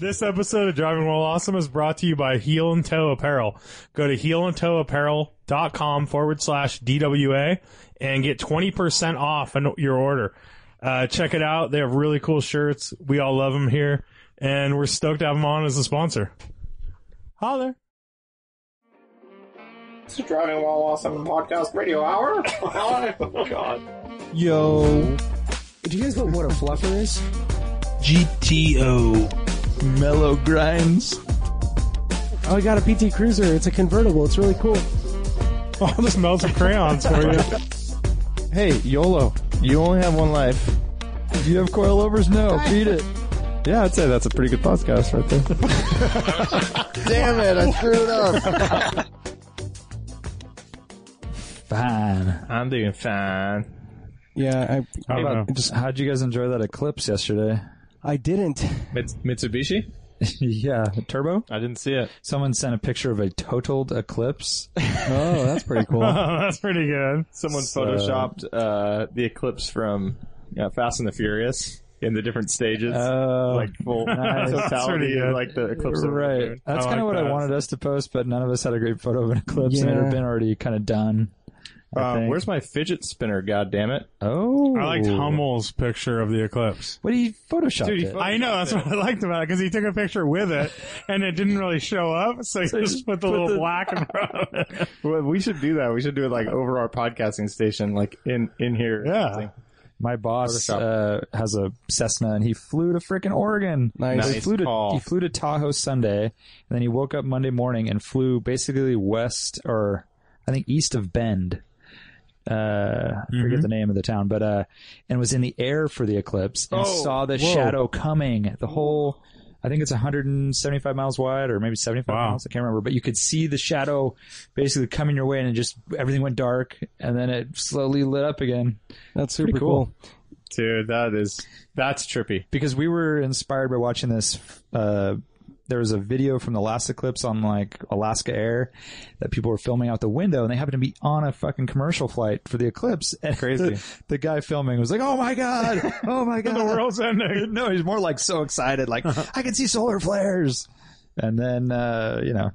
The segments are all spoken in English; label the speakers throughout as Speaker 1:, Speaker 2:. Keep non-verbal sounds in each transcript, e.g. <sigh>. Speaker 1: This episode of Driving While Awesome is brought to you by Heel and Toe Apparel. Go to heelandtoeapparel.com forward slash DWA and get 20% off an- your order. Uh, check it out. They have really cool shirts. We all love them here, and we're stoked to have them on as a sponsor. Holler.
Speaker 2: It's the Driving While Awesome Podcast Radio
Speaker 3: <laughs>
Speaker 2: Hour. oh, God.
Speaker 4: Yo. Do you guys know what a fluffer is?
Speaker 3: GTO mellow grinds.
Speaker 4: Oh, I got a PT Cruiser. It's a convertible. It's really cool.
Speaker 1: All this melts of crayons for you.
Speaker 3: Hey, YOLO, you only have one life. If you have coilovers, no, beat it. Yeah, I'd say that's a pretty good podcast right there.
Speaker 5: <laughs> Damn it, I screwed up.
Speaker 6: Fine.
Speaker 3: I'm doing fine.
Speaker 4: Yeah, I,
Speaker 1: I don't know.
Speaker 4: just
Speaker 6: How'd you guys enjoy that
Speaker 3: <laughs>
Speaker 6: eclipse yesterday?
Speaker 4: I didn't.
Speaker 3: Mitsubishi?
Speaker 6: yeah, turbo.
Speaker 3: I didn't see it.
Speaker 6: Someone sent a picture of a totaled eclipse.
Speaker 4: Oh, that's pretty cool.
Speaker 1: Oh, that's pretty good.
Speaker 3: Someone
Speaker 6: So-
Speaker 3: photoshopped uh, the eclipse from uh, Fast and the Furious in the different stages.
Speaker 6: Oh,
Speaker 3: <laughs> like <laughs> full
Speaker 6: nice.
Speaker 1: That's pretty
Speaker 3: totality,
Speaker 1: good.
Speaker 3: of, like the eclipse. of the
Speaker 6: right.
Speaker 3: moon.
Speaker 6: That's
Speaker 1: I
Speaker 6: kind of
Speaker 1: like
Speaker 6: what
Speaker 1: that.
Speaker 6: I wanted us to post, but none of us had a great photo of an eclipse, and it
Speaker 4: Yeah.
Speaker 6: had been already kind of done. I
Speaker 3: Um,
Speaker 6: think.
Speaker 3: where's my fidget spinner? God damn it!
Speaker 6: Oh,
Speaker 1: I liked Hummel's picture of the eclipse.
Speaker 6: What do you Photoshop?
Speaker 3: Dude, he
Speaker 6: it?
Speaker 3: pho-
Speaker 1: I know that's what I liked about it because he took a picture with it and it didn't really show up, so he just put the little black in front of it.
Speaker 3: Well, we should do that. We should do it like over our podcasting station, like in in here.
Speaker 1: Yeah.
Speaker 6: My boss uh,
Speaker 3: Photoshop.
Speaker 6: has a Cessna, and he flew to freaking Oregon.
Speaker 4: Nice.
Speaker 6: He flew to
Speaker 3: call.
Speaker 6: he flew to Tahoe Sunday, and then he woke up Monday morning and flew basically west or I think east of Bend. Uh, I forget the name of the town, but uh, and was in the air for the eclipse and saw the shadow coming. The whole, I think it's 175 miles wide or maybe 75
Speaker 1: Wow.
Speaker 6: miles. I can't remember, but you could see the shadow basically coming your way, and it just everything went dark, and then it slowly lit up again.
Speaker 4: <laughs> That's super
Speaker 6: Pretty
Speaker 4: cool.
Speaker 6: cool.
Speaker 3: Dude, that is that's trippy.
Speaker 6: because we were inspired by watching this. Uh, there was a video from the last eclipse on like Alaska Air that people were filming out the window, and they happened to be on a fucking commercial flight for the eclipse. And
Speaker 3: Crazy.
Speaker 6: The, <laughs> the guy filming was like, "Oh my god! Oh my god!
Speaker 1: The world's ending.
Speaker 6: <laughs> No, he's more like so excited, like I can see solar flares. And then uh, you know,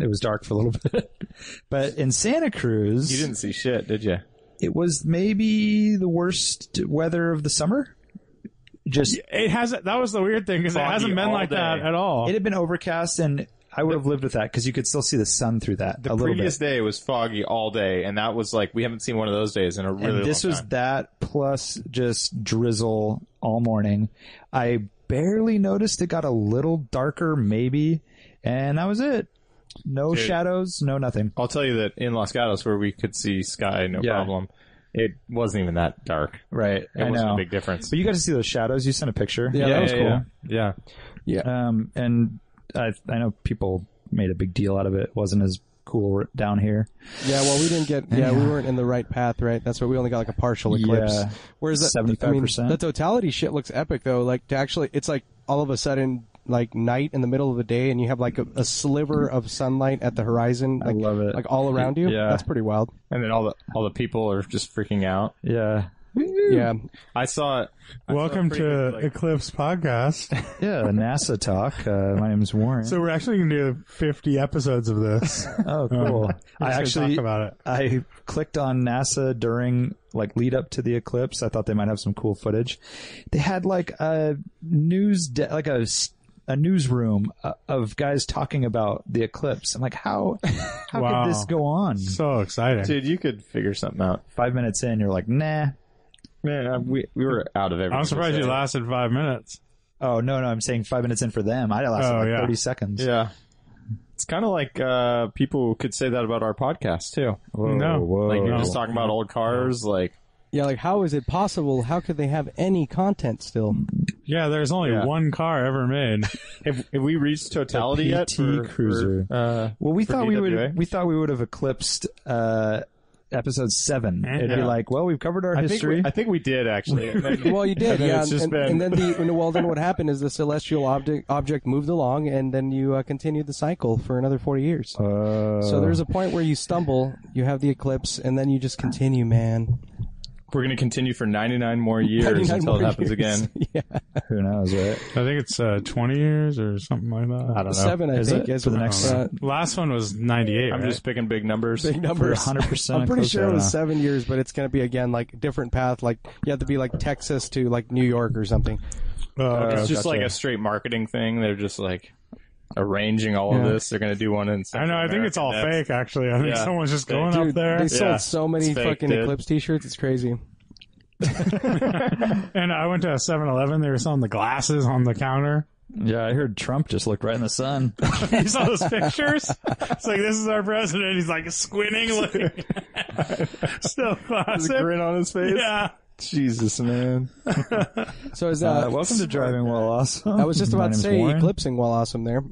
Speaker 6: it was dark for a little <laughs> bit. but in Santa Cruz,
Speaker 3: You didn't see shit, did you?
Speaker 6: it was maybe the worst weather of the summer. Just
Speaker 1: It hasn't. That was the weird thing because it
Speaker 3: Foggy
Speaker 1: hasn't been
Speaker 3: all
Speaker 1: like
Speaker 3: day.
Speaker 1: that at all.
Speaker 6: It had been overcast, and I would have lived with that because you could still see the sun through that a
Speaker 3: The
Speaker 6: little
Speaker 3: previous
Speaker 6: bit.
Speaker 3: day was foggy all day, and that was like we haven't seen one of those days in a really
Speaker 6: and this
Speaker 3: long
Speaker 6: was
Speaker 3: time.
Speaker 6: that plus just drizzle all morning. I barely noticed it got a little darker, maybe, and that was it. No shadows, no nothing.
Speaker 3: I'll tell you that in Los Gatos, where we could see sky, no
Speaker 6: Yeah.
Speaker 3: problem. It wasn't even that dark.
Speaker 6: Right,
Speaker 3: It
Speaker 6: I
Speaker 3: wasn't
Speaker 6: know.
Speaker 3: a big difference.
Speaker 6: But you got to see those shadows. You sent a picture.
Speaker 4: Yeah, that was cool.
Speaker 3: yeah, yeah.
Speaker 6: Um, and I, I know people made a big deal out of it. It wasn't as cool down here.
Speaker 4: Yeah, well, we didn't get. Yeah, we weren't in the right path, right? That's why we only got like a partial eclipse.
Speaker 6: Yeah.
Speaker 4: Whereas the-
Speaker 6: 75%.
Speaker 4: I mean, the totality shit looks epic though. Like to actually, it's like all of a sudden, like night in the middle of the day, and you have like a, a sliver of sunlight at the horizon. Like,
Speaker 6: love it.
Speaker 4: Like all around you.
Speaker 6: Yeah.
Speaker 4: That's pretty wild.
Speaker 3: And then all the all the people are just freaking out.
Speaker 6: Yeah,
Speaker 4: Yeah.
Speaker 3: I saw it. I saw
Speaker 1: Welcome
Speaker 3: a pretty
Speaker 1: to
Speaker 3: good, like-
Speaker 1: Eclipse Podcast. <laughs>
Speaker 6: yeah. The NASA talk. Uh, my name's Warren.
Speaker 1: so we're actually going to do 50 episodes of <laughs> this.
Speaker 6: Oh, cool!
Speaker 1: We're
Speaker 6: <laughs> I
Speaker 1: just gonna
Speaker 6: actually
Speaker 1: talk about it.
Speaker 6: I clicked on NASA during like lead up to the eclipse. I thought they might have some cool footage. They had like a news de- like a s- a newsroom uh, of guys talking about the eclipse. I'm like, how <laughs> how
Speaker 1: Wow.
Speaker 6: could this go on?
Speaker 1: So exciting.
Speaker 3: dude, you could figure something out.
Speaker 6: Five minutes in, you're like, nah.
Speaker 3: Man, I- we we were out of everything.
Speaker 1: I'm surprised you lasted five minutes.
Speaker 6: Oh no, no, I'm saying five minutes in for them. I lasted
Speaker 1: Oh,
Speaker 6: like
Speaker 1: yeah.
Speaker 6: 30 seconds.
Speaker 3: Yeah. It's kind of like uh, people could say that about our podcast too.
Speaker 6: Whoa,
Speaker 1: No.
Speaker 6: whoa.
Speaker 3: Like you're
Speaker 1: no.
Speaker 3: just talking about old cars, like
Speaker 4: Yeah. Like, how is it possible? How could they have any content still?
Speaker 1: Yeah, there's only
Speaker 3: Yeah.
Speaker 1: one car ever made.
Speaker 3: have, have we reached totality
Speaker 6: The
Speaker 3: yet?
Speaker 6: PT Cruiser.
Speaker 3: uh,
Speaker 6: Well, we
Speaker 3: for
Speaker 6: thought we
Speaker 3: DWA?
Speaker 6: would. We thought we would have eclipsed uh, episode seven. It'd be
Speaker 3: Yeah.
Speaker 6: like, well, we've covered our
Speaker 3: I think
Speaker 6: history.
Speaker 3: we, I think we did actually. And then-
Speaker 4: <laughs> Well, you did,
Speaker 3: <laughs> and then
Speaker 4: yeah.
Speaker 3: it's just
Speaker 4: and,
Speaker 3: been-
Speaker 4: and then the and, well, then what happened is the celestial object object moved along, and then you uh, continued the cycle for another forty years. so there's a point where you stumble, you have the eclipse, and then you just continue, man.
Speaker 7: <laughs> We're going to continue for 99 more years
Speaker 4: 99
Speaker 7: until
Speaker 4: more
Speaker 7: it happens
Speaker 4: years.
Speaker 7: again.
Speaker 4: <laughs> yeah,
Speaker 6: Who knows, right?
Speaker 1: I think it's uh, 20 years or something like that. I don't know.
Speaker 4: seven. I
Speaker 6: Is
Speaker 4: think
Speaker 6: it?
Speaker 4: is
Speaker 6: For the
Speaker 4: what-
Speaker 6: next-
Speaker 4: uh,
Speaker 1: Last one was 98.
Speaker 7: I'm
Speaker 1: right?
Speaker 7: just picking big numbers.
Speaker 4: <laughs> big
Speaker 6: For
Speaker 4: <laughs> numbers.
Speaker 6: 100%.
Speaker 4: I'm pretty
Speaker 6: close, I
Speaker 4: sure it
Speaker 6: don't
Speaker 4: was
Speaker 6: know.
Speaker 4: seven years, but it's going to be again like different path. Like you have to be like Texas to like New York or something.
Speaker 3: Oh,
Speaker 1: Uh,
Speaker 7: it's just
Speaker 6: gotcha.
Speaker 7: like a straight marketing thing. They're just like arranging all
Speaker 4: Yeah.
Speaker 7: of this. They're going to do one in
Speaker 1: I know. I think it's all
Speaker 7: America next.
Speaker 1: fake. Actually, I think
Speaker 7: Yeah.
Speaker 1: someone's just
Speaker 7: Fake.
Speaker 1: going
Speaker 4: Dude,
Speaker 1: up there.
Speaker 4: they sold
Speaker 7: Yeah.
Speaker 4: so many
Speaker 7: It's fake,
Speaker 4: fucking
Speaker 7: dude.
Speaker 4: Eclipse T-shirts. It's crazy.
Speaker 1: And I went to a 7-Eleven. They were selling the glasses on the counter. <laughs>
Speaker 6: Yeah, I heard Trump just looked right in the
Speaker 4: <laughs>
Speaker 6: sun.
Speaker 4: Uh,
Speaker 1: You saw those pictures? It's like this is our president. He's like
Speaker 7: <laughs>
Speaker 1: squinting, looking <laughs> so
Speaker 7: There's a
Speaker 1: classic.
Speaker 7: grin on his face.
Speaker 1: Yeah.
Speaker 7: Jesus, man.
Speaker 4: So is
Speaker 6: Uh,
Speaker 4: that?
Speaker 6: welcome to Driving While Awesome.
Speaker 4: I was just
Speaker 6: My
Speaker 4: about
Speaker 6: name
Speaker 4: to
Speaker 6: is
Speaker 4: say
Speaker 6: Warren.
Speaker 4: eclipsing while awesome there.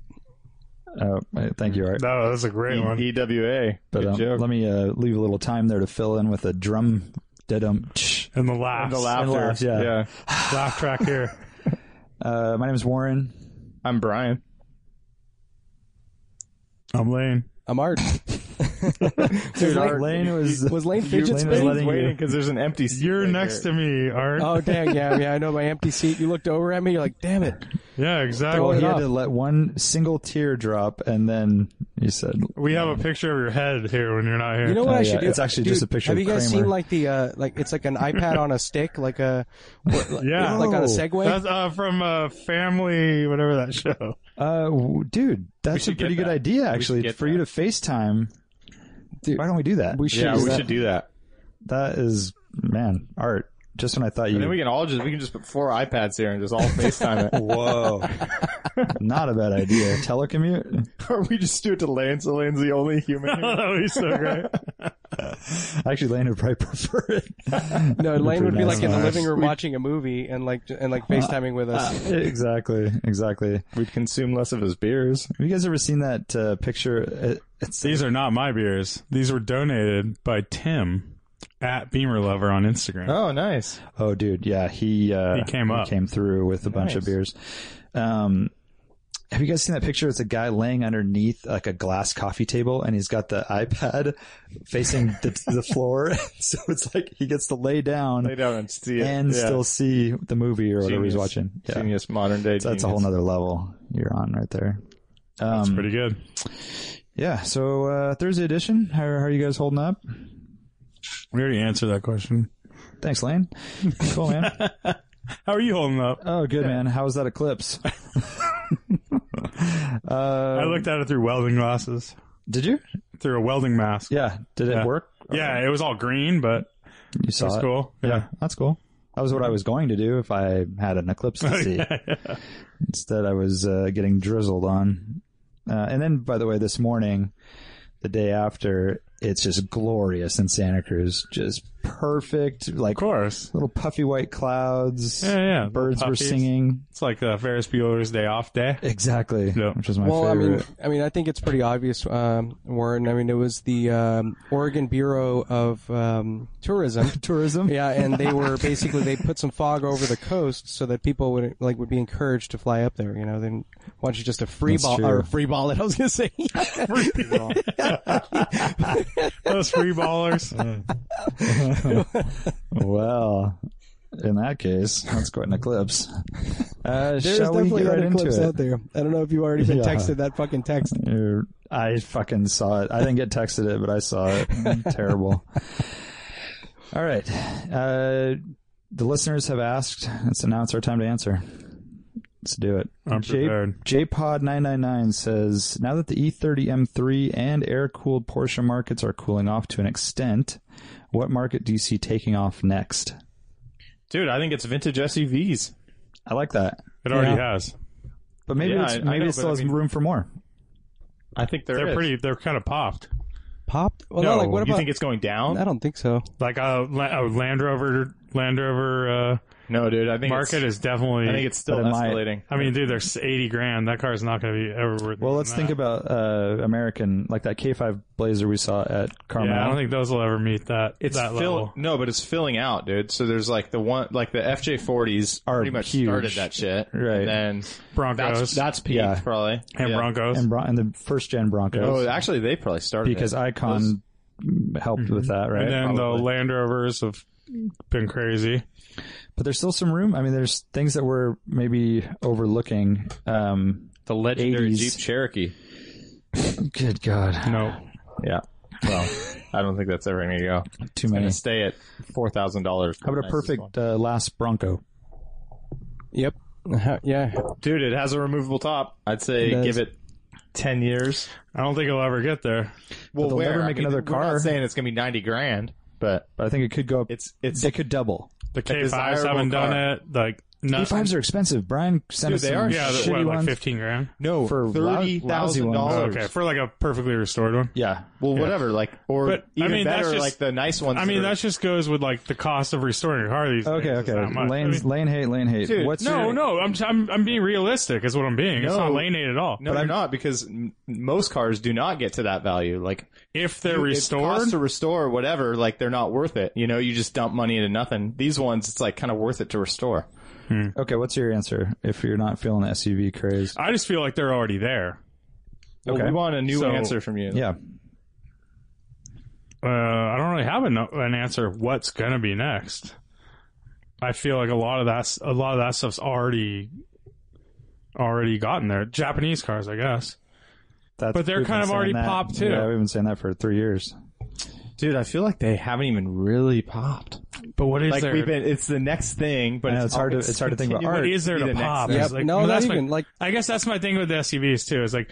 Speaker 6: Oh, wait, thank you, Art.
Speaker 1: No, that's a
Speaker 7: E,
Speaker 1: great one.
Speaker 7: EWA.
Speaker 6: But
Speaker 7: Good
Speaker 6: um,
Speaker 7: joke.
Speaker 6: let me uh, leave a little time there to fill in with a drum dead-um. tsh.
Speaker 1: And the laugh,
Speaker 7: the laughter.
Speaker 6: laugh, yeah.
Speaker 1: laugh track here.
Speaker 6: Uh, my name is Warren.
Speaker 7: I'm Brian.
Speaker 1: I'm Lane.
Speaker 4: I'm Art. <laughs> Dude,
Speaker 6: Lane, was
Speaker 4: <laughs> was Lane fidget
Speaker 6: Lane was
Speaker 4: spinning?
Speaker 6: letting
Speaker 7: Waiting
Speaker 6: you.
Speaker 7: because there's an empty seat.
Speaker 1: You're
Speaker 7: right
Speaker 1: next
Speaker 7: here.
Speaker 1: to me, Art.
Speaker 4: <laughs> Oh dang, yeah, yeah. I know my empty seat. You looked over at me. You're like, damn it.
Speaker 1: yeah,
Speaker 4: Throw
Speaker 1: exactly.
Speaker 4: it
Speaker 6: He had
Speaker 4: up.
Speaker 6: to let one single tear drop, and then you said,
Speaker 1: We have a picture of your head here when you're not here.
Speaker 4: You know what
Speaker 6: Oh,
Speaker 4: I
Speaker 6: yeah,
Speaker 4: should do?
Speaker 6: it's actually
Speaker 4: Dude,
Speaker 6: just a picture
Speaker 4: Have
Speaker 6: of
Speaker 4: you guys
Speaker 6: Kramer.
Speaker 4: seen like the uh like it's like an iPad on a stick, like a
Speaker 6: <laughs>
Speaker 1: yeah,
Speaker 4: like on
Speaker 6: Oh,
Speaker 4: a Segway?
Speaker 1: That's uh, from uh, Family, whatever
Speaker 7: <laughs>
Speaker 1: that show. <laughs>
Speaker 6: "Uh, w- dude, that's
Speaker 7: should
Speaker 6: a pretty
Speaker 7: get
Speaker 6: good
Speaker 7: that.
Speaker 6: idea, actually,
Speaker 7: get
Speaker 6: for you to FaceTime."
Speaker 4: Dude,
Speaker 6: Why don't we do that?
Speaker 4: we should.
Speaker 7: Yeah,
Speaker 4: do
Speaker 7: we
Speaker 4: that.
Speaker 7: should do that.
Speaker 6: That is, man, art. Just when I thought you
Speaker 7: And then we can all just we can just put four iPads here and just all FaceTime it.
Speaker 6: <laughs> Whoa. Not a bad idea. Telecommute?
Speaker 7: <laughs> or we just do it to Lane, so Lane's the only
Speaker 6: <laughs>
Speaker 7: human. here.
Speaker 1: that would be so great.
Speaker 6: Actually, Lane would probably <laughs> prefer it.
Speaker 4: No, Lane would be like in the
Speaker 6: Nice.
Speaker 4: living room watching a movie and like and like FaceTiming with us.
Speaker 6: Uh, exactly, exactly.
Speaker 7: We'd consume less of his beers.
Speaker 6: Have you guys ever seen that uh, picture? It, it's
Speaker 1: These are not my beers. These were donated by Tim at Beamer Lover on Instagram.
Speaker 7: Oh, nice.
Speaker 6: oh, dude, yeah, he uh,
Speaker 1: He came up.
Speaker 6: came through with a bunch of
Speaker 7: Nice.
Speaker 6: beers. Um, have you guys seen that picture? It's a guy laying underneath like a glass coffee table, and he's got the iPad facing the, the floor, <laughs> so it's like he gets to lay down
Speaker 7: Lay down and see it.
Speaker 6: and
Speaker 7: Yeah.
Speaker 6: still see the movie or whatever
Speaker 7: Genius.
Speaker 6: he's watching. Yeah.
Speaker 7: genius modern day.
Speaker 6: So that's a whole nother level you're on right there. Um,
Speaker 1: That's pretty good.
Speaker 6: Yeah. So uh, Thursday edition. How, how are you guys holding up?
Speaker 1: We already answered that question.
Speaker 6: Thanks, Lane. Cool, man.
Speaker 1: How are you holding up?
Speaker 6: Oh, good man. How was that eclipse? Uh,
Speaker 1: I looked at it through welding glasses,
Speaker 6: Did you?
Speaker 1: through a welding mask.
Speaker 6: Yeah. Did it
Speaker 1: Yeah.
Speaker 6: work?
Speaker 1: Yeah, it was all green, but
Speaker 6: You saw
Speaker 1: it's
Speaker 6: it.
Speaker 1: cool.
Speaker 6: Yeah, that's cool. That was what I was going to do if I had an
Speaker 1: <laughs>
Speaker 6: eclipse to see. Instead, I was uh, getting drizzled on. Uh, and then, by the way, this morning, the day after, it's just glorious in Santa Cruz. Just perfect, like
Speaker 1: Of course.
Speaker 6: little puffy white clouds.
Speaker 1: Yeah, yeah. little
Speaker 6: Birds were
Speaker 1: puffies.
Speaker 6: singing.
Speaker 1: It's like uh, Ferris Bueller's Day
Speaker 7: <laughs>
Speaker 1: Off Day.
Speaker 6: Exactly.
Speaker 1: Yeah.
Speaker 6: Which was my
Speaker 4: Well, I
Speaker 6: favorite.
Speaker 4: mean, I mean, I think it's pretty obvious, um, Warren. I mean, it was the um, Oregon Bureau of um,
Speaker 6: <laughs>
Speaker 4: Tourism.
Speaker 6: tourism.
Speaker 4: Yeah, and they were basically they put some fog over the coast so that people would like would be encouraged to fly up there. You know, then why don't you just a free
Speaker 6: That's
Speaker 4: ball
Speaker 6: true.
Speaker 4: or free ball? It I was gonna say <laughs>
Speaker 1: <laughs> Those free
Speaker 7: Uh,
Speaker 1: ballers.
Speaker 6: Well, in that case, let's go an eclipse. Uh,
Speaker 4: there's
Speaker 6: shall we
Speaker 4: definitely
Speaker 6: get right
Speaker 4: other clips
Speaker 6: into it?
Speaker 4: out there. I don't know if you've already <laughs> been
Speaker 6: Yeah.
Speaker 4: texted that fucking text.
Speaker 6: You're- I fucking saw it. I didn't get texted it, but I saw it. Terrible. All right. Uh, the listeners have asked. So now it's our time to answer. Let's do it.
Speaker 1: I'm
Speaker 6: J-
Speaker 1: prepared.
Speaker 6: JPod999 says Now that the E E30 M3 and air cooled Porsche markets are cooling off to an extent, what market do you see taking off next?
Speaker 7: Dude, I think it's vintage SUVs.
Speaker 6: I like that.
Speaker 1: It already
Speaker 6: Yeah.
Speaker 1: has.
Speaker 6: But maybe
Speaker 7: Yeah,
Speaker 6: it's,
Speaker 7: I- I
Speaker 6: maybe
Speaker 7: know,
Speaker 6: it still
Speaker 7: but I
Speaker 6: has
Speaker 7: mean-
Speaker 6: room for more.
Speaker 7: I think there
Speaker 1: They're
Speaker 7: is.
Speaker 1: pretty. They're kind of popped.
Speaker 4: Popped? Well,
Speaker 7: No,
Speaker 4: no, like what
Speaker 7: you
Speaker 4: about?
Speaker 7: think it's going down?
Speaker 4: I don't think so.
Speaker 1: Like a, La- a Land Rover, Land Rover uh,
Speaker 7: No, dude. I think
Speaker 1: market
Speaker 7: It's,
Speaker 1: is definitely.
Speaker 7: I think it's still
Speaker 6: But it might-
Speaker 7: escalating.
Speaker 1: I mean, dude, there's 80 grand. That car's not going to be ever worth.
Speaker 6: Well, let's think about uh, American, like that K5 Blazer we saw at
Speaker 1: Yeah,
Speaker 6: Carmel.
Speaker 1: I don't think those will ever meet that.
Speaker 7: It's
Speaker 1: that
Speaker 7: fill,
Speaker 1: level.
Speaker 7: no, but it's filling out, dude. So there's like the one, like the FJ40s
Speaker 6: Are
Speaker 7: pretty much
Speaker 6: huge.
Speaker 7: started that shit,
Speaker 6: Right.
Speaker 7: And then
Speaker 1: Broncos
Speaker 7: that's that's peak
Speaker 6: Yeah.
Speaker 7: probably.
Speaker 1: and
Speaker 7: yeah.
Speaker 1: Broncos.
Speaker 6: and, Bron- and the first gen Broncos
Speaker 7: Oh, actually, they probably started
Speaker 6: because
Speaker 7: it.
Speaker 6: Icon helped with that, right?
Speaker 1: And then
Speaker 7: probably.
Speaker 1: the Land Rovers of been crazy.
Speaker 6: but there's still some room. I mean, there's things that we're maybe overlooking. Um,
Speaker 3: The legendary
Speaker 6: 80s.
Speaker 3: Jeep Cherokee.
Speaker 6: good God,
Speaker 1: No,
Speaker 3: Yeah. Well, <laughs> I don't think that's ever going to go.
Speaker 6: too
Speaker 3: Going
Speaker 6: many.
Speaker 3: to stay at four thousand dollars.
Speaker 6: How about a perfect uh, last Bronco?
Speaker 4: Yep. Uh, <laughs> yeah.
Speaker 3: dude? It has a removable top. I'd say
Speaker 4: does.
Speaker 3: give it ten years.
Speaker 1: I don't think it'll ever get there.
Speaker 3: Well,
Speaker 6: they'll
Speaker 3: where?
Speaker 6: never
Speaker 3: I
Speaker 6: make
Speaker 3: mean,
Speaker 6: another
Speaker 3: We're
Speaker 6: car.
Speaker 3: not saying it's going to be ninety grand, but
Speaker 6: But I think it could go up.
Speaker 3: it's it's
Speaker 6: it could double.
Speaker 1: The K fives
Speaker 3: desirable
Speaker 1: haven't done
Speaker 3: car.
Speaker 1: it. Like
Speaker 6: E
Speaker 1: nothing.
Speaker 6: fives are expensive. Brian sent
Speaker 3: Dude,
Speaker 6: us
Speaker 3: they
Speaker 6: some
Speaker 3: are.
Speaker 1: Yeah,
Speaker 6: shitty
Speaker 1: the- what, like
Speaker 6: ones.
Speaker 1: fifteen grand.
Speaker 3: no
Speaker 6: for
Speaker 3: for
Speaker 6: lou-
Speaker 3: thirty thousand
Speaker 1: Oh,
Speaker 3: dollars.
Speaker 1: okay, for like a perfectly restored one.
Speaker 6: Yeah,
Speaker 3: Well, whatever, like or
Speaker 1: But, I
Speaker 3: even
Speaker 1: mean, that's
Speaker 3: better,
Speaker 1: just-
Speaker 3: like the nice ones.
Speaker 1: I mean,
Speaker 3: that are-
Speaker 1: that just goes with like the cost of restoring your car these
Speaker 6: Okay,
Speaker 1: days. is
Speaker 6: okay.
Speaker 1: that much. I
Speaker 6: Lane,
Speaker 1: mean-
Speaker 6: lane hate, lane hate.
Speaker 3: Dude,
Speaker 6: What's
Speaker 1: no,
Speaker 6: your,
Speaker 1: no. I'm, I'm I'm being realistic. Is what I'm being. it's
Speaker 3: No.
Speaker 1: not lane eight at all.
Speaker 3: no, they're not because m- most cars do not get to that value. Like
Speaker 1: If they're
Speaker 3: Dude, if it
Speaker 1: restored,
Speaker 3: costs to restore whatever like they're not worth it you know you just dump money into nothing these ones it's like kind of worth it to restore
Speaker 6: Okay, what's your answer if you're not feeling the SUV craze?
Speaker 1: I just feel like they're already there.
Speaker 3: Well,
Speaker 6: Okay.
Speaker 3: we want a new
Speaker 1: So-
Speaker 3: answer from you
Speaker 6: Yeah,
Speaker 1: Uh, I don't really have an, an answer. Of what's gonna be next? I feel like a lot of that's a lot of that stuff's already already gotten there. Japanese cars, I guess.
Speaker 6: that's,
Speaker 1: But they're
Speaker 6: we've been
Speaker 1: kind of
Speaker 6: saying
Speaker 1: already
Speaker 6: that.
Speaker 1: popped, too.
Speaker 6: Yeah, we've been saying that for three years.
Speaker 3: dude i feel like they haven't even really popped
Speaker 1: But what is
Speaker 3: like
Speaker 1: there?
Speaker 3: we've been it's the next thing but
Speaker 6: I know, it's hard to- it's hard to think about
Speaker 3: continuing
Speaker 1: what is there
Speaker 3: be
Speaker 1: to
Speaker 3: the next
Speaker 1: pop?
Speaker 3: thing.
Speaker 1: It's
Speaker 4: Yep. No,
Speaker 1: well,
Speaker 4: not
Speaker 1: that's my-
Speaker 4: even, like-
Speaker 1: I guess that's my thing with the SUVs too. Is like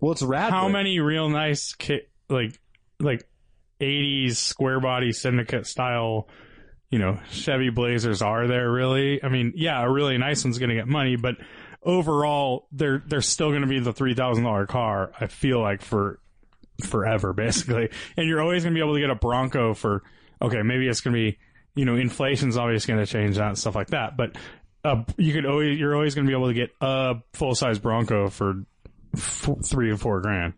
Speaker 3: well it's rad
Speaker 1: how many real nice ki- like like 80s square body syndicate style you know chevy blazers are there really i mean yeah a really nice one's gonna get money but overall they're they're still gonna be the $3000 car i feel like for forever basically and you're always gonna be able to get a bronco for okay maybe it's gonna be you know inflation's obviously gonna change that and stuff like that but uh, you could always you're always gonna be able to get a full size bronco for f- three and four grand.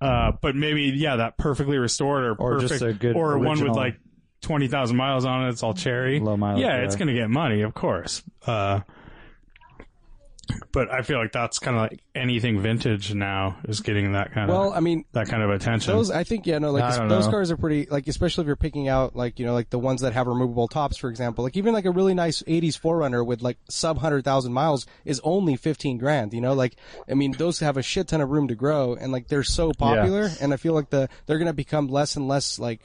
Speaker 1: Uh, but maybe yeah, that perfectly restored or,
Speaker 6: Or
Speaker 1: perfect,
Speaker 6: just a good
Speaker 1: or one with
Speaker 6: original-
Speaker 1: like twenty thousand miles on it. It's all cherry,
Speaker 6: Low mileage,
Speaker 1: Yeah, it's
Speaker 6: yeah.
Speaker 1: gonna get money, of course. Uh, but I feel like that's kind of like anything vintage now is getting that kind of
Speaker 4: Well, I mean,
Speaker 1: that kind of attention.
Speaker 4: those, I think, yeah, no, like,
Speaker 3: I don't
Speaker 4: those
Speaker 3: know.
Speaker 4: cars are pretty, like, especially if you're picking out, like, you know, like the ones that have removable tops, for example. Like, even like a really nice 80s Forerunner with like sub 100,000 miles is only 15 grand, you know? Like, I mean, those have a shit ton of room to grow and like they're so popular and I feel like the, they're going to become less and less like,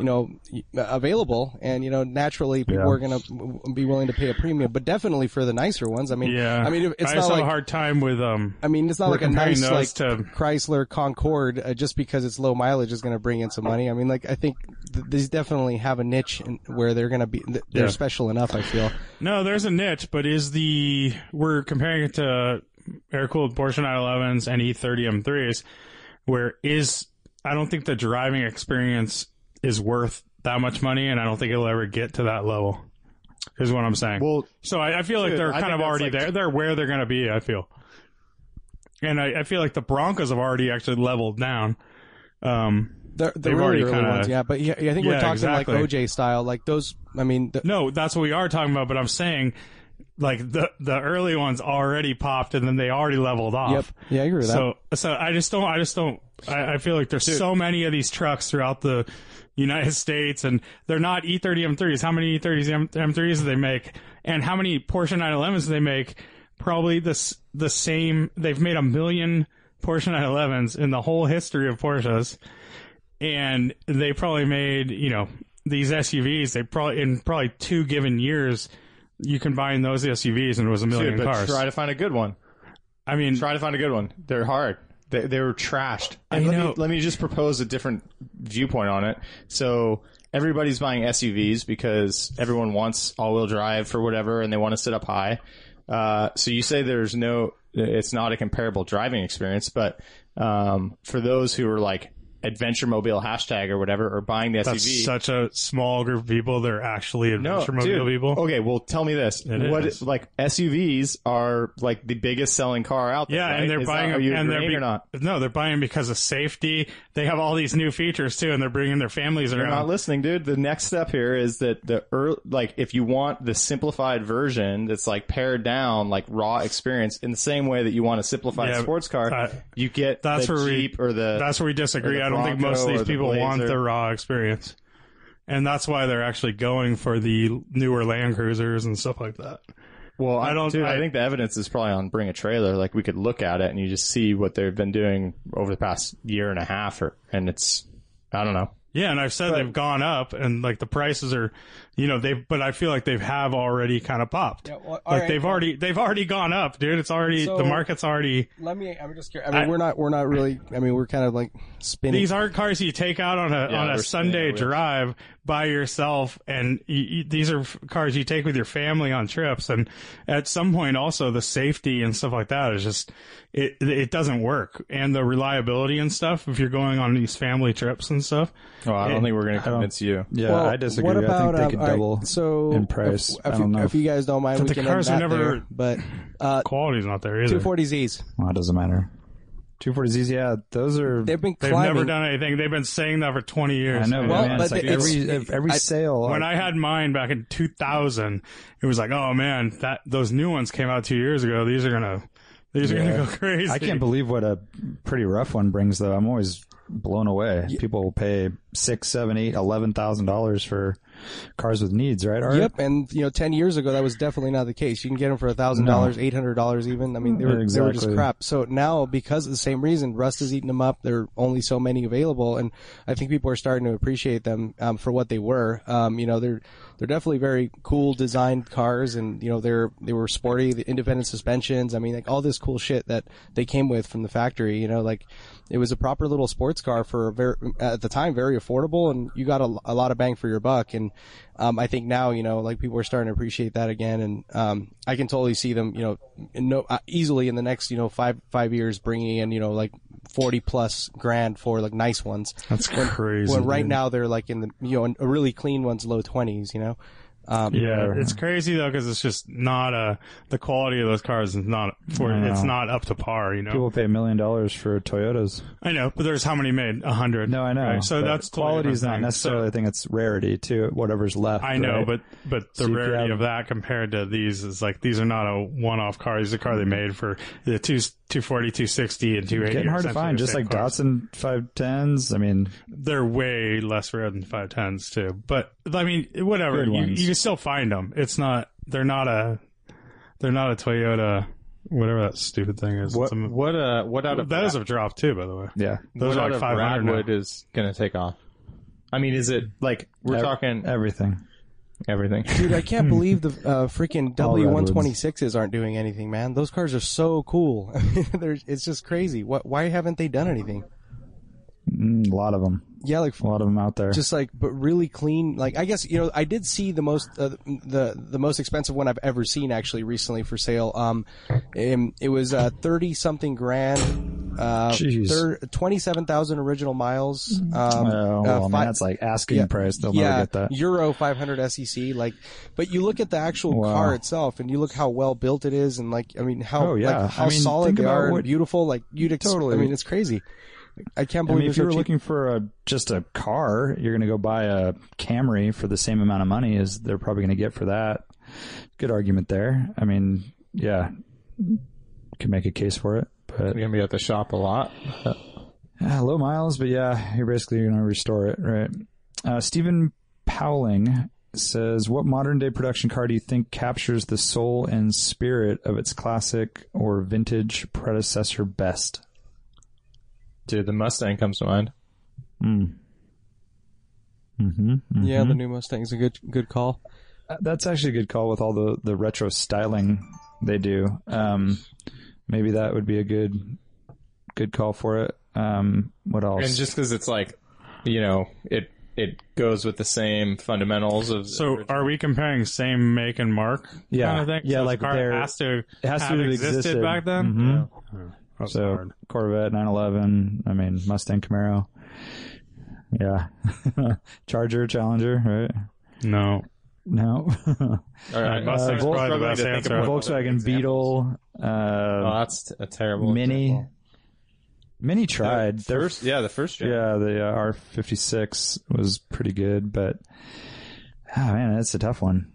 Speaker 4: you know, y- available and, you know, naturally people are going to be willing to pay a premium, but definitely for the nicer ones. I mean,
Speaker 1: yeah,
Speaker 4: I mean, it's
Speaker 1: I
Speaker 4: not
Speaker 1: just
Speaker 4: like,
Speaker 1: have a hard time with um.
Speaker 4: I mean, it's not
Speaker 1: We're
Speaker 4: like a
Speaker 1: comparing
Speaker 4: nice
Speaker 1: those
Speaker 4: like
Speaker 1: to-
Speaker 4: Chrysler Concorde uh, just because it's low mileage is going to bring in some money. I mean, like I think th- these definitely have a niche in, where they're going to be th- they're
Speaker 1: Yeah.
Speaker 4: special enough. I feel.
Speaker 1: No, there's a niche, but is the we're comparing it to air cooled Porsche 911s and E E30 M3s, where is I don't think the driving experience is worth that much money, and I don't think it'll ever get to that level. Is what I'm saying.
Speaker 3: well
Speaker 1: so I, I feel like
Speaker 3: dude,
Speaker 1: they're
Speaker 3: I
Speaker 1: kind
Speaker 3: think
Speaker 1: of
Speaker 3: that's
Speaker 1: already
Speaker 3: like-
Speaker 1: there. They're where they're going to be. I feel, and I, I feel like the Broncos have already actually leveled down. Um,
Speaker 4: They're, the
Speaker 1: They've
Speaker 4: really
Speaker 1: already
Speaker 4: early
Speaker 1: kinda-
Speaker 4: ones, yeah. But yeah, I think
Speaker 1: Yeah,
Speaker 4: we're talking
Speaker 1: exactly.
Speaker 4: like OJ style, like those. I mean, the,
Speaker 1: No, that's what we are talking about. But I'm saying, like the the early ones already popped, and then they already leveled off.
Speaker 4: yep, yeah, I agree with that.
Speaker 1: So so I just don't I just don't I, I feel like there's so many of these trucks throughout the United States, and they're not E E30 M3s. How many E30s M- M3s do they make, and how many Porsche 911s do they make? Probably this the same. They've made a million Porsche 911s in the whole history of Porsches, and they probably made you know these SUVs. They probably in probably two given years. You combine those SUVs and it was a million
Speaker 3: dude but
Speaker 1: cars.
Speaker 3: try to find a good one
Speaker 1: I mean,
Speaker 3: try to find a good one they're hard they, they were trashed and
Speaker 1: I
Speaker 3: let,
Speaker 1: know.
Speaker 3: Me, let me just propose a different viewpoint on it so everybody's buying suvs because everyone wants all-wheel drive for whatever and they want to sit up high uh, so you say there's no it's not a comparable driving experience but um, for those who are like adventure mobile hashtag or whatever or buying the
Speaker 1: That's
Speaker 3: suv
Speaker 1: such a small group of people. They're actually adventure mobile
Speaker 3: dude. Oh,
Speaker 1: people.
Speaker 3: Okay, well, tell me this:
Speaker 1: It
Speaker 3: what
Speaker 1: is.
Speaker 3: like SUVs are like the biggest selling car out there?
Speaker 1: yeah,
Speaker 3: right?
Speaker 1: and they're
Speaker 3: Is
Speaker 1: buying
Speaker 3: That,
Speaker 1: them,
Speaker 3: are you
Speaker 1: and they're
Speaker 3: agreeing
Speaker 1: be-
Speaker 3: or not?
Speaker 1: No, they're buying because of safety. They have all these new features too, and they're bringing their families
Speaker 3: You're not
Speaker 1: around.
Speaker 3: listening, dude. The next step here is that the ear like if you want the simplified version that's like pared down, like raw experience, in the same way that you want a simplified
Speaker 1: Yeah,
Speaker 3: sports car,
Speaker 1: uh,
Speaker 3: you get
Speaker 1: that's
Speaker 3: the
Speaker 1: where we-
Speaker 3: Jeep or the
Speaker 1: that's where we disagree.
Speaker 3: or the
Speaker 1: I don't think most of
Speaker 3: Bronco
Speaker 1: these
Speaker 3: or the
Speaker 1: people want
Speaker 3: Blazer.
Speaker 1: the raw experience. and that's why they're actually going for the newer Land Cruisers and stuff like that.
Speaker 3: Well, I
Speaker 1: don't-
Speaker 3: don't. Dude, I,
Speaker 1: I-
Speaker 3: think the evidence is probably on bring a trailer. Like we could look at it and you just see what they've been doing over the past year and a half, or and it's. I don't know.
Speaker 1: Yeah, and I've said they've gone up, and like the prices are, you know, they've. But I feel like they've have already kind of popped.
Speaker 4: Yeah, well, all
Speaker 1: like
Speaker 4: right.
Speaker 1: they've already they've already gone up, dude. It's already
Speaker 4: So-
Speaker 1: the market's already.
Speaker 4: Let me. I'm just curious. I mean,
Speaker 1: I-
Speaker 4: we're not. We're not really. I mean, we're kind of like spinning.
Speaker 1: These aren't cars you take out on a
Speaker 3: Yeah,
Speaker 1: on a
Speaker 3: they're spinning
Speaker 1: Sunday
Speaker 3: their wheels.
Speaker 1: drive by yourself, and you, you, these are f- cars you take with your family on trips. And at some point, also the safety and stuff like that is just it it doesn't work, and the reliability and stuff. If you're going on these family trips and stuff,
Speaker 3: Well, I
Speaker 1: Yeah.
Speaker 3: don't think we're going to convince you.
Speaker 6: Yeah,
Speaker 4: Well,
Speaker 6: I disagree.
Speaker 4: What about,
Speaker 6: I think
Speaker 4: um,
Speaker 6: they could
Speaker 4: all right,
Speaker 6: double.
Speaker 4: so
Speaker 6: in price.
Speaker 4: If,
Speaker 6: I
Speaker 4: if
Speaker 6: don't
Speaker 4: you,
Speaker 6: know.
Speaker 4: if you guys don't mind,
Speaker 1: But
Speaker 4: we
Speaker 1: the
Speaker 4: can
Speaker 1: cars
Speaker 4: end
Speaker 1: are
Speaker 4: that
Speaker 1: never-
Speaker 4: there, But uh,
Speaker 1: quality's not there either.
Speaker 4: 240Zs,
Speaker 6: Well, it doesn't matter. 240Zs, yeah, those are.
Speaker 4: they've been
Speaker 1: They've
Speaker 4: climbing.
Speaker 1: never done anything. They've been saying that for 20 years.
Speaker 6: I know,
Speaker 4: Well,
Speaker 6: man.
Speaker 4: but
Speaker 6: It's like
Speaker 4: it's-
Speaker 6: every ev- every
Speaker 4: I-
Speaker 6: sale.
Speaker 1: When
Speaker 6: like,
Speaker 1: I had mine back in 2000, it was like, oh man, that those new ones came out two years ago. These are gonna, these are gonna go <laughs> crazy.
Speaker 6: I can't believe what a pretty rough one brings, though. I'm always blown away. People will pay six, seven, eight, eleven thousand dollars for cars with needs, right? Art?
Speaker 4: Yep, and you know, ten years ago that was definitely not the case. You can get them for thousand dollars, eight hundred dollars, even. I mean, they were they were just
Speaker 6: Exactly.
Speaker 4: crap. So now, because of the same reason, rust has eaten them up. There are only so many available, and I think people are starting to appreciate them um, for what they were. Um, you know, they're they're definitely very cool designed cars, and you know, they're they were sporty, the independent suspensions. I mean, like all this cool shit that they came with from the factory. You know, like it was a proper little sports car for a very at the time very affordable, and you got a, a lot of bang for your buck. And um, I think now you know like people are starting to appreciate that again, and um, I can totally see them you know in no uh, easily in the next you know five five years bringing in you know like forty plus grand for like nice ones.
Speaker 1: That's crazy.
Speaker 4: When right now they're like in the you know a really clean one's low twenties, you know. Um,
Speaker 1: yeah, it's crazy though because it's just not a the quality of those cars is not for
Speaker 6: I know.
Speaker 1: it's not up to par. You know,
Speaker 6: People pay a million dollars for Toyotas.
Speaker 1: I know, but there's how many made a hundred.
Speaker 6: No, I know.
Speaker 1: right? So
Speaker 6: but
Speaker 1: that's totally
Speaker 6: quality is
Speaker 1: different
Speaker 6: not
Speaker 1: thing.
Speaker 6: necessarily. I think it's rarity too. Whatever's left.
Speaker 1: I know,
Speaker 6: right?
Speaker 1: but but the
Speaker 6: So you could
Speaker 1: rarity
Speaker 6: have-
Speaker 1: of that compared to these is like these are not a one-off car. These are a car they made for the two 240, 260, and 280.
Speaker 6: Mm-hmm. getting hard to
Speaker 1: essentially
Speaker 6: find.
Speaker 1: the
Speaker 6: Just
Speaker 1: same
Speaker 6: like
Speaker 1: cars.
Speaker 6: Datsun 510s. I mean,
Speaker 1: they're way less rare than 510s too. But I mean, whatever.
Speaker 6: Good
Speaker 1: You,
Speaker 6: ones.
Speaker 1: you can still find them. It's not. They're not a. They're not a Toyota. Whatever that stupid thing is.
Speaker 3: What
Speaker 1: It's a-
Speaker 3: what uh what out of
Speaker 1: those have dropped too, by the way.
Speaker 6: yeah,
Speaker 1: Those
Speaker 3: what
Speaker 1: are
Speaker 3: out
Speaker 1: like
Speaker 3: of
Speaker 1: 500 now.
Speaker 3: Radwood is going to take off? I mean, is it like we're
Speaker 6: Ev-
Speaker 3: talking
Speaker 6: everything.
Speaker 3: everything?
Speaker 4: Dude, I
Speaker 6: Hmm.
Speaker 4: can't believe the uh, freaking
Speaker 6: All redwoods.
Speaker 4: W126s aren't doing anything, man. Those cars are so cool. <laughs> They're, it's just crazy. What, why haven't they done anything?
Speaker 6: Mm, a lot of them.
Speaker 4: Yeah, like
Speaker 6: A lot of them out there.
Speaker 4: just like but really clean like i guess you know i did see the most uh, the the most expensive one i've ever seen actually recently for sale um um, it was uh 30 something grand uh
Speaker 6: Jeez.
Speaker 4: thir- 27000 original miles um
Speaker 6: oh,
Speaker 4: uh,
Speaker 6: well, man,
Speaker 4: fi-
Speaker 6: that's like asking price. They'll
Speaker 4: yeah,
Speaker 6: never get that.
Speaker 4: Euro 500 SEC. E Like, but you look at the actual
Speaker 6: Wow.
Speaker 4: car itself, and you look how well built it is, and like, I mean, how
Speaker 6: Oh, yeah.
Speaker 4: like, how
Speaker 6: I mean,
Speaker 4: solid
Speaker 6: think
Speaker 4: they
Speaker 6: about
Speaker 4: are, and
Speaker 6: what-
Speaker 4: beautiful. Like you'd ex-
Speaker 6: Totally.
Speaker 4: I mean, it's crazy. I can't
Speaker 6: I
Speaker 4: believe
Speaker 6: mean, if
Speaker 4: it's
Speaker 6: you
Speaker 4: so
Speaker 6: were
Speaker 4: cheap.
Speaker 6: looking for a just a car, you're going to go buy a Camry for the same amount of money as they're probably going to get for that. Good argument there. I mean, yeah, could make a case for it, but
Speaker 3: You're going to be at the shop a lot.
Speaker 6: Uh, low miles, but yeah, you're basically going to restore it, right? Uh, Stephen Powling says, "What modern day production car do you think captures the soul and spirit of its classic or vintage predecessor best?"
Speaker 3: Dude, the Mustang comes to mind.
Speaker 6: Hmm.
Speaker 4: yeah, the new Mustang's a good good call.
Speaker 6: Uh, Mm-hmm, That's actually a good call with all the the retro styling they do. Um, maybe that would be a good good call for it. Um, what else?
Speaker 3: And just because it's like, you know, it it goes with the same fundamentals of
Speaker 1: So are we comparing same make and mark?
Speaker 6: Yeah.
Speaker 1: Kind of thing?
Speaker 6: Yeah,
Speaker 1: So this
Speaker 6: like
Speaker 1: car
Speaker 6: they're-
Speaker 1: has to
Speaker 6: it has to
Speaker 1: have
Speaker 6: have
Speaker 1: existed,
Speaker 6: existed.
Speaker 1: back then.
Speaker 6: Mhm.
Speaker 1: Yeah. Oh, That's
Speaker 6: So
Speaker 1: hard.
Speaker 6: Corvette 911. I mean Mustang Camaro. Yeah, <laughs> Charger Challenger, right?
Speaker 1: no, <laughs>
Speaker 6: No,
Speaker 3: All right,
Speaker 1: Mustang's
Speaker 3: I'm
Speaker 1: probably the
Speaker 3: struggling
Speaker 1: best
Speaker 3: Uh, to think
Speaker 1: answer.
Speaker 6: <laughs>
Speaker 3: of what other
Speaker 6: Volkswagen
Speaker 3: examples.
Speaker 6: Beetle,
Speaker 3: Oh,
Speaker 6: uh,
Speaker 3: that's a terrible.
Speaker 6: Mini.
Speaker 3: example.
Speaker 6: Mini tried.
Speaker 3: The first, yeah, the first gen.
Speaker 6: Yeah, the uh, R56 was pretty good, but oh man, that's a tough one.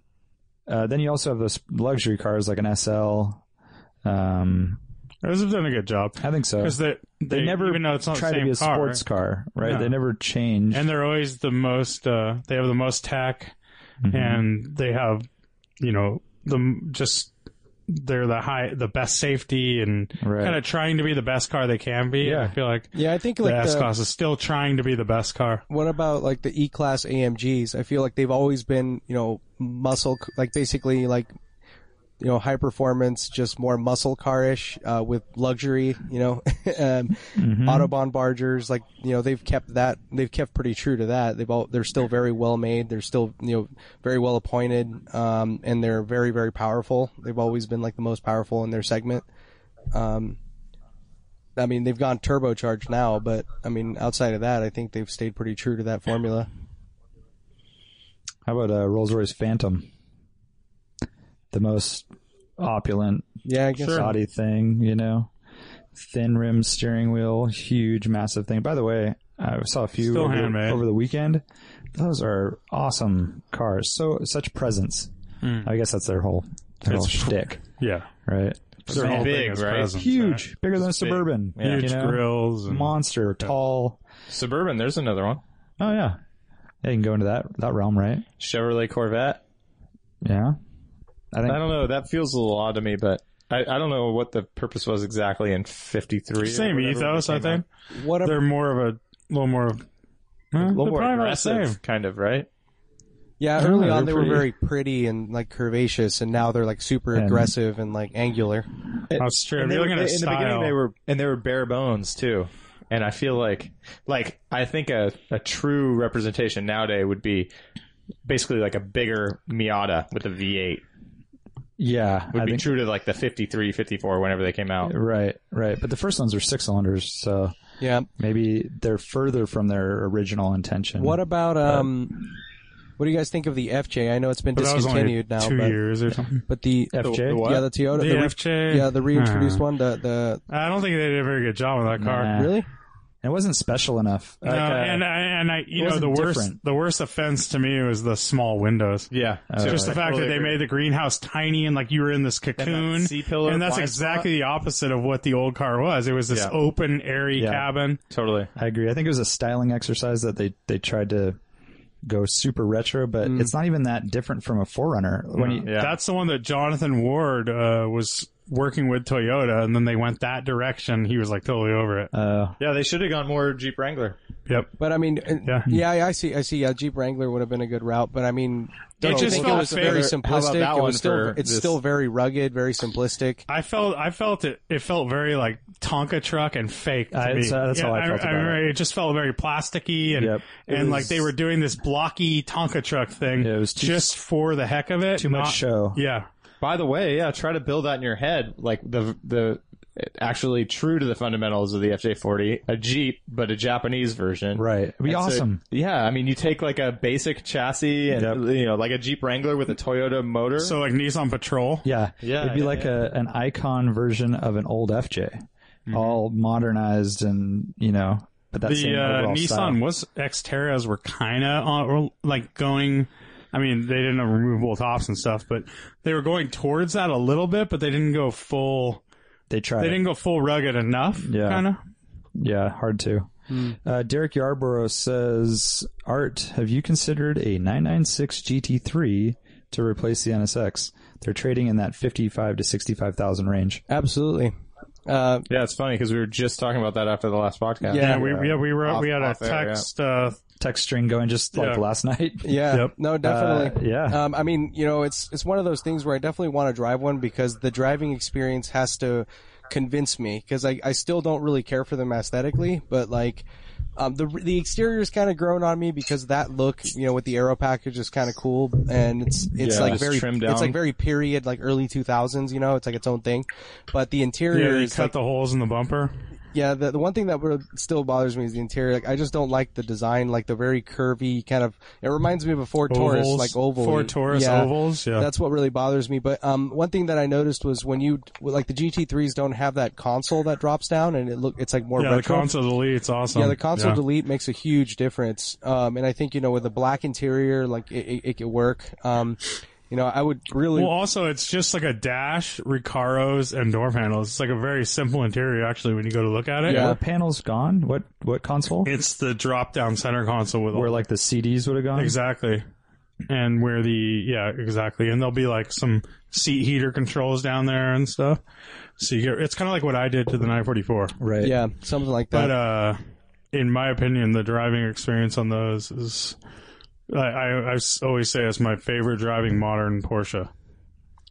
Speaker 6: Uh, then you also have those luxury cars like an SL, um,
Speaker 1: Those have done a good job
Speaker 6: I think so.
Speaker 1: because they, they
Speaker 6: They never
Speaker 1: even though it's not
Speaker 6: try
Speaker 1: the
Speaker 6: to
Speaker 1: same
Speaker 6: be a
Speaker 1: car,
Speaker 6: sports car, right?
Speaker 1: No.
Speaker 6: They never change.
Speaker 1: and they're always the most uh, they have the most tech
Speaker 6: Mm-hmm.
Speaker 3: Mm-hmm.
Speaker 1: and they have you know the m- just they're the high the best safety and
Speaker 6: Right.
Speaker 1: kind of trying to be the best car they can be
Speaker 6: Yeah.
Speaker 1: i feel like
Speaker 4: Yeah, I think
Speaker 1: the
Speaker 4: like
Speaker 1: s
Speaker 4: the-
Speaker 1: class is still trying to be the best car
Speaker 4: What about like the E-class AMGs? I feel like they've always been, you know, muscle, like basically like, you know, high performance, just more muscle car-ish, uh, with luxury, you know, <laughs> um, Autobahn bargers, like, you know, they've kept that, they've kept pretty true to that. They've all, they're still very well made. They're still, you know, very well appointed, um, and they're very, very powerful. They've always been like the most powerful in their segment. Um, I mean, they've gone turbocharged now, but I mean, outside of that, I think they've stayed pretty true to that formula.
Speaker 6: How about a Rolls Royce Phantom? The most opulent
Speaker 4: Yeah, I guess.
Speaker 6: Saudi thing, you know, thin rim steering wheel, huge, massive thing. By the way, I saw a few
Speaker 1: Still
Speaker 6: over,
Speaker 1: handmade.
Speaker 6: over the weekend. Those are awesome cars. So such presence.
Speaker 3: Hmm.
Speaker 6: I guess that's their whole their whole
Speaker 1: It's-
Speaker 6: shtick,
Speaker 1: yeah
Speaker 6: right?
Speaker 3: They're
Speaker 1: whole
Speaker 3: big,
Speaker 1: thing is
Speaker 3: right?
Speaker 1: presence,
Speaker 6: Huge, bigger than a
Speaker 3: big.
Speaker 6: suburban.
Speaker 3: Yeah.
Speaker 1: huge
Speaker 6: you know?
Speaker 1: grills and
Speaker 6: monster, tall.
Speaker 3: Suburban, there's another one.
Speaker 6: Oh yeah, they can go into that that realm, right?
Speaker 3: Chevrolet Corvette.
Speaker 6: Yeah, I think
Speaker 3: I don't know. That feels a little odd to me, but I, I don't know what the purpose was exactly in 53. or
Speaker 1: same
Speaker 3: whatever
Speaker 1: ethos
Speaker 3: it
Speaker 1: i
Speaker 3: came out.
Speaker 1: think
Speaker 4: What
Speaker 1: they're more of a little more of Huh?
Speaker 3: A
Speaker 1: They're
Speaker 3: little more
Speaker 1: probably about the
Speaker 3: aggressive,
Speaker 1: same.
Speaker 3: kind of, right?
Speaker 1: <clears throat>
Speaker 4: Yeah, early
Speaker 6: they're
Speaker 4: on they
Speaker 6: pretty.
Speaker 4: were very pretty and like curvaceous, and now they're like super
Speaker 6: And-
Speaker 4: aggressive and like angular.
Speaker 1: That's true. If
Speaker 3: And
Speaker 1: you're
Speaker 3: they were-
Speaker 1: looking at
Speaker 3: they- in
Speaker 1: style,
Speaker 3: the beginning, they were and they were bare bones too. And I feel like, like I think a, a true representation nowadays would be basically like a bigger Miata with a V8
Speaker 6: yeah,
Speaker 3: would
Speaker 6: I
Speaker 3: be
Speaker 6: think
Speaker 3: true to like the 53, 54 whenever they came out.
Speaker 6: right, right. But the first ones are six cylinders, so
Speaker 4: Yeah.
Speaker 6: maybe they're further from their original intention.
Speaker 4: What about um? What do you guys think of the FJ? I know it's
Speaker 1: uh,
Speaker 4: been
Speaker 1: but that was only
Speaker 4: discontinued now,
Speaker 1: two
Speaker 4: but
Speaker 1: years or something.
Speaker 4: but the
Speaker 6: FJ?
Speaker 3: what?
Speaker 4: yeah the Toyota
Speaker 1: The Uh-huh.
Speaker 4: re-
Speaker 1: FJ?
Speaker 4: yeah the reintroduced
Speaker 1: Nah.
Speaker 4: one the the
Speaker 1: I don't think they did a very good job with that car.
Speaker 6: Nah.
Speaker 4: really
Speaker 6: It wasn't special enough.
Speaker 1: No, and I, and I, you know,
Speaker 6: uh, wasn't
Speaker 1: the worst,
Speaker 6: different.
Speaker 1: the worst offense to me was the small windows.
Speaker 3: Yeah,
Speaker 1: Just the fact that they made the greenhouse tiny and like you were in this cocoon,
Speaker 3: C-pillar
Speaker 1: and that's
Speaker 3: blind spot.
Speaker 1: exactly the opposite of what the old car was. It was this
Speaker 3: Yeah.
Speaker 1: open, airy
Speaker 6: Yeah.
Speaker 1: cabin.
Speaker 3: totally.
Speaker 6: I agree. I think it was a styling exercise that they they tried to go super retro, but it's not even that different from a Forerunner. When you,
Speaker 3: Yeah.
Speaker 1: Uh, That's the one that Jonathan Ward uh, was working with Toyota, and then they went that direction. He was like totally over it.
Speaker 6: uh,
Speaker 3: Yeah, they should have gone more Jeep Wrangler.
Speaker 1: yep.
Speaker 4: but I mean uh,
Speaker 1: Yeah.
Speaker 4: yeah, I- I see I see yeah Jeep Wrangler would have been a good route, but I mean don't
Speaker 1: just
Speaker 4: think it
Speaker 1: felt
Speaker 4: was
Speaker 1: fair.
Speaker 4: very
Speaker 1: How
Speaker 3: about
Speaker 4: simplistic.
Speaker 3: that
Speaker 4: it
Speaker 3: one
Speaker 4: was still
Speaker 3: for
Speaker 4: it's
Speaker 3: this-
Speaker 4: still very rugged, very simplistic.
Speaker 1: I felt I felt it. It felt very like Tonka truck and fake. To
Speaker 6: I-
Speaker 1: me.
Speaker 6: that's- that's how I felt about
Speaker 1: remember it. just felt very plasticky and
Speaker 6: Yep.
Speaker 1: and
Speaker 6: It
Speaker 1: like
Speaker 6: was-
Speaker 1: they were doing this blocky Tonka truck thing.
Speaker 6: Yeah, it was too-
Speaker 1: just for the heck of it.
Speaker 6: too much
Speaker 1: not-
Speaker 6: show.
Speaker 1: Yeah,
Speaker 3: By the way, yeah, try to build that in your head, like the the actually true to the fundamentals of the FJ40, a Jeep, but a Japanese version.
Speaker 6: Right. It'd be
Speaker 3: And so-
Speaker 6: awesome.
Speaker 3: yeah, I mean, you take like a basic chassis and
Speaker 6: Yep.
Speaker 3: you know, like a Jeep Wrangler with a Toyota motor.
Speaker 1: so like Nissan Patrol.
Speaker 6: yeah.
Speaker 3: Yeah,
Speaker 6: It'd be
Speaker 3: yeah,
Speaker 6: like A, an icon version of an old FJ, all modernized and, you know, but that's
Speaker 1: the uh, Nissan was Xterras were kind of on like going. I mean, they didn't have removable tops and stuff, but they were going towards that a little bit, but they didn't go full.
Speaker 6: They tried.
Speaker 1: They
Speaker 6: it.
Speaker 1: didn't go full rugged enough.
Speaker 6: Yeah.
Speaker 1: kind of.
Speaker 6: Yeah, hard to.
Speaker 1: Hmm.
Speaker 6: Uh, Derek Yarborough says, Art, have you considered a 996 GT3 to replace the NSX? They're trading in that 55 to 65,000 range.
Speaker 4: Absolutely. Uh,
Speaker 3: yeah, it's funny because we were just talking about that after the last podcast.
Speaker 1: Yeah,
Speaker 4: Yeah.
Speaker 1: we yeah we were we had a
Speaker 3: off air,
Speaker 1: text. Uh,
Speaker 6: Text string going just like
Speaker 1: Yeah.
Speaker 6: last <laughs> night. Uh,
Speaker 4: yeah.
Speaker 1: Yep. Uh,
Speaker 4: No, definitely.
Speaker 6: yeah.
Speaker 4: Um, I mean, you know, it's it's one of those things where I definitely want to drive one because the driving experience has to convince me because I, I still don't really care for them aesthetically, but like. Um, the the exterior's kind of grown on me because that look, you know, with the aero package is kind of cool, and it's it's
Speaker 3: Yeah,
Speaker 4: like
Speaker 3: just
Speaker 4: very
Speaker 3: trimmed
Speaker 4: it's
Speaker 3: down.
Speaker 4: like very period, like early two thousands, you know, it's like its own thing. But the
Speaker 1: yeah,
Speaker 4: interior
Speaker 1: they
Speaker 4: is
Speaker 1: cut
Speaker 4: like,
Speaker 1: the holes in the bumper.
Speaker 4: yeah, the, the one thing that would, still bothers me is the interior. Like, I just don't like the design, like the very curvy kind of. It reminds me of a Ford Taurus,
Speaker 1: Ovals.
Speaker 4: like oval.
Speaker 1: Ford Taurus
Speaker 4: yeah,
Speaker 1: ovals, yeah.
Speaker 4: that's what really bothers me. But um, one thing that I noticed was when you like the GT3s don't have that console that drops down, and it look it's like more
Speaker 1: Yeah,
Speaker 4: retro.
Speaker 1: the console delete, it's awesome.
Speaker 4: Yeah, the console
Speaker 1: Yeah.
Speaker 4: delete makes a huge difference. Um, and I think you know with a black interior, like it, it, it could work. Um, You know, I would really.
Speaker 1: Well, also it's just like a dash, Recaros, and door panels. It's like a very simple interior actually when you go to look at it.
Speaker 4: Yeah.
Speaker 6: Were panels gone? What what console?
Speaker 1: It's the drop down center console with all
Speaker 6: Where like the CDs would have gone?
Speaker 1: Exactly. And where the yeah, exactly. And there'll be like some seat heater controls down there and stuff. So you get it's kind of like what I did to the 944.
Speaker 6: Right.
Speaker 4: yeah, something like that.
Speaker 1: But uh in my opinion, the driving experience on those is I, I, I s- always say it's my favorite driving modern Porsche.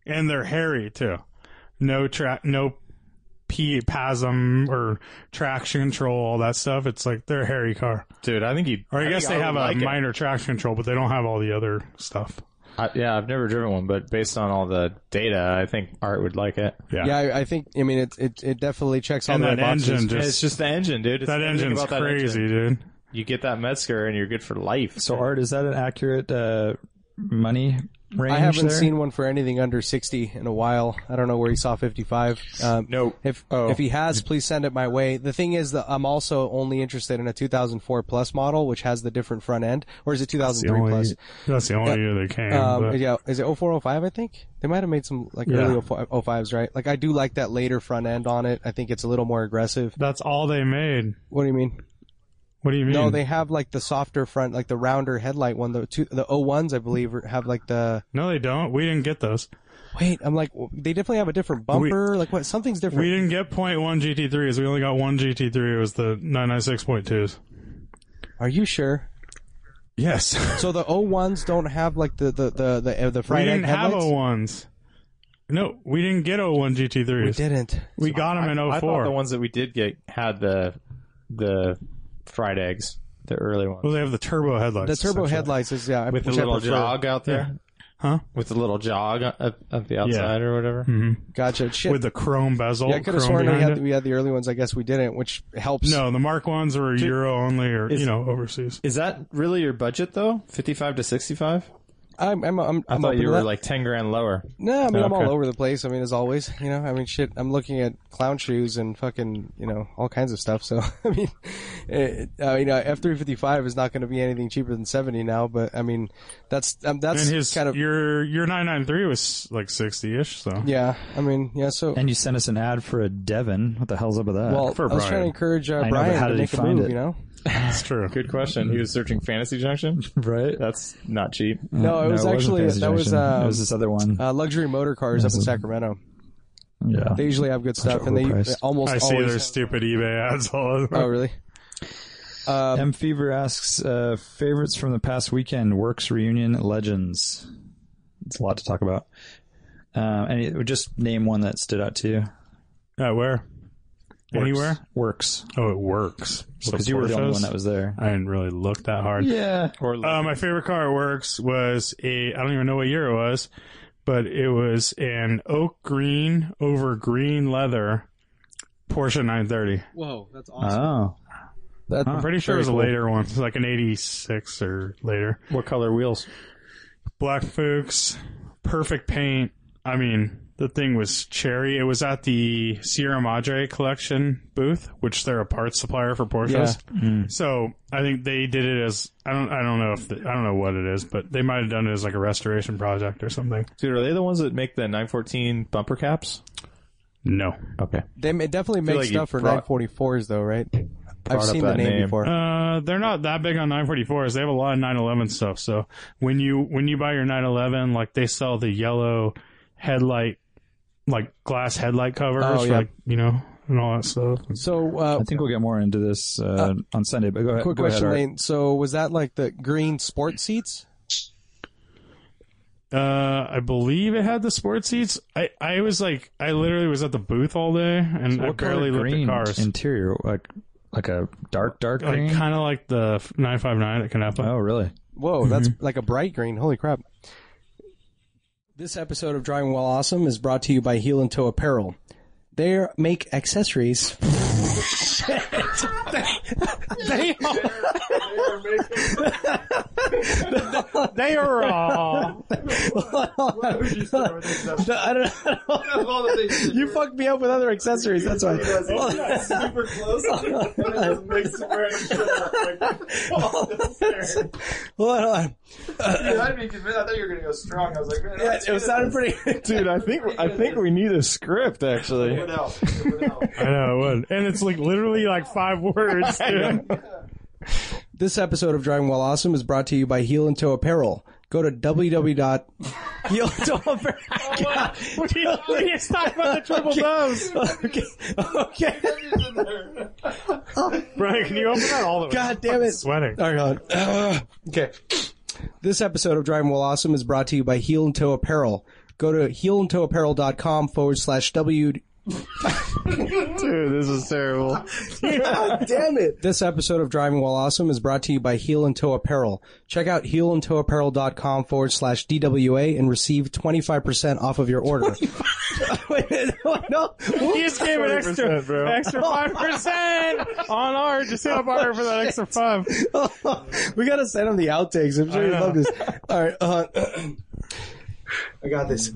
Speaker 1: And they're hairy too. No track no P PASM or traction control, all that stuff. It's like they're a hairy car.
Speaker 3: Dude, I think you.
Speaker 1: Or I,
Speaker 3: think
Speaker 1: guess they
Speaker 3: would
Speaker 1: have a
Speaker 3: like it.
Speaker 1: minor traction control, but they don't have all the other stuff.
Speaker 3: I, yeah, I've never driven one, but based on all the data, I think Art would like it.
Speaker 4: yeah, I, I think. I mean, it it, it definitely checks all
Speaker 1: And
Speaker 4: the
Speaker 1: that
Speaker 4: right boxes.
Speaker 1: engine
Speaker 3: Yeah,
Speaker 1: just,
Speaker 3: it's just the engine, dude. It's
Speaker 1: that
Speaker 3: everything
Speaker 1: engine's
Speaker 3: about that
Speaker 1: crazy,
Speaker 3: engine.
Speaker 1: dude.
Speaker 3: You get that Metzger, and you're good for life.
Speaker 6: So Art, is that an accurate uh, money range?
Speaker 4: I haven't
Speaker 6: there?
Speaker 4: seen one for anything under sixty in a while. I don't know where he saw fifty-five. Um,
Speaker 3: No.
Speaker 4: if
Speaker 3: Oh.
Speaker 4: if he has, please send it my way. The thing is that I'm also only interested in a 2004 plus model, which has the different front end, or is it 2003 plus?
Speaker 1: That's the only year they came.
Speaker 4: Um,
Speaker 1: but-
Speaker 4: yeah, is it 0405? I think they might have made some like
Speaker 1: Yeah.
Speaker 4: early 05 05s, right? Like I do like that later front end on it. I think it's a little more aggressive.
Speaker 1: That's all they made.
Speaker 4: What do you mean?
Speaker 1: What do you mean?
Speaker 4: No, they have like the softer front, like the rounder headlight one. The two, the O1s, I believe, are- have like the.
Speaker 1: No, they don't. We didn't get those.
Speaker 4: Wait, I'm like, w- they definitely have a different bumper. like what? Something's different.
Speaker 1: We didn't get .1 GT3s. We only got one GT3. It was the 996.2s.
Speaker 4: Are you sure? <laughs>
Speaker 1: Yes.
Speaker 4: So the O1s don't have like the the the the, uh, the
Speaker 1: we
Speaker 4: fried egg
Speaker 1: didn't have
Speaker 4: headlights?
Speaker 1: O1s. No, we didn't get O1 GT3s.
Speaker 4: We didn't.
Speaker 1: We got them in 04.
Speaker 3: I thought the ones that we did get had the the fried eggs, the early ones
Speaker 1: well, they have the turbo headlights.
Speaker 4: The turbo
Speaker 1: essentially.
Speaker 4: headlights is yeah. I-
Speaker 3: with the
Speaker 4: which I
Speaker 3: little
Speaker 4: prefer.
Speaker 3: jog out there,
Speaker 1: Huh?
Speaker 3: With the little jog up, up the outside or whatever.
Speaker 6: Mm-hmm.
Speaker 4: Gotcha. Shit.
Speaker 1: With the chrome bezel.
Speaker 4: yeah, I could have
Speaker 1: chrome
Speaker 4: sworn we
Speaker 1: behind
Speaker 4: had
Speaker 1: it.
Speaker 4: we had the early ones. I guess we didn't, which helps.
Speaker 1: No, the Mark ones were Euro only, or you know, overseas.
Speaker 3: Is that really your budget though? Fifty-five to sixty-five?
Speaker 4: I'm I'm I'm,
Speaker 3: I
Speaker 4: I'm
Speaker 3: thought
Speaker 4: open
Speaker 3: you
Speaker 4: to
Speaker 3: were
Speaker 4: that.
Speaker 3: like ten grand lower.
Speaker 4: No, I mean I'm
Speaker 3: Okay.
Speaker 4: all over the place. I mean, as always, <laughs> you know. I mean, shit. I'm looking at clown shoes and fucking, you know, all kinds of stuff. So <laughs> I mean, it, I mean, uh, F355 is not going to be anything cheaper than 70 now. But I mean, that's um, that's
Speaker 1: And his
Speaker 4: kind of
Speaker 1: your your 993 was like 60 ish. So
Speaker 4: yeah. I mean, yeah. So
Speaker 6: And you sent us an ad for a Devon. What the hell's up with that?
Speaker 4: well,
Speaker 1: for
Speaker 4: I was
Speaker 1: Brian.
Speaker 4: trying to encourage uh,
Speaker 6: know, but
Speaker 4: Brian
Speaker 6: how
Speaker 4: to
Speaker 6: did he
Speaker 4: make a
Speaker 6: find
Speaker 4: move.
Speaker 6: it?
Speaker 4: You know,
Speaker 1: that's true.
Speaker 3: Good question. He was searching Fantasy Junction.
Speaker 6: <laughs> right?
Speaker 3: That's not cheap.
Speaker 4: no, it was
Speaker 6: wasn't
Speaker 4: actually
Speaker 6: Fantasy
Speaker 4: that was
Speaker 6: Junction.
Speaker 4: um,
Speaker 6: it was this other one.
Speaker 4: uh, luxury motor cars up in Sacramento.
Speaker 6: yeah.
Speaker 4: They usually have good stuff, and they, they
Speaker 6: overpriced.
Speaker 4: almost
Speaker 1: I see
Speaker 4: always.
Speaker 1: their stupid eBay ads all over.
Speaker 4: oh, really? Uh,
Speaker 6: M Fever asks uh, favorites from the past weekend: Works reunion, Legends. It's a lot to talk about. Um, and it, just name one that stood out to you.
Speaker 1: <laughs> At where? Anywhere?
Speaker 6: Works,
Speaker 1: Oh, it works.
Speaker 6: because you were the only one that was there.
Speaker 1: I didn't really look that hard.
Speaker 6: Yeah,
Speaker 3: Or
Speaker 1: Uh, my favorite car at works was a, I don't even know what year it was, but it was an oak green over green leather Porsche 930.
Speaker 4: Whoa, that's
Speaker 6: Oh,
Speaker 4: That,
Speaker 1: I'm pretty sure it was a later one. It's like an 86 or later.
Speaker 3: what color wheels?
Speaker 1: Black Fuchs, perfect paint. I mean, the thing was cherry. It was at the Sierra Madre collection booth, which they're a parts supplier for Porsches.
Speaker 4: Mm.
Speaker 1: So I think they did it as I don't I don't know if the, I don't know what it is, but they might have done it as like a restoration project or something.
Speaker 3: Dude, are they the ones that make the 914 bumper caps?
Speaker 1: No,
Speaker 3: Okay.
Speaker 4: They ma- definitely make
Speaker 3: like you
Speaker 4: stuff for
Speaker 3: brought-
Speaker 4: 944s though, right? I've
Speaker 3: up
Speaker 4: seen the
Speaker 3: that
Speaker 4: name,
Speaker 3: name.
Speaker 4: before.
Speaker 1: uh, they're not that big on 944s. They have a lot of 911 stuff. So when you when you buy your 911, like they sell the yellow headlight, like glass headlight covers,
Speaker 4: Oh, yeah.
Speaker 1: like you know, and all that stuff.
Speaker 4: so, uh,
Speaker 6: I think we'll get more into this uh, on Sunday. But go ahead.
Speaker 4: quick
Speaker 6: go ahead,
Speaker 4: question,
Speaker 6: Art.
Speaker 4: Lane. So, was that like the green sport seats?
Speaker 1: Uh, I believe it had the sports seats. I, I was like, I literally was at the booth all day, and I
Speaker 6: What color
Speaker 1: barely looked
Speaker 6: green
Speaker 1: at cars.
Speaker 6: Interior, like like a dark, dark green.
Speaker 1: like kind of like the 959 at Canepa.
Speaker 6: oh, really?
Speaker 4: Whoa, that's
Speaker 1: Mm-hmm.
Speaker 4: like a bright green. Holy crap. This episode of Driving While Awesome is brought to you by Heel and Toe Apparel. They make accessories. <laughs>
Speaker 2: They're making
Speaker 1: They are uh,
Speaker 6: Oh.
Speaker 1: all.
Speaker 4: I don't know. <laughs> You fucked me up with other accessories. That's why.
Speaker 2: super
Speaker 4: <laughs>
Speaker 2: close.
Speaker 4: Hold on.
Speaker 2: I thought you were gonna go strong. I was like, man,
Speaker 4: It, it sounded pretty.
Speaker 7: Dude, I think I think we need a script actually.
Speaker 1: <laughs> I know it would, and it's like literally like five <laughs> words. Dude.
Speaker 4: This episode of Driving While Awesome is brought to you by Heel and Toe Apparel. Go to
Speaker 2: Oh,
Speaker 4: <laughs> www.heelandtoeapparel.com.
Speaker 1: we just talked about the <laughs> triple doves.
Speaker 4: <laughs> okay. Okay.
Speaker 1: Brian, can you open that all the way?
Speaker 4: God damn it.
Speaker 1: Sweating.
Speaker 4: All right, hold on. <sighs> okay. This episode of Driving While Awesome is brought to you by Heel and Toe Apparel. Go to heelandtoeapparel.com forward slash W.
Speaker 3: Dude, this is
Speaker 4: <laughs>
Speaker 3: terrible.
Speaker 4: Damn it. This episode of Driving While Awesome is brought to you by Heel and Toe Apparel. Check out heelandtoeapparel.com forward slash DWA and receive 25% off of your order. <laughs> Wait, no, no.
Speaker 1: He just gave an extra,
Speaker 7: 20%, bro.
Speaker 1: <laughs> extra five percent on our. Just hit up Art for that extra five.
Speaker 4: <laughs> we gotta send him the outtakes. I'm sure you
Speaker 1: I know.
Speaker 4: love this. All right, uh, <clears throat> I got this.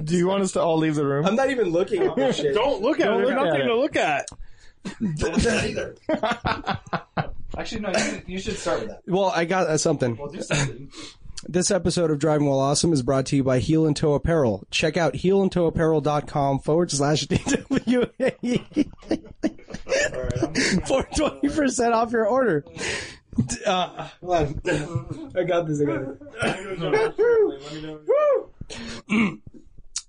Speaker 7: Do you want us to all leave the room?
Speaker 4: <laughs> I'm not even looking at this shit. <laughs>
Speaker 1: Don't look at it. There's nothing to look at.
Speaker 5: Actually, no, you, you should start with that.
Speaker 4: Well, I got uh, something.
Speaker 5: Do something.
Speaker 4: <clears throat> This episode of Driving While Awesome is brought to you by Heel and Toe Apparel. Check out heelandtoeapparel.com forward slash <laughs> DWA for 20% off your order. D- Uh, hold on. <laughs> I got this. I got it. Woo!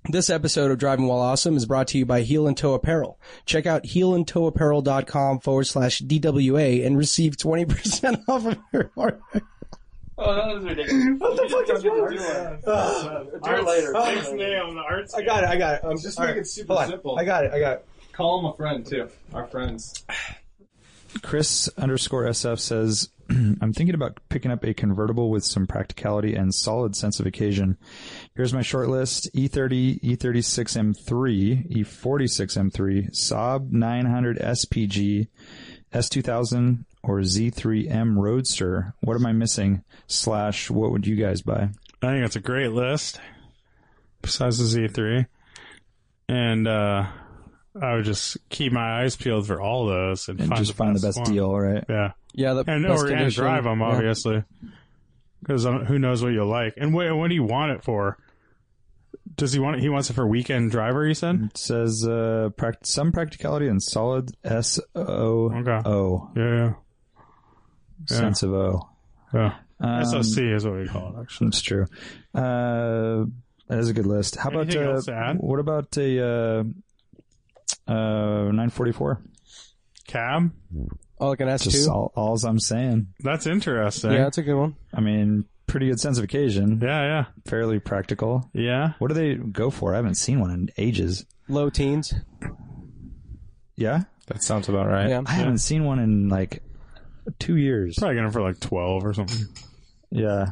Speaker 4: This episode of Driving While Awesome is brought to you by Heel and Toe Apparel. Check out heelandtoeapparel.com forward slash DWA and receive 20% <laughs> off of your order.
Speaker 5: Oh, that was ridiculous. What the fuck is wrong?
Speaker 2: Do it later.
Speaker 4: I got it. I got it. Um,
Speaker 5: Just
Speaker 4: all
Speaker 5: make it super
Speaker 4: hold on.
Speaker 5: simple.
Speaker 4: I got it. I got it.
Speaker 5: Call him a friend too. Our friends.
Speaker 6: Chris underscore SF says, <clears throat> I'm thinking about picking up a convertible with some practicality and solid sense of occasion. Here's my short list. E E30, E36M3, E46M3, Saab 900 SPG, S2000, or Z3M Roadster. What am I missing? Slash, what would you guys buy?
Speaker 1: I think it's a great list. Besides the Z3, and uh, I would just keep my eyes peeled for all those and,
Speaker 6: And
Speaker 1: find
Speaker 6: just
Speaker 1: the
Speaker 6: find the
Speaker 1: best
Speaker 6: best
Speaker 1: one.
Speaker 6: deal, right?
Speaker 1: Yeah,
Speaker 4: Yeah, the
Speaker 1: and
Speaker 4: best
Speaker 1: or and
Speaker 4: condition.
Speaker 1: drive them
Speaker 4: Yeah.
Speaker 1: obviously, because who knows what you like and what, what do you want it for? Does he want it? He wants it for weekend driver. You said
Speaker 6: It says, uh, pract- some practicality and solid S-O-O
Speaker 1: yeah,
Speaker 6: sense of O.
Speaker 1: yeah. yeah.
Speaker 6: Um,
Speaker 1: SOC is what we call it actually.
Speaker 6: That's true. Uh, that is a good list. How about
Speaker 1: Anything
Speaker 6: uh,
Speaker 1: else to add?
Speaker 6: what about a uh, uh, nine forty four?
Speaker 1: Cab.
Speaker 4: Oh, like an
Speaker 6: Just
Speaker 4: S2?
Speaker 6: all, all's I'm saying.
Speaker 1: That's interesting.
Speaker 4: Yeah,
Speaker 1: Yeah,
Speaker 4: that's a good one.
Speaker 6: I mean, pretty good sense of occasion.
Speaker 1: yeah,
Speaker 6: Fairly practical.
Speaker 1: yeah. yeah.
Speaker 6: What do they go for? I haven't seen one in ages.
Speaker 4: Low teens.
Speaker 6: Yeah,
Speaker 3: That sounds about right.
Speaker 4: Yeah.
Speaker 6: I haven't seen one in like two years.
Speaker 1: Probably going for like twelve or something.
Speaker 6: Yeah.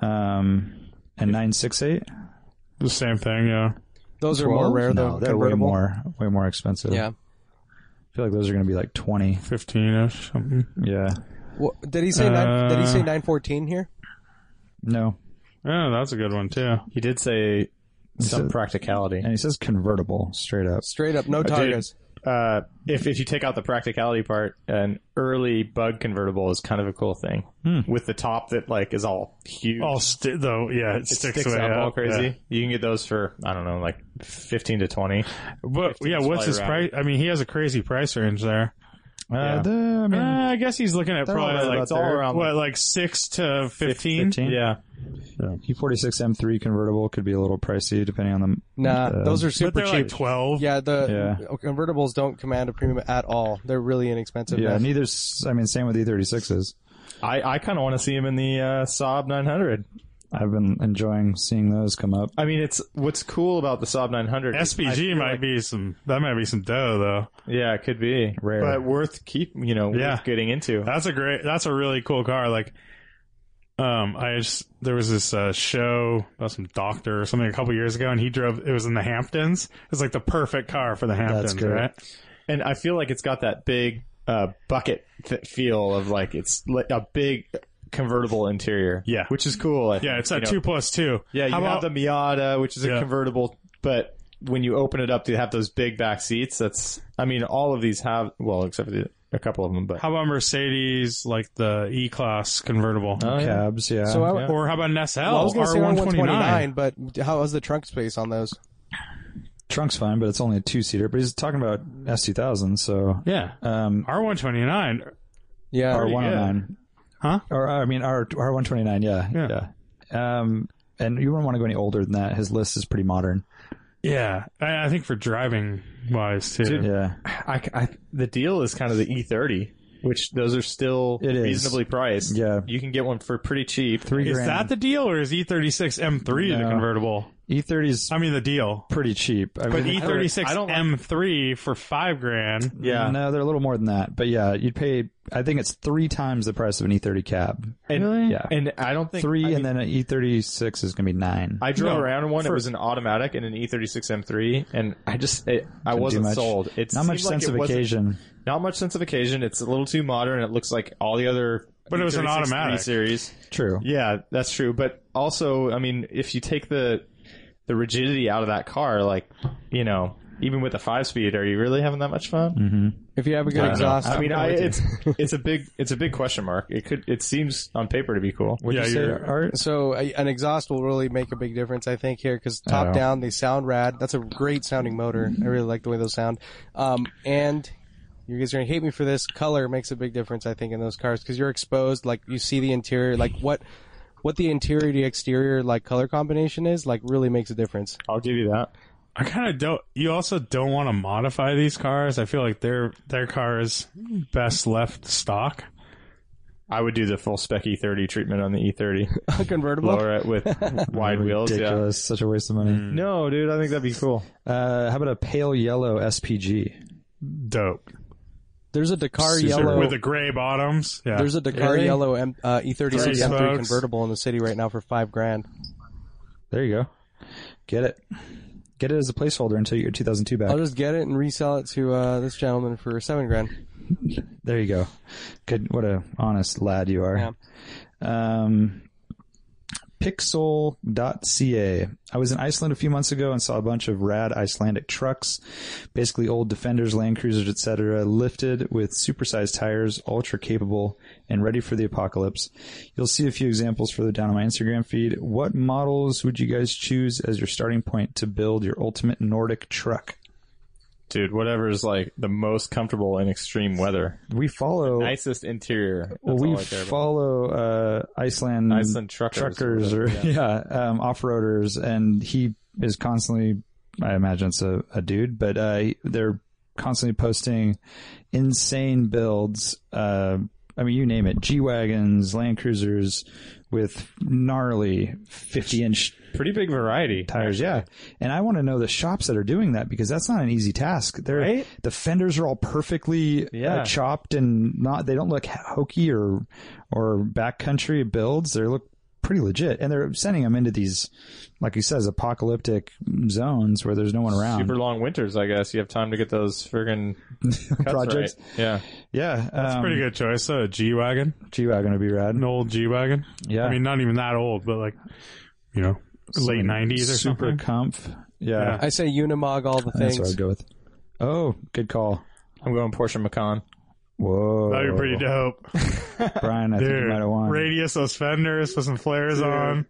Speaker 6: Um, and nine six eight.
Speaker 1: The same thing. Yeah.
Speaker 4: Those are more rare, though.
Speaker 6: No, they're way
Speaker 4: Convertible.
Speaker 6: more, way more expensive.
Speaker 4: Yeah.
Speaker 6: I feel like those are going to be like twenty.
Speaker 1: 15-ish something.
Speaker 6: Yeah.
Speaker 4: What, did he say nine, Did he
Speaker 1: Uh,
Speaker 4: say 914 here?
Speaker 6: No,
Speaker 1: Yeah, that's a good one too.
Speaker 3: He did say some
Speaker 6: said-
Speaker 3: practicality.
Speaker 6: and he says convertible straight up.
Speaker 4: Straight up, no targets.
Speaker 3: Uh, if if you take out the practicality part, an early bug convertible is kind of a cool thing with the top that like is Hmm. all huge.
Speaker 1: Oh, sti- though, yeah, it,
Speaker 3: it
Speaker 1: sticks,
Speaker 3: sticks
Speaker 1: way
Speaker 3: up all
Speaker 1: up,
Speaker 3: crazy.
Speaker 1: yeah.
Speaker 3: You can get those for I don't know, like fifteen to twenty.
Speaker 1: But yeah,
Speaker 3: fly
Speaker 1: what's his
Speaker 3: around.
Speaker 1: price? I mean, he has a crazy price range there.
Speaker 6: Uh,
Speaker 3: Yeah.
Speaker 6: the- I
Speaker 3: Hmm.
Speaker 6: mean,
Speaker 1: Uh, I guess he's looking at
Speaker 6: all
Speaker 1: probably
Speaker 6: right
Speaker 1: like
Speaker 6: about there.
Speaker 1: what, like six to fifteen.
Speaker 6: 15?
Speaker 3: Yeah,
Speaker 6: E E46 M3 convertible could be a little pricey depending on the.
Speaker 4: Nah,
Speaker 6: uh,
Speaker 4: those are
Speaker 1: But
Speaker 4: super
Speaker 1: they're
Speaker 4: cheap.
Speaker 1: like twelve.
Speaker 4: yeah, the
Speaker 6: Yeah.
Speaker 4: uh, convertibles don't command a premium at all. They're really inexpensive.
Speaker 6: Yeah,
Speaker 4: man.
Speaker 6: neither. s- I mean, same with E E36s.
Speaker 3: I I kind of want to see him in the uh, Saab 900.
Speaker 6: I've been enjoying seeing those come up.
Speaker 3: I mean, it's what's cool about the Saab 900. is I
Speaker 1: SPG
Speaker 3: feel
Speaker 1: might
Speaker 3: like-
Speaker 1: be some. That might be some dough though.
Speaker 3: yeah, it could be
Speaker 6: Rare.
Speaker 3: but worth keep. You know,
Speaker 1: Yeah.
Speaker 3: worth getting into.
Speaker 1: That's a great. That's a really cool car. Like, um, I just there was this uh, show about some doctor or something a couple years ago, and he drove. It was in the Hamptons. It was like the perfect car for the Hamptons,
Speaker 6: great.
Speaker 1: right?
Speaker 3: and I feel like it's got that big uh, bucket th- feel of like it's li- a big convertible interior.
Speaker 1: Yeah.
Speaker 3: which is cool. I
Speaker 1: Yeah,
Speaker 3: think,
Speaker 1: it's
Speaker 3: you
Speaker 1: that
Speaker 3: know.
Speaker 1: two plus two.
Speaker 3: Yeah, you
Speaker 1: How about
Speaker 3: have the Miata, which is
Speaker 1: Yeah.
Speaker 3: a convertible, but when you open it up, they have those big back seats. That's, I mean, all of these have, well, except for the, a couple of them, but
Speaker 1: how about Mercedes like the E class convertible?
Speaker 3: Oh, yeah.
Speaker 6: Cabs, yeah.
Speaker 4: So I,
Speaker 3: yeah.
Speaker 1: Or how about an SL
Speaker 4: well, I was going to say
Speaker 1: R
Speaker 4: around
Speaker 1: one twenty nine?
Speaker 4: 129, but how was the trunk space on those?
Speaker 6: Trunk's fine, but it's only a two seater. But he's talking about S two thousand, so
Speaker 1: Yeah,
Speaker 6: um
Speaker 1: R one twenty nine.
Speaker 4: Yeah,
Speaker 6: R one oh nine.
Speaker 1: Huh?
Speaker 6: Or I mean R R one twenty nine, yeah.
Speaker 1: Yeah.
Speaker 6: yeah. Um and you wouldn't want to go any older than that. His list is pretty modern.
Speaker 1: Yeah, I, I think for driving wise too.
Speaker 6: Yeah.
Speaker 3: I, I- the deal is kind of the E30, which those are still
Speaker 6: It is.
Speaker 3: reasonably priced.
Speaker 6: Yeah.
Speaker 3: You can get one for pretty cheap.
Speaker 6: Three
Speaker 1: is
Speaker 6: grand.
Speaker 1: that the deal, or is E thirty six M three the
Speaker 6: No.
Speaker 1: convertible?
Speaker 6: E thirty's
Speaker 1: I mean the deal.
Speaker 6: pretty cheap. I
Speaker 1: But
Speaker 6: mean,
Speaker 1: E thirty six
Speaker 3: I don't like-
Speaker 1: M three for five grand.
Speaker 3: Yeah.
Speaker 6: No, they're a little more than that. But yeah, you'd pay I think it's three times the price of an E thirty cab.
Speaker 3: And,
Speaker 6: Yeah.
Speaker 3: And I don't think
Speaker 6: three
Speaker 3: I mean,
Speaker 6: and then an E thirty six is gonna be nine.
Speaker 3: I drove
Speaker 1: No,
Speaker 3: around in one.
Speaker 1: for-
Speaker 3: it was an automatic and an E E36 M3, and I just it, I
Speaker 6: do
Speaker 3: wasn't
Speaker 6: much.
Speaker 3: sold. It's
Speaker 6: Not much sense of occasion.
Speaker 3: Not much sense of occasion. It's a little too modern. It looks like all the other.
Speaker 1: But it was an
Speaker 3: E36 3
Speaker 1: automatic.
Speaker 3: series.
Speaker 6: True.
Speaker 3: Yeah, that's true. But also, I mean, if you take the the rigidity out of that car, like you know, even with a five speed, are you really having that much fun?
Speaker 6: Mm-hmm.
Speaker 4: if you have a good
Speaker 3: I don't know.
Speaker 4: exhaust,
Speaker 3: I mean,
Speaker 6: <laughs>
Speaker 4: I'm
Speaker 3: I,
Speaker 4: with you. <laughs>
Speaker 3: it's it's a big it's a big question mark. It could it seems on paper to be cool.
Speaker 1: yeah,
Speaker 6: you say
Speaker 1: you're-
Speaker 6: Art?
Speaker 4: So a, an exhaust will really make a big difference, I think, here because top
Speaker 6: Oh.
Speaker 4: down they sound rad. That's a great sounding motor. I really like the way those sound. Um, and you guys are gonna hate me for this. Color makes a big difference, I think, in those cars because you're exposed. Like you see the interior, like what what the interior to exterior like color combination is, like really makes a difference.
Speaker 3: I'll give you that.
Speaker 1: I kind of don't. You also don't want to modify these cars. I feel like their their car is best left stock.
Speaker 3: I would do the full spec E30 treatment on the
Speaker 6: <laughs>
Speaker 3: E30.
Speaker 4: A convertible.
Speaker 3: Lower it with wide wheels. Yeah.
Speaker 6: Ridiculous. Such a waste of money.
Speaker 3: No, dude, I think that'd be cool.
Speaker 6: Uh, how about a pale yellow SPG?
Speaker 1: Dope
Speaker 4: There's a Dakar
Speaker 6: Super.
Speaker 4: yellow.
Speaker 1: with the gray bottoms. Yeah,
Speaker 4: there's a Dakar
Speaker 6: Really?
Speaker 4: yellow M, uh, E36
Speaker 1: Three
Speaker 4: M3
Speaker 1: spokes.
Speaker 4: convertible in the city right now for five grand.
Speaker 6: There you go. Get it. Get it as a placeholder until you get your 2002 back.
Speaker 4: I'll
Speaker 3: Oh,
Speaker 4: just get it and resell it to uh, this gentleman for seven grand.
Speaker 6: There you go. Good. What a honest lad you are.
Speaker 4: Yeah.
Speaker 6: Um, pixel.ca. I was in Iceland a few months ago and saw a bunch of rad Icelandic trucks, basically old Defenders, Land Cruisers, etc., lifted with supersized tires, ultra capable and ready for the apocalypse. You'll see a few examples further down on my Instagram feed. What models would you guys choose as your starting point to build your ultimate Nordic truck?
Speaker 3: Dude, whatever is like the most comfortable in extreme weather.
Speaker 6: We follow.
Speaker 3: Nicest interior. That's
Speaker 6: Well,
Speaker 3: all
Speaker 6: we
Speaker 3: I care about.
Speaker 6: follow uh, Iceland
Speaker 3: Iceland truckers.
Speaker 6: truckers or yeah, um, off roaders, and he is constantly. I imagine it's a, a dude, but uh, he- they're constantly posting insane builds. Uh, I mean, you name it: G wagons, Land Cruisers with gnarly fifty-inch
Speaker 3: <laughs> Pretty big variety.
Speaker 6: tires. Yeah, and I want to know the shops that are doing that because that's not an easy task. They're
Speaker 3: Right?
Speaker 6: the fenders are all perfectly
Speaker 3: Yeah.
Speaker 6: uh, chopped and not they don't look hokey or or backcountry builds. They look pretty legit, and they're sending them into these, like he says, apocalyptic zones where there's no one around.
Speaker 3: Super long winters, I guess. You have time to get those
Speaker 6: <laughs>
Speaker 3: friggin' cuts
Speaker 6: Projects.
Speaker 3: right. Yeah.
Speaker 6: yeah, um,
Speaker 1: That's a pretty good choice. though, A G wagon,
Speaker 6: G wagon would be rad.
Speaker 1: an old G wagon.
Speaker 6: Yeah,
Speaker 1: I mean, not even that old, but like, you know, late nineties or
Speaker 6: super
Speaker 1: something.
Speaker 6: comf. Yeah,
Speaker 1: Yeah.
Speaker 4: I say Unimog all the
Speaker 6: that's what
Speaker 4: things.
Speaker 6: I'd go with. Oh, good call.
Speaker 3: I'm going Porsche Macan.
Speaker 6: Whoa,
Speaker 1: That'd be pretty dope,
Speaker 6: Brian. I think you
Speaker 1: dude.
Speaker 6: might have won.
Speaker 1: Radius, those fenders, put some flares on.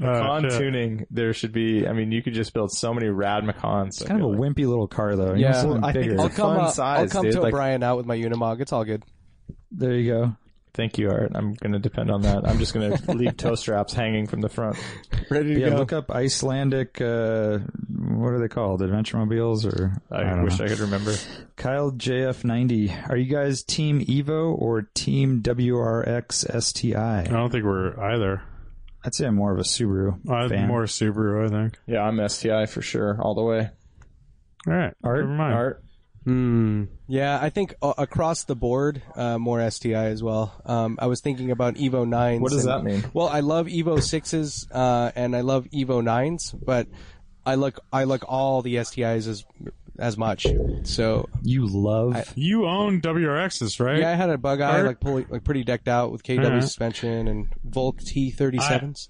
Speaker 1: Oh,
Speaker 3: Macan
Speaker 1: shit.
Speaker 3: tuning, there should be. I mean, you could just build so many rad Macans. I
Speaker 6: Kind of
Speaker 3: feel like.
Speaker 6: a wimpy little car, though.
Speaker 4: Yeah.
Speaker 6: Yeah,
Speaker 3: Well, I think
Speaker 6: bigger.
Speaker 4: I'll
Speaker 3: a
Speaker 4: come,
Speaker 3: fun
Speaker 4: uh,
Speaker 3: size,
Speaker 4: I'll come
Speaker 3: dude,
Speaker 4: to
Speaker 3: like-
Speaker 4: Brian out with my Unimog. It's all good.
Speaker 6: There you go.
Speaker 3: Thank you, Art. I'm going to depend on that. I'm just going
Speaker 6: <laughs>
Speaker 3: to leave toe straps hanging from the front.
Speaker 4: Ready to
Speaker 6: Yeah,
Speaker 4: go.
Speaker 6: look up Icelandic. Uh, what are they called? Adventure mobiles or
Speaker 3: I,
Speaker 6: don't
Speaker 3: wish
Speaker 6: know.
Speaker 3: I could remember.
Speaker 6: Kyle JF90. Are you guys Team Evo or Team WRX STI?
Speaker 1: I don't think we're either.
Speaker 6: I'd say I'm more of a Subaru
Speaker 1: I'm
Speaker 6: fan.
Speaker 1: more Subaru, I think.
Speaker 3: Yeah, I'm STI for sure, all the way.
Speaker 1: All right,
Speaker 6: Art-
Speaker 1: never mind.
Speaker 3: Art,
Speaker 4: Hmm. Yeah, I think uh, across the board, uh, more STI as well. Um, I was thinking about Evo 9s.
Speaker 3: what does
Speaker 4: and-
Speaker 3: that mean?
Speaker 4: Well, I love Evo 6s, uh, and I love Evo 9s, but I look, I look all the STIs as as much. So
Speaker 6: You love.
Speaker 1: You own WRXs, right?
Speaker 4: yeah, I had a bug eye
Speaker 1: Eric?
Speaker 4: like fully, like pretty decked out with KW
Speaker 1: Alright.
Speaker 4: suspension and Volk T thirty sevens.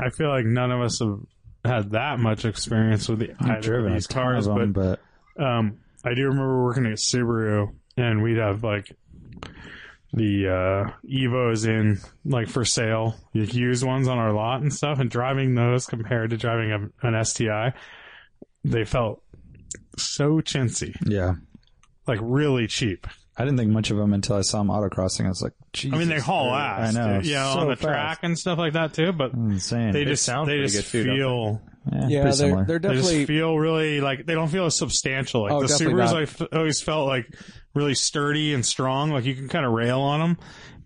Speaker 1: I feel like none of us have had that much experience with the either
Speaker 6: I've
Speaker 1: of
Speaker 6: driven
Speaker 1: these
Speaker 6: a ton
Speaker 1: cars,
Speaker 6: of them,
Speaker 1: but
Speaker 6: but
Speaker 1: um, I do remember working at Subaru, and we'd have like the uh, Evos in like for sale, like used ones on our lot and stuff, and driving those compared to driving a, an STI, they felt so chintzy,
Speaker 6: yeah,
Speaker 1: like really cheap.
Speaker 6: I didn't think much of them until I saw them autocrossing. I was like, Jesus.
Speaker 1: I mean, they haul ass,
Speaker 6: I know.
Speaker 1: dude, yeah,
Speaker 6: so
Speaker 1: on the
Speaker 6: fast.
Speaker 1: track and stuff like that too, but.
Speaker 6: Insane.
Speaker 1: They
Speaker 3: They
Speaker 1: just
Speaker 3: sound
Speaker 1: they
Speaker 3: pretty
Speaker 1: just
Speaker 3: good too, don't they?
Speaker 1: feel
Speaker 6: yeah,
Speaker 4: Yeah,
Speaker 6: pretty
Speaker 4: they're
Speaker 6: similar.
Speaker 4: they're
Speaker 1: They
Speaker 4: definitely
Speaker 1: just feel really like they don't feel as substantial. Like
Speaker 4: Oh,
Speaker 1: the
Speaker 4: definitely
Speaker 1: Subarus,
Speaker 4: not.
Speaker 1: like f- always felt like really sturdy and strong. Like you can kind of rail on them.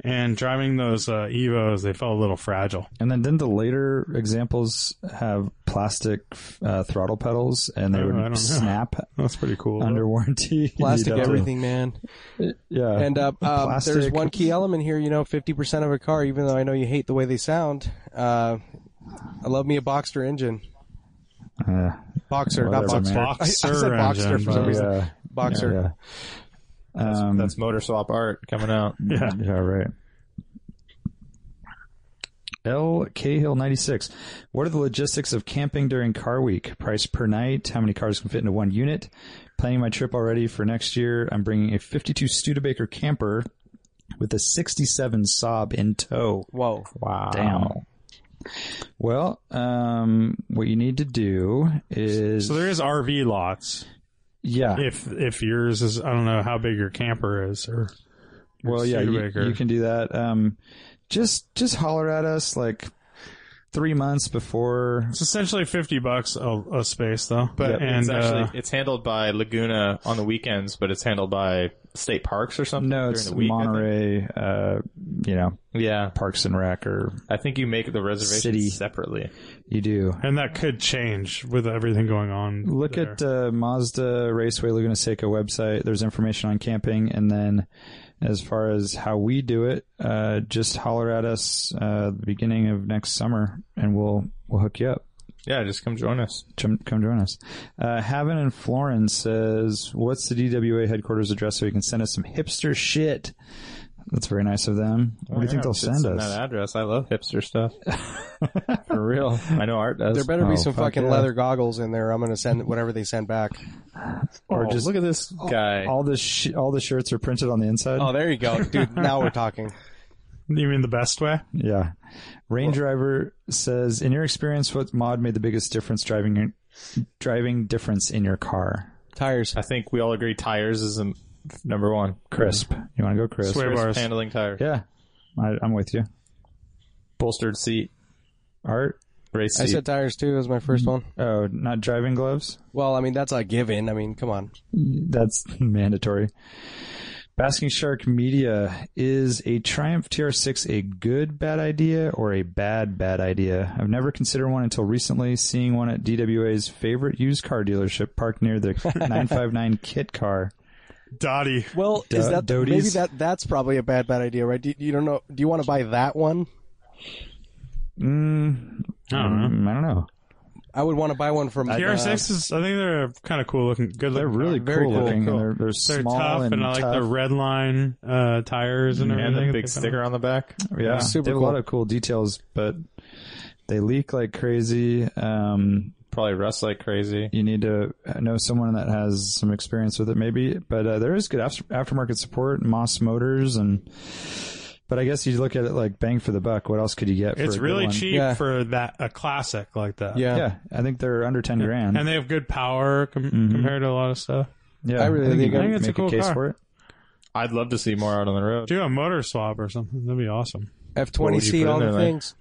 Speaker 1: And driving those uh, Evos, they felt a little fragile.
Speaker 6: And then didn't the later examples have plastic uh, throttle pedals and they
Speaker 1: Oh, I don't know. <laughs>
Speaker 6: would snap
Speaker 1: That's pretty cool.
Speaker 6: under warranty?
Speaker 4: <laughs>
Speaker 6: <laughs>
Speaker 4: plastic
Speaker 6: You'd have to-
Speaker 4: everything, man.
Speaker 6: Yeah.
Speaker 4: And uh, um,
Speaker 6: Plastic.
Speaker 4: there's one key element here. You know, 50% of a car, even though I know you hate the way they sound, uh, I love me a Boxster engine.
Speaker 6: Uh,
Speaker 4: Boxer,
Speaker 6: Whatever,
Speaker 4: not Boxster.
Speaker 6: man.
Speaker 4: <laughs> I, I
Speaker 1: Boxer
Speaker 4: said Boxster
Speaker 1: engine,
Speaker 4: for some
Speaker 1: but-
Speaker 4: reason.
Speaker 6: yeah.
Speaker 4: Boxer.
Speaker 6: Yeah.
Speaker 3: That's,
Speaker 6: Um,
Speaker 3: that's motor swap art coming
Speaker 6: <laughs>
Speaker 3: out.
Speaker 1: yeah.
Speaker 6: Yeah, right. L Cahill ninety six. What are the logistics of camping during car week? Price per night? How many cars can fit into one unit? Planning my trip already for next year. I'm bringing a fifty two Studebaker camper with a sixty seven Saab in tow.
Speaker 4: Whoa.
Speaker 3: Wow.
Speaker 6: Damn. Um, Well, um, what you need to do is
Speaker 1: So there is RV lots.
Speaker 6: yeah.
Speaker 1: If if yours is, I don't know how big your camper is. Or
Speaker 6: Well, yeah, you,
Speaker 1: Studebaker.
Speaker 6: you can do that. Um, just just holler at us like three months before.
Speaker 1: it's essentially fifty bucks a, a space, though.
Speaker 3: But
Speaker 1: and
Speaker 3: it's actually
Speaker 1: uh,
Speaker 3: it's handled by Laguna on the weekends, but it's handled by state parks or something.
Speaker 6: No,
Speaker 3: during
Speaker 6: it's
Speaker 3: the week, I think.
Speaker 6: Monterey. Uh, you know,
Speaker 3: Yeah,
Speaker 6: Parks and Rec, or
Speaker 3: I think you make the reservation
Speaker 6: City.
Speaker 3: separately.
Speaker 6: you do.
Speaker 1: and that could change with everything going on.
Speaker 6: Look
Speaker 1: there.
Speaker 6: at uh, Mazda Raceway Laguna Seca website. There's information on camping, and then as far as how we do it, uh, just holler at us uh, the beginning of next summer, and we'll we'll hook you up.
Speaker 3: Yeah, just come join us.
Speaker 6: Come, come join us. Uh, Haven and Florence says, "What's the DWA headquarters address so you can send us some hipster shit?" That's very nice of them. What do you think
Speaker 3: Oh, Yeah,
Speaker 6: they'll
Speaker 3: should
Speaker 6: send us?
Speaker 3: That address. I love hipster
Speaker 6: <laughs>
Speaker 3: stuff. For real, I know Art does.
Speaker 4: There better
Speaker 6: Oh,
Speaker 4: be some
Speaker 6: fuck
Speaker 4: fucking
Speaker 6: yeah.
Speaker 4: leather goggles in there. I'm going to send whatever they send back.
Speaker 6: Oh,
Speaker 3: or just Oh, look at this guy.
Speaker 6: All the sh- all the shirts are printed on the inside.
Speaker 4: Oh, there you go. <laughs> Dude, now we're talking.
Speaker 1: you mean the best way?
Speaker 6: yeah. Rain driver says, "In your experience, what mod made the biggest difference driving your, driving difference in your car?"
Speaker 4: Tires.
Speaker 3: I think we all agree tires is the number one.
Speaker 6: Crisp. You want to go crisp?
Speaker 1: Sway
Speaker 3: Crisp
Speaker 1: bars.
Speaker 3: handling tires,
Speaker 6: Yeah, I, I'm with you.
Speaker 3: bolstered seat,
Speaker 6: Art.
Speaker 3: race
Speaker 4: I
Speaker 3: seat.
Speaker 4: said tires too. was my first one.
Speaker 6: Oh, not driving gloves.
Speaker 4: Well, I mean, that's a given. I mean, come on.
Speaker 6: That's <laughs> mandatory. Basking Shark Media is a Triumph TR6 a good bad idea or a bad bad idea? I've never considered one until recently. Seeing one at DWA's favorite used car dealership parked near the 959 kit car.
Speaker 1: Dottie.
Speaker 4: Well,
Speaker 6: Do-
Speaker 4: is that maybe
Speaker 6: Doties?
Speaker 4: that that's probably a bad bad idea, right? Do, you don't know. Do you want to buy that one?
Speaker 6: Mm,
Speaker 1: I don't know.
Speaker 6: mm, I don't know.
Speaker 4: I would want to buy one from uh,
Speaker 1: TR6 is, I think they're kind of cool looking. Good looking.
Speaker 6: They're really
Speaker 4: very
Speaker 6: cool
Speaker 4: cool,
Speaker 6: looking.
Speaker 1: cool.
Speaker 6: and They're, they're,
Speaker 1: They're
Speaker 6: small
Speaker 1: tough, and,
Speaker 6: and,
Speaker 1: I like
Speaker 6: tough.
Speaker 1: the red line uh, tires and everything.
Speaker 3: and a
Speaker 1: They're
Speaker 3: big sticker on the back.
Speaker 6: Yeah,
Speaker 4: Super
Speaker 6: they have a
Speaker 4: cool.
Speaker 6: lot of cool details, but they leak like crazy. Um,
Speaker 3: Probably rust like crazy.
Speaker 6: you need to know someone that has some experience with it, maybe. But uh, there is good af- aftermarket support, Moss Motors, and but I guess you look at it like bang for the buck. What else could you get? For
Speaker 1: It's
Speaker 6: a good
Speaker 1: really
Speaker 6: one?
Speaker 1: cheap
Speaker 4: Yeah.
Speaker 1: for that a classic like that.
Speaker 4: Yeah.
Speaker 6: Yeah, I think they're under ten grand.
Speaker 1: and they have good power com- compared to a lot of stuff.
Speaker 6: yeah,
Speaker 4: I really
Speaker 6: you
Speaker 4: think- I
Speaker 6: can
Speaker 1: think it's a
Speaker 6: make
Speaker 1: cool
Speaker 6: case
Speaker 1: car.
Speaker 6: for it.
Speaker 3: I'd love to see more out on the
Speaker 6: <laughs>
Speaker 3: road.
Speaker 1: Do a motor swap or something. That'd be awesome.
Speaker 4: F
Speaker 3: What
Speaker 4: twenty
Speaker 3: would you
Speaker 4: C
Speaker 3: put
Speaker 4: all
Speaker 3: in
Speaker 4: the
Speaker 3: there, like-
Speaker 4: things.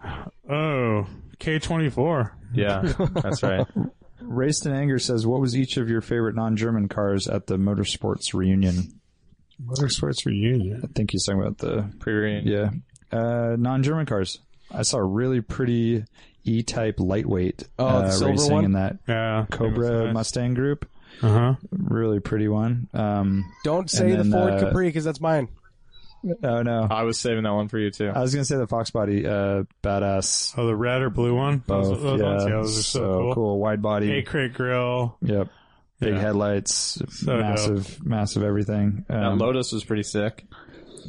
Speaker 1: Oh, K24.
Speaker 3: Yeah, that's right.
Speaker 6: Raced in Anger says, "What was each of your favorite non-German cars at the motorsports reunion?"
Speaker 1: Motorsports Reunion.
Speaker 6: I think he's talking about the
Speaker 3: Pre-reunion.
Speaker 6: yeah uh, non-German cars. I saw a really pretty E-type lightweight
Speaker 4: Oh, the
Speaker 6: uh,
Speaker 4: silver
Speaker 6: racing
Speaker 4: one?
Speaker 6: in that
Speaker 1: Yeah.
Speaker 6: Cobra Mustang group.
Speaker 1: Uh huh.
Speaker 6: really pretty one. Um,
Speaker 4: Don't say the
Speaker 6: then,
Speaker 4: Ford
Speaker 6: uh,
Speaker 4: Capri because that's mine.
Speaker 6: oh no,
Speaker 3: I was saving that one for you too.
Speaker 6: I was gonna say the Fox Body, uh, badass.
Speaker 1: Oh, the red or blue one?
Speaker 6: Both,
Speaker 1: those, those
Speaker 6: yeah,
Speaker 1: ones, yeah, those are so, cool.
Speaker 6: wide body.
Speaker 1: A crate grill.
Speaker 6: Yep, Big headlights, massive, massive everything.
Speaker 3: That
Speaker 6: Um,
Speaker 3: Lotus was pretty sick.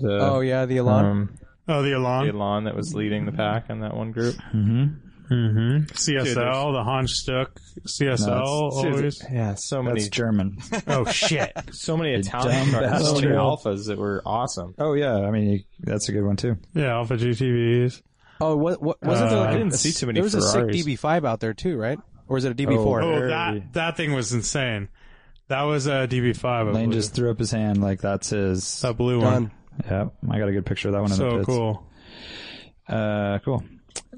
Speaker 3: The,
Speaker 4: Oh yeah, the Elan.
Speaker 3: uh, um,
Speaker 1: Oh, the Elan,
Speaker 3: the Elon that was leading the pack on that one group.
Speaker 6: mm-hmm.
Speaker 1: Mm-hmm. CSL,
Speaker 3: Dude, there's-
Speaker 1: the Hanstuck, CSL,
Speaker 3: <laughs>
Speaker 6: No,
Speaker 1: always.
Speaker 3: Yeah, so many,
Speaker 6: That's
Speaker 4: <laughs>
Speaker 6: German.
Speaker 1: oh shit!
Speaker 3: so many Italian
Speaker 6: dumb
Speaker 3: cars, so many
Speaker 6: bastard.
Speaker 3: alphas that were awesome.
Speaker 6: oh yeah, I mean you, that's a good one too.
Speaker 1: Yeah, Alpha GTVs.
Speaker 4: Oh, what, what wasn't there
Speaker 3: Uh,
Speaker 4: like
Speaker 3: I
Speaker 4: a-
Speaker 3: didn't
Speaker 4: a-
Speaker 3: see too many
Speaker 4: There was a
Speaker 3: Ferraris.
Speaker 4: sick DB5 out there too, right? Or was it a DB4?
Speaker 1: Oh,
Speaker 6: Very-
Speaker 1: that that thing was insane. That was a DB5. I
Speaker 6: Lane
Speaker 1: believe.
Speaker 6: just threw up his hand like that's his.
Speaker 1: that blue
Speaker 4: Done.
Speaker 6: Yep, I got a good picture of that one.
Speaker 1: one.
Speaker 6: in the
Speaker 1: So
Speaker 6: pits.
Speaker 1: cool.
Speaker 6: Uh, cool.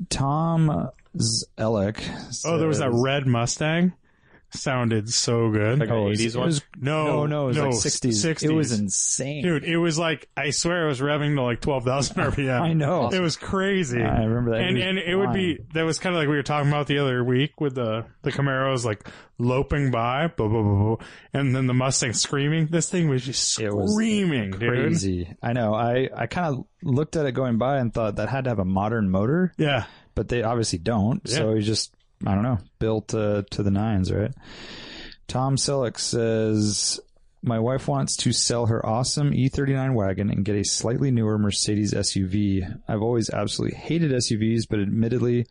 Speaker 6: Tom Zellick.
Speaker 1: Oh, there was that red Mustang. Sounded so good.
Speaker 3: Like
Speaker 6: Oh, it
Speaker 3: an
Speaker 6: was-
Speaker 3: 80s
Speaker 6: it
Speaker 3: one.
Speaker 6: was-
Speaker 1: no,
Speaker 6: No, no, it was like 60s.
Speaker 1: 60s.
Speaker 6: It was insane.
Speaker 1: Dude, it was like I swear it was revving to like twelve thousand RPM.
Speaker 6: <laughs> I know.
Speaker 1: it was crazy.
Speaker 6: I remember that.
Speaker 1: And
Speaker 6: It was
Speaker 1: and it would be that was kind of like we were talking about the other week with the the Camaros like loping by, blah, blah, blah, blah, and then the Mustang screaming. This thing was just
Speaker 6: It was
Speaker 1: screaming, dude.
Speaker 6: crazy. I know. I, I kind of looked at it going by and thought that had to have a modern motor,
Speaker 1: Yeah,
Speaker 6: but they obviously don't. So he just, I don't know, built uh, to the nines, right? Tom Selleck says, My wife wants to sell her awesome E39 wagon and get a slightly newer Mercedes SUV. I've always absolutely hated SUVs, but admittedly,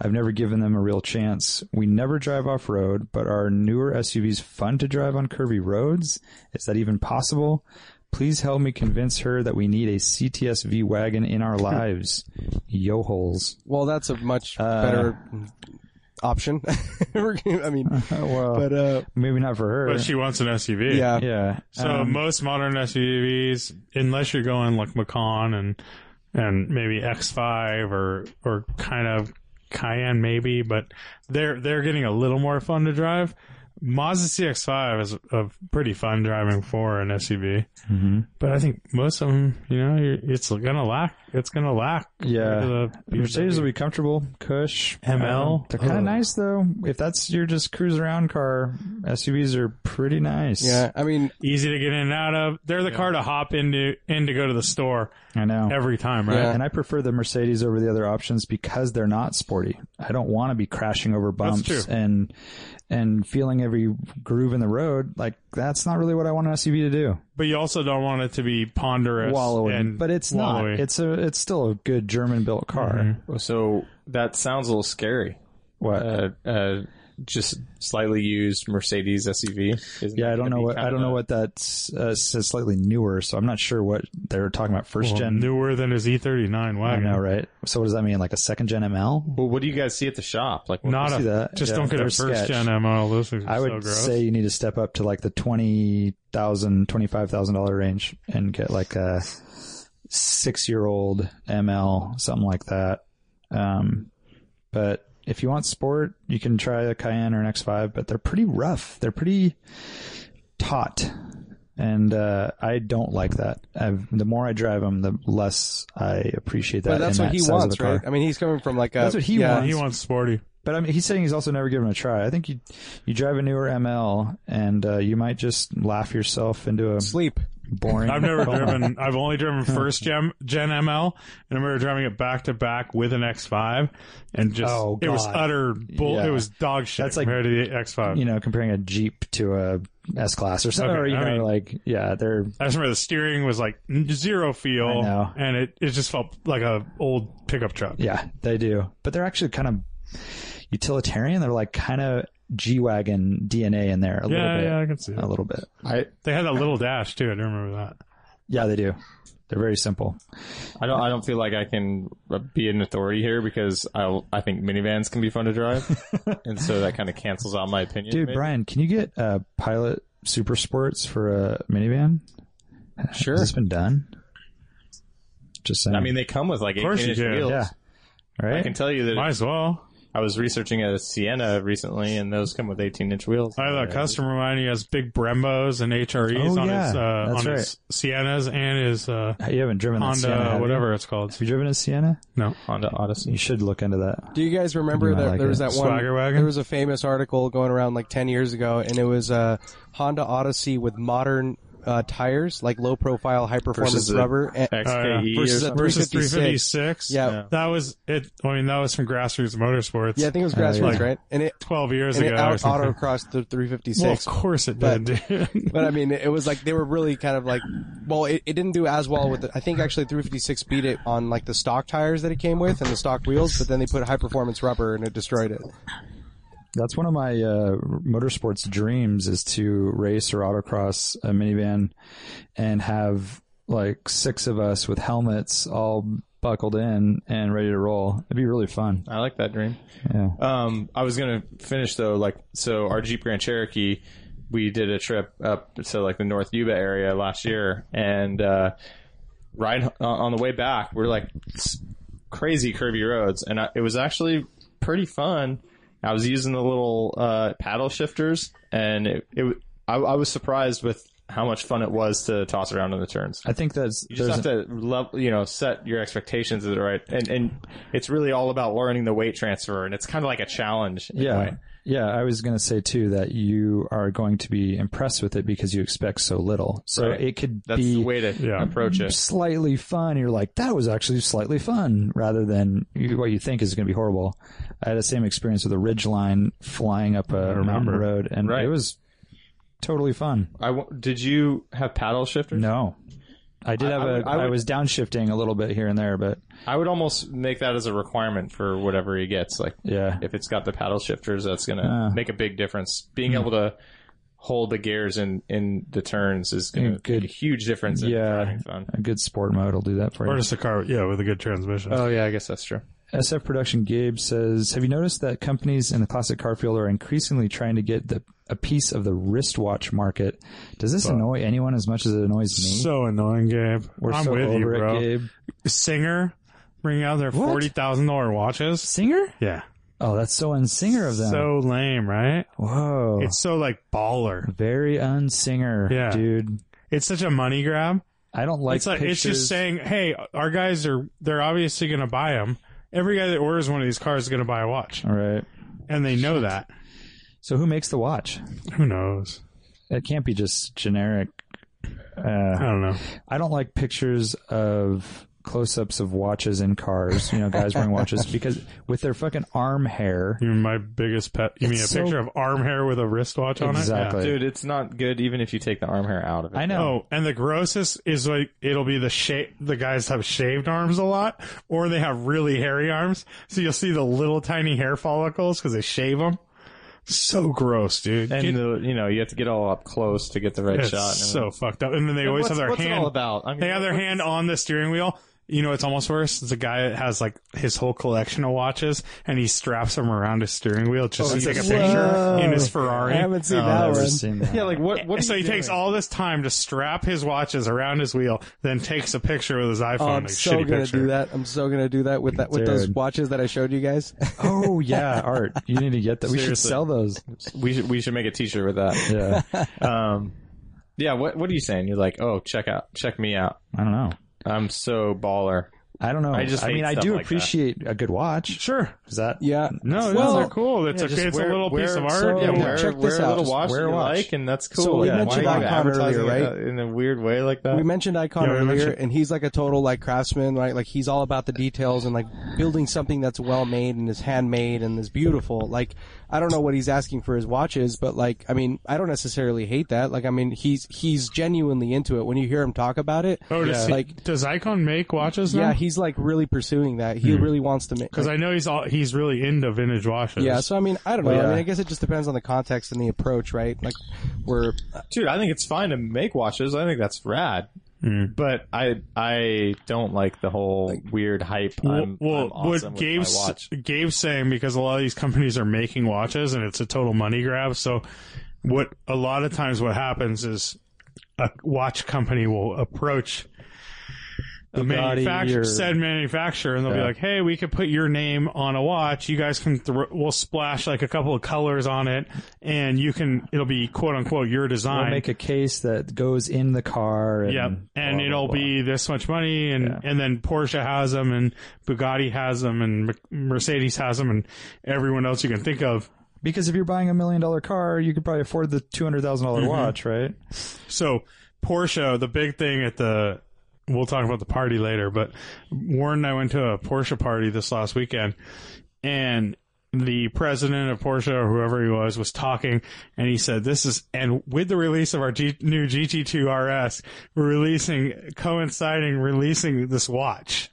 Speaker 6: I've never given them a real chance. We never drive off road, but are newer SUVs fun to drive on curvy roads? Is that even possible? Please help me convince her that we need a CTSV wagon in our lives. Yo holes.
Speaker 4: Well, that's a much
Speaker 6: Uh,
Speaker 4: better option. <laughs> We're gonna- I mean,
Speaker 6: Oh, well,
Speaker 4: but uh,
Speaker 6: maybe not for her.
Speaker 1: but she wants an SUV.
Speaker 4: yeah,
Speaker 6: yeah.
Speaker 1: So
Speaker 6: Um,
Speaker 1: most modern SUVs, unless you're going like Macan and and maybe X5 or or kind of Cayenne maybe, but they're they're getting a little more fun to drive. Mazda CX-5 is a pretty fun driving for an SUV,
Speaker 4: Mm-hmm.
Speaker 6: mhm.
Speaker 1: but I think most of them, you know, you're, it's gonna lack. It's gonna lack.
Speaker 4: Uh,
Speaker 6: Yeah.
Speaker 1: compared to the
Speaker 6: Mercedes
Speaker 1: BMW.
Speaker 6: will be comfortable. Cush. um,
Speaker 1: ML?
Speaker 6: they're kind
Speaker 1: Ugh.
Speaker 6: of nice though. If that's your just cruise around car, SUVs are pretty nice.
Speaker 4: yeah. I mean,
Speaker 1: easy to get in and out of. They're the car to hop into in to go to the store
Speaker 6: I know.
Speaker 1: every time, right?
Speaker 4: Oh. Yeah.
Speaker 6: And I prefer the Mercedes over the other options because they're not sporty. I don't want to be crashing over bumps
Speaker 1: true.
Speaker 6: and and feeling every groove in the road. Like that's not really what I want an SUV to do.
Speaker 1: But you also don't want it to be ponderous,
Speaker 6: Wallowing,
Speaker 1: and
Speaker 6: but it's
Speaker 1: wallowy.
Speaker 6: not. It's a it's still a good German built car.
Speaker 1: Mm-hmm.
Speaker 3: So that sounds a little scary.
Speaker 6: What?
Speaker 3: Uh, uh, just slightly used Mercedes SUV. Isn't
Speaker 6: yeah,
Speaker 3: that
Speaker 6: I
Speaker 3: gonna
Speaker 6: don't know
Speaker 3: be
Speaker 6: what I don't
Speaker 3: kinda-
Speaker 6: know what that's uh, says slightly newer. So I'm not sure what they're talking about. First
Speaker 1: Well,
Speaker 6: gen.
Speaker 1: newer than his E39
Speaker 6: I
Speaker 1: wagon.
Speaker 6: know, right? So what does that mean? Like a second gen ML?
Speaker 3: Well, what do you guys see at the shop? Like, what-
Speaker 1: Not
Speaker 6: see
Speaker 1: a,
Speaker 6: that.
Speaker 1: just
Speaker 6: Yeah,
Speaker 1: don't get a
Speaker 6: they're
Speaker 1: first
Speaker 6: sketch.
Speaker 1: gen ML. Those things are
Speaker 6: I
Speaker 1: so
Speaker 6: would
Speaker 1: gross.
Speaker 6: say you need to step up to like the twenty thousand, twenty five thousand dollar range and get like a six year old ML, something like that. Um, but if you want sport, you can try a Cayenne or an X5, but they're pretty rough. They're pretty taut. And uh, I don't like that. I've, the more I drive them, the less I appreciate that.
Speaker 4: but that's
Speaker 6: in
Speaker 4: what
Speaker 6: that
Speaker 4: he
Speaker 6: size of
Speaker 4: wants,
Speaker 6: a car.
Speaker 4: right? I mean, he's coming from like a
Speaker 6: That's what he
Speaker 4: yeah,
Speaker 1: he wants sporty.
Speaker 6: But I mean, he's saying he's also never given it a try. I think you you drive a newer ML and uh, you might just laugh yourself into a
Speaker 4: Sleep.
Speaker 6: boring.
Speaker 1: I've
Speaker 6: <laughs>
Speaker 1: never
Speaker 6: coma.
Speaker 1: driven. I've only driven first gen gen ML, and I remember driving it back to back with an X5, and just
Speaker 6: Oh,
Speaker 1: it was
Speaker 6: God.
Speaker 1: utter bull.
Speaker 6: Yeah.
Speaker 1: It was dog shit
Speaker 6: That's like-
Speaker 1: compared to the X5.
Speaker 6: You know, comparing a Jeep to a S class or something,
Speaker 1: Okay,
Speaker 6: or you
Speaker 1: I
Speaker 6: know,
Speaker 1: mean-
Speaker 6: like yeah, they're
Speaker 1: I just remember the steering was like n- zero feel,
Speaker 6: I know.
Speaker 1: and it, it just felt like a old pickup truck.
Speaker 6: yeah, they do, but they're actually kind of utilitarian. They're like kind of G wagon DNA in there a little
Speaker 1: yeah,
Speaker 6: bit, Oh.
Speaker 1: yeah, I can see
Speaker 6: a
Speaker 1: that.
Speaker 6: little bit.
Speaker 3: I,
Speaker 1: They had that little dash too. I do remember that.
Speaker 6: Yeah, they do. They're very simple.
Speaker 3: I don't. I don't feel like I can uh, be an authority here because I. I think minivans can be fun
Speaker 1: <laughs>
Speaker 3: to drive, and so that kind of cancels out my opinion.
Speaker 6: Dude,
Speaker 3: maybe.
Speaker 6: Brian, can you get uh, Pilot Super Sports for a minivan?
Speaker 4: Sure.
Speaker 6: Has this been done? Just saying.
Speaker 3: I mean, they come with like eight
Speaker 1: course you
Speaker 3: inch
Speaker 1: do.
Speaker 3: wheels.
Speaker 6: yeah.
Speaker 3: I
Speaker 6: Right?
Speaker 3: can tell you that
Speaker 1: Might as well.
Speaker 3: I was researching a Sienna recently, and those come with 18 inch wheels. Uh,
Speaker 1: I have a customer of mine. He has big Brembos and HREs
Speaker 6: Oh,
Speaker 1: on
Speaker 6: yeah.
Speaker 1: his uh,
Speaker 6: That's
Speaker 1: on his Siennas and his uh,
Speaker 6: you haven't driven a
Speaker 1: Honda,
Speaker 6: Sienna, have you?
Speaker 1: whatever it's called.
Speaker 6: Have you driven a Sienna?
Speaker 1: No,
Speaker 3: Honda
Speaker 6: You
Speaker 3: Odyssey.
Speaker 6: should look into that.
Speaker 4: Do you guys remember
Speaker 6: You might
Speaker 4: that
Speaker 6: like
Speaker 4: there was
Speaker 6: it.
Speaker 4: that one?
Speaker 1: Swagger wagon?
Speaker 4: There was a famous article going around like ten years ago, and it was a Honda Odyssey uh, with modern uh, tires, like low profile, high performance
Speaker 3: Versus a
Speaker 4: rubber, and,
Speaker 1: Oh,
Speaker 3: XKE
Speaker 1: yeah.
Speaker 3: E or
Speaker 4: Versus a
Speaker 3: something.
Speaker 1: versus
Speaker 4: 356.
Speaker 1: 356.
Speaker 4: Yeah.
Speaker 1: That was it. I mean, that was from Grassroots Motorsports.
Speaker 4: yeah, I think it was grassroots,
Speaker 1: like-
Speaker 4: right? And it
Speaker 1: 12 years
Speaker 4: and it
Speaker 1: ago. or
Speaker 4: out
Speaker 1: something.
Speaker 4: autocrossed the 356.
Speaker 1: well, of course it
Speaker 4: but-
Speaker 1: did.
Speaker 6: <laughs>
Speaker 1: dude.
Speaker 4: <laughs> but I mean, it was like they were really kind of like, well, it, it didn't do as well with. The, I think actually 356 beat it on like the stock tires that it came with and the stock wheels, but then they put high performance rubber and it destroyed it.
Speaker 6: That's one of my uh, motorsports dreams is to race or autocross a minivan and have like six of us with helmets all buckled in and ready to roll. It'd be really fun.
Speaker 3: I like that dream.
Speaker 6: Yeah.
Speaker 3: Um, I was gonna finish though, like so our Jeep Grand Cherokee, we did a trip up to like the North Yuba area last year, and uh, ride uh, on the way back, we're like s- crazy curvy roads, and I, it was actually pretty fun. I was using the little uh, paddle shifters, and it, it w- I, I was surprised with how much fun it was to toss around in the turns.
Speaker 6: I think that's
Speaker 3: You just
Speaker 6: there's-
Speaker 3: have to level, you know, set your expectations at the right, and and it's really all about learning the weight transfer, and it's kind of like a challenge. in a
Speaker 6: Yeah.
Speaker 3: way.
Speaker 6: Yeah, I was going to say too that you are going to be impressed with it because you expect so little. So
Speaker 3: Right.
Speaker 6: it could
Speaker 3: that's
Speaker 6: be
Speaker 3: the way to
Speaker 1: yeah.
Speaker 3: approach it.
Speaker 6: slightly fun. You're like, that was actually slightly fun rather than you- what you think is going to be horrible. I had the same experience with a ridgeline flying up a mountain road and
Speaker 3: Right.
Speaker 6: it was totally fun.
Speaker 3: I w- did you have paddle shifters?
Speaker 6: No. I did have a. I
Speaker 3: I would- I would-
Speaker 6: was downshifting a little bit here and there, but
Speaker 3: I would almost make that as a requirement for whatever he gets. Like,
Speaker 6: yeah.
Speaker 3: if it's got the paddle shifters, that's gonna
Speaker 6: Ah. Hmm.
Speaker 3: make a big difference. Being able to hold the gears in in the turns is gonna
Speaker 6: Mm, Good.
Speaker 3: make a huge difference. In
Speaker 6: Yeah.
Speaker 3: driving fun.
Speaker 6: A good sport mode will do that for you.
Speaker 1: or just a car, yeah, with a good transmission.
Speaker 3: Oh yeah, I guess that's true.
Speaker 6: SF Production Gabe says, "Have you noticed that companies in the classic car field are increasingly trying to get the, a piece of the wristwatch market? Does this annoy anyone as much as it annoys me?
Speaker 1: so annoying, Gabe.
Speaker 6: We're
Speaker 1: I'm
Speaker 6: so
Speaker 1: with you,
Speaker 6: over it,
Speaker 1: bro.
Speaker 6: Gabe.
Speaker 1: Singer bringing out their forty thousand dollar watches.
Speaker 6: Singer?
Speaker 1: Yeah,
Speaker 6: Oh, that's so unsinger of them. Oh.
Speaker 1: so lame, right?
Speaker 6: Whoa,
Speaker 1: It's so like baller.
Speaker 6: very unsinger,
Speaker 1: Yeah.
Speaker 6: dude.
Speaker 1: It's such a money grab.
Speaker 6: I don't like.
Speaker 1: it's like
Speaker 6: pictures.
Speaker 1: it's just saying, hey, our guys are they're obviously going to buy them. Every guy that orders one of these cars is going to buy a watch,
Speaker 6: All right.
Speaker 1: and they know that.
Speaker 6: So who makes the watch?
Speaker 1: Who knows?
Speaker 6: It can't be just generic.
Speaker 1: I
Speaker 6: Uh,
Speaker 1: don't know.
Speaker 6: I don't like pictures of close-ups of watches in cars. You know, guys wearing
Speaker 1: <laughs>
Speaker 6: watches because with their fucking arm hair.
Speaker 1: You mean my biggest pet? You mean a
Speaker 6: It's so-
Speaker 1: picture of arm hair with a wristwatch on
Speaker 6: Exactly.
Speaker 1: it?
Speaker 3: Dude, it's not good even if you take the arm hair out of it.
Speaker 6: I
Speaker 1: Yeah.
Speaker 6: know.
Speaker 1: Oh, and the grossest is like it'll be the shape. The guys have shaved arms a lot, or they have really hairy arms. So you'll see the little tiny hair follicles because they shave them. So gross, dude.
Speaker 3: And
Speaker 1: Get-
Speaker 3: the, you know you have to get all up close to get the right
Speaker 1: it's
Speaker 3: shot. and
Speaker 1: so fucked up. And then they always have
Speaker 3: what's,
Speaker 1: their
Speaker 3: what's it
Speaker 1: hand
Speaker 3: all about? I mean,
Speaker 1: They have their hand on the steering wheel. You know, it's almost worse. It's a guy that has like his whole collection of watches, and he straps them around his steering wheel just
Speaker 4: Oh,
Speaker 1: to take a picture in his Ferrari.
Speaker 4: I haven't seen
Speaker 6: Oh,
Speaker 4: that
Speaker 6: I've never
Speaker 4: one.
Speaker 6: seen that.
Speaker 3: Yeah, like what? <laughs> What?
Speaker 1: so he takes all this time to strap his watches around his wheel, then takes a picture with his iPhone.
Speaker 4: Oh, I'm
Speaker 1: like,
Speaker 4: so
Speaker 1: shitty
Speaker 4: gonna
Speaker 1: picture.
Speaker 4: do that. I'm so gonna do that with that with those
Speaker 6: Dude.
Speaker 4: watches that I showed you guys. <laughs>
Speaker 1: <laughs>
Speaker 6: oh yeah, art. You need to get that. We should
Speaker 3: Seriously.
Speaker 6: sell those.
Speaker 3: We should we should make a T-shirt with that.
Speaker 6: Yeah,
Speaker 3: Um, yeah. What What are you saying? You're like, oh, check out, check me out.
Speaker 6: I don't know.
Speaker 3: I'm so baller.
Speaker 6: I don't know.
Speaker 3: I just
Speaker 6: I
Speaker 3: hate
Speaker 6: mean, I
Speaker 3: stuff
Speaker 6: do
Speaker 3: like that.
Speaker 6: appreciate a good watch.
Speaker 1: Sure.
Speaker 6: Is that?
Speaker 4: yeah.
Speaker 1: No,
Speaker 4: Well-
Speaker 1: those are cool. It's,
Speaker 3: Yeah, just
Speaker 1: a, it's
Speaker 3: wear-
Speaker 1: a little
Speaker 3: wear-
Speaker 1: piece of art.
Speaker 6: so-
Speaker 3: Yeah,
Speaker 6: Yeah,
Speaker 3: wear,
Speaker 4: check
Speaker 3: wear
Speaker 4: this
Speaker 3: a
Speaker 4: out.
Speaker 3: little
Speaker 4: Just
Speaker 3: watch
Speaker 6: wear
Speaker 3: that
Speaker 6: a
Speaker 3: you
Speaker 6: watch.
Speaker 3: like, and that's cool.
Speaker 4: So we
Speaker 3: yeah,
Speaker 4: mentioned
Speaker 3: why are you
Speaker 4: Icon
Speaker 3: advertising
Speaker 4: earlier,
Speaker 3: it In a weird way like that.
Speaker 4: We mentioned Icon
Speaker 1: Yeah, we
Speaker 4: earlier,
Speaker 1: mentioned-
Speaker 4: and he's like a total like craftsman, right? Like he's all about the details and like building something that's well made and is handmade and is beautiful. Like I don't know what he's asking for his watches, but like I mean, I don't necessarily hate that. Like I mean, he's he's genuinely into it. When you hear him talk about it,
Speaker 1: Oh, does, he-
Speaker 4: like
Speaker 1: does Icon make watches now?
Speaker 4: yeah, he's like really pursuing that. He really wants to make.
Speaker 1: because Hmm. I know he's all, he's really into vintage watches.
Speaker 4: yeah, so I mean, I don't know. I
Speaker 6: Yeah.
Speaker 4: mean, I guess it just depends on the context and the approach, right? Like, we're
Speaker 3: dude, I think it's fine to make watches. I think that's rad. But I I don't like the whole weird hype. I'm,
Speaker 1: well,
Speaker 3: I'm awesome
Speaker 1: what
Speaker 3: with my
Speaker 1: Gabe's
Speaker 3: watch.
Speaker 1: Gabe's saying because a lot of these companies are making watches and it's a total money grab. So, what a lot of times what happens is a watch company will approach the
Speaker 6: Bugatti
Speaker 1: manufacturer,
Speaker 6: or-
Speaker 1: said manufacturer, and they'll be like, "Hey, we could put your name on a watch. You guys can throw, we'll splash like a couple of colors on it, and you can it'll be quote unquote your design."
Speaker 6: We'll make a case that goes in the car. And
Speaker 1: Yep, and
Speaker 6: blah, blah,
Speaker 1: it'll
Speaker 6: blah.
Speaker 1: be this much money, and and then Porsche has them, and Bugatti has them, and Mer- Mercedes has them, and everyone else you can think of. Mm-hmm.
Speaker 6: because if you're buying a million dollar car, you could probably afford the two watch, right?
Speaker 1: So Porsche, the big thing at the we'll talk about the party later, but Warren and I went to a Porsche party this last weekend and the president of Porsche or whoever he was was talking and he said this is and with the release of our G- new GT2 RS we're releasing coinciding releasing this watch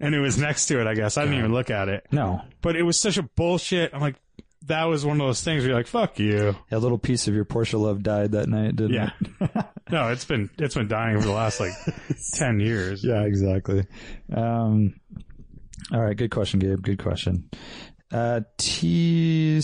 Speaker 1: and it was next to it I guess I didn't even look at it
Speaker 6: No,
Speaker 1: but it was such a bullshit I'm like that was one of those things where you're like fuck you
Speaker 6: a little piece of your Porsche love died that night, didn't <laughs>
Speaker 1: yeah
Speaker 6: it?
Speaker 1: no it's been it's been dying for the last
Speaker 6: <laughs>
Speaker 1: like 10 years
Speaker 6: Yeah, exactly. Um, all right, good question, Gabe. Good question. Uh, T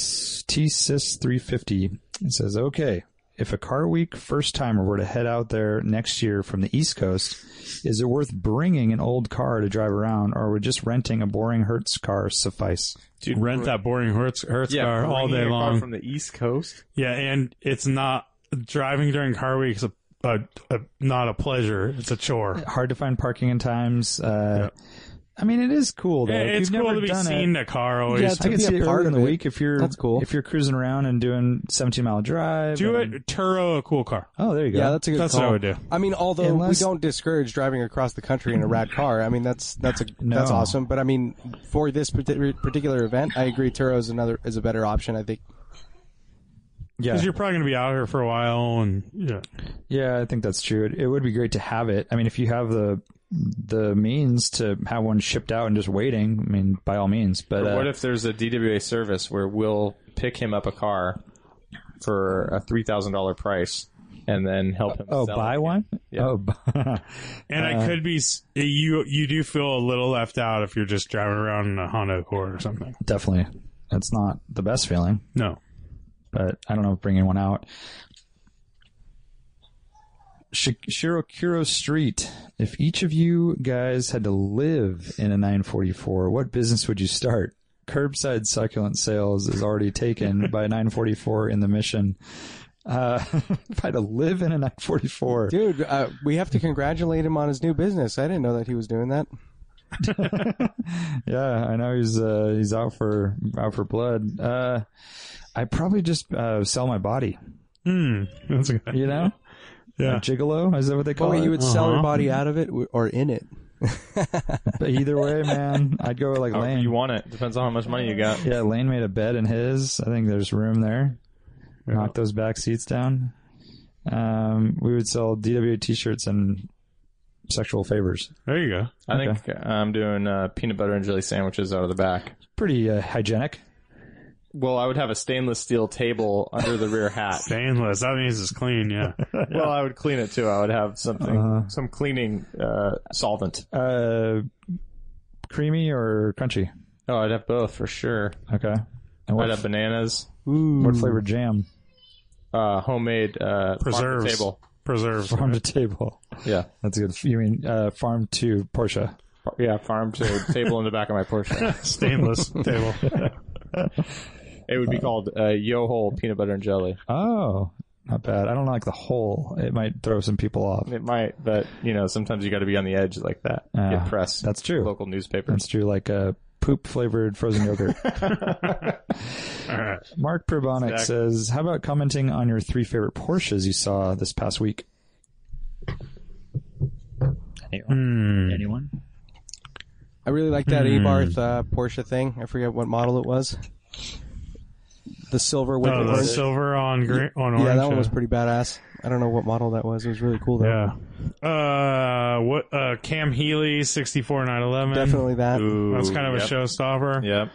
Speaker 6: Sys three fifty says, okay, if a car week first timer were to head out there next year from the East Coast, is it worth bringing an old car to drive around, or would just renting a boring Hertz car suffice?
Speaker 1: Dude, rent that boring Hertz, Hertz car all
Speaker 3: bringing
Speaker 1: day
Speaker 3: a car
Speaker 1: long.
Speaker 3: from the East Coast.
Speaker 1: yeah, and it's not driving during car week is a, a, a not a pleasure. It's a chore.
Speaker 6: Hard to find parking in times. Uh, I mean, it is cool though.
Speaker 1: Yeah,
Speaker 6: If
Speaker 1: it's
Speaker 6: you've
Speaker 1: cool
Speaker 6: never
Speaker 1: to be
Speaker 6: done it-
Speaker 1: seen in a car always.
Speaker 4: Yeah, it's
Speaker 6: I can
Speaker 4: be a
Speaker 6: see it early
Speaker 4: part
Speaker 6: in
Speaker 4: of
Speaker 6: the
Speaker 4: it.
Speaker 6: week if you're
Speaker 4: That's cool.
Speaker 6: if you're cruising around and doing 17 mile drive.
Speaker 1: Do
Speaker 6: and-
Speaker 1: it Turo a cool car.
Speaker 6: Oh, there you go.
Speaker 4: Yeah, that's a good
Speaker 1: That's
Speaker 4: call.
Speaker 1: what I would do.
Speaker 4: I mean, although
Speaker 6: Unless-
Speaker 4: we don't discourage driving across the country in a rad car, I mean that's that's a
Speaker 6: No.
Speaker 4: that's awesome. But I mean, for this parti- particular event, I agree. Turo is another is a better option. I think.
Speaker 6: yeah.
Speaker 1: Because you're probably going to be out here for a while and yeah.
Speaker 6: Yeah, I think that's true. It, it would be great to have it. I mean, if you have the the means to have one shipped out and just waiting, I mean, by all means. But
Speaker 3: But
Speaker 6: uh,
Speaker 3: what if there's a DWA service where we'll pick him up a car for a three thousand dollar price and then help him?
Speaker 6: oh,
Speaker 3: sell
Speaker 6: buy
Speaker 3: it?
Speaker 6: one?
Speaker 3: Yeah.
Speaker 6: Oh, <laughs> bu-
Speaker 1: And
Speaker 6: Uh,
Speaker 1: I could be s- you you do feel a little left out if you're just driving around in a Honda Accord or something.
Speaker 6: definitely. That's not the best feeling,
Speaker 1: No.
Speaker 6: but I don't know if bringing one out. Shi- Shirokuro Street. If each of you guys had to live in a 944, what business would you start? Curbside succulent sales is already
Speaker 4: <laughs>
Speaker 6: taken by 944 in the mission. Uh, <laughs> if I had to live in a 944,
Speaker 4: Dude, uh, we have to congratulate him on his new business. I didn't know that he was doing that.
Speaker 6: yeah, I know he's uh, he's out for out for blood. Uh, I probably just uh, sell my body.
Speaker 1: Hmm. That's a good.
Speaker 6: You know,
Speaker 1: Yeah.
Speaker 6: A gigolo is that what they
Speaker 4: But
Speaker 6: call
Speaker 4: wait,
Speaker 6: it?
Speaker 4: you would sell
Speaker 1: Uh-huh.
Speaker 4: your body out of it w- or in it?
Speaker 6: But either way, man, I'd go with like
Speaker 3: However
Speaker 6: Lane.
Speaker 3: you want it? Depends on how much money you got.
Speaker 6: Yeah, Lane made a bed in his. I think there's room there. Knock those back seats down. Um, we would sell DW t-shirts and sexual favors.
Speaker 1: There you go.
Speaker 3: I think I'm doing uh, peanut butter and jelly sandwiches out of the back.
Speaker 6: Pretty uh, hygienic.
Speaker 3: Well, I would have a stainless steel table under the rear hat.
Speaker 1: Stainless. That means it's clean.
Speaker 4: <laughs>
Speaker 1: Yeah.
Speaker 3: Well, I would clean it too. I would have something, some cleaning uh, solvent.
Speaker 6: Uh, creamy or crunchy.
Speaker 3: Oh, I'd have both for sure.
Speaker 6: Okay. And
Speaker 3: I'd
Speaker 6: what,
Speaker 3: have bananas,
Speaker 6: what flavored jam? <laughs>
Speaker 3: uh, homemade uh, farm to
Speaker 1: Preserves.
Speaker 3: table.
Speaker 1: Preserves.
Speaker 6: Farm to table.
Speaker 3: Yeah,
Speaker 6: That's good. You mean uh, farm to Porsche?
Speaker 3: Far- yeah, farm <laughs> to table in the back of my Porsche.
Speaker 4: <laughs>
Speaker 1: Stainless table.
Speaker 3: It would be called uh, Yoho peanut butter and jelly.
Speaker 6: Oh, not bad. I don't like the whole. It might throw some people off.
Speaker 3: It might, but you know, sometimes you got to be on the edge like that.
Speaker 6: Uh,
Speaker 3: Get press.
Speaker 6: That's true.
Speaker 3: local newspaper.
Speaker 6: That's true, like a poop flavored
Speaker 1: <laughs>
Speaker 6: frozen yogurt. Mark Purbonic
Speaker 3: Exactly.
Speaker 6: says, How about commenting on your three favorite Porsches you saw this past week?
Speaker 1: Hmm.
Speaker 6: Anyone? Anyone?
Speaker 4: I really like that Abarth uh, Porsche thing. I forget what model it was. The silver with
Speaker 1: No,
Speaker 4: the
Speaker 1: Oh, the
Speaker 4: orange.
Speaker 1: silver on green on orange.
Speaker 4: yeah, that one was pretty badass. I don't know what model that was. It was really cool though.
Speaker 1: Yeah. Uh, what? Uh, Cam Healy, sixty four nine eleven.
Speaker 4: Definitely that.
Speaker 1: That's kind of
Speaker 3: Ooh,
Speaker 1: a
Speaker 3: yep.
Speaker 1: showstopper.
Speaker 3: Yep.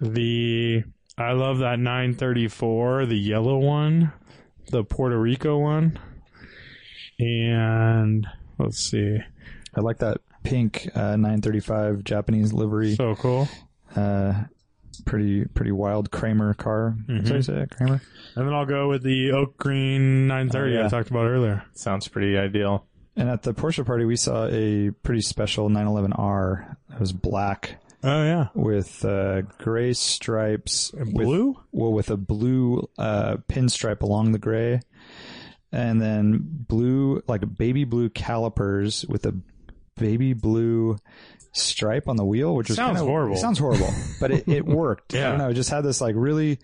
Speaker 1: The I love that nine thirty four, the yellow one, the Puerto Rico one, and let's see.
Speaker 6: I like that pink uh, 935 Japanese livery.
Speaker 1: So cool.
Speaker 6: Uh, pretty pretty wild Kramer car.
Speaker 1: Mm-hmm.
Speaker 6: Is that how you say it? Kramer?
Speaker 1: And then I'll go with the oak green nine thirty
Speaker 6: Oh, yeah.
Speaker 1: I talked about earlier.
Speaker 3: Sounds pretty ideal.
Speaker 6: And at the Porsche party, we saw a pretty special 911R. It was black
Speaker 1: Oh yeah.
Speaker 6: with uh, gray stripes. with-
Speaker 1: Blue?
Speaker 6: well, with a blue uh, pinstripe along the gray, and then blue, like baby blue calipers with a baby blue stripe on the wheel, which was
Speaker 1: Sounds
Speaker 6: kinda-
Speaker 1: horrible.
Speaker 6: It sounds horrible, but it, it
Speaker 1: <laughs>
Speaker 6: worked.
Speaker 1: Yeah.
Speaker 6: I don't know. It just had this like really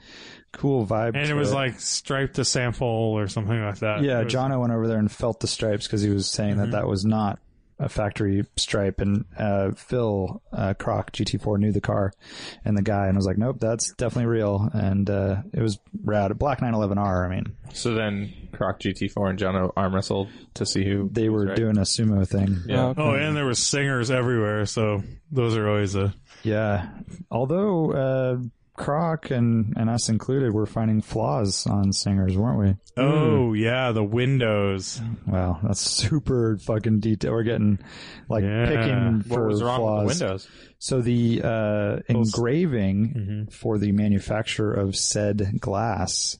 Speaker 6: cool vibe.
Speaker 1: And
Speaker 6: to
Speaker 1: it was like striped to sample or something like
Speaker 3: Uh,
Speaker 1: that.
Speaker 6: yeah,
Speaker 1: It was-
Speaker 6: Jono went over there and felt the stripes because he was saying
Speaker 3: Mm-hmm.
Speaker 6: that that was not a factory stripe. And uh, Phil uh, Croc GT4 knew the car and the guy and was like, nope, that's definitely real. And uh, it was rad. A Black 911R. I mean,
Speaker 3: So then Croc GT4 and John arm wrestled to see who
Speaker 6: they were
Speaker 3: right.
Speaker 6: doing a sumo thing.
Speaker 3: Yeah.
Speaker 1: Oh, and there was singers everywhere, so those are always a
Speaker 6: Yeah. Although uh, Croc and, and us included were finding flaws on singers, weren't we?
Speaker 3: Hmm.
Speaker 1: Oh yeah, the windows.
Speaker 6: Wow, that's <laughs> super fucking detail. We're getting like
Speaker 1: Yeah.
Speaker 6: picking for
Speaker 3: What was wrong
Speaker 6: flaws.
Speaker 3: with the windows?
Speaker 6: So the uh, engraving for the manufacturer of said glass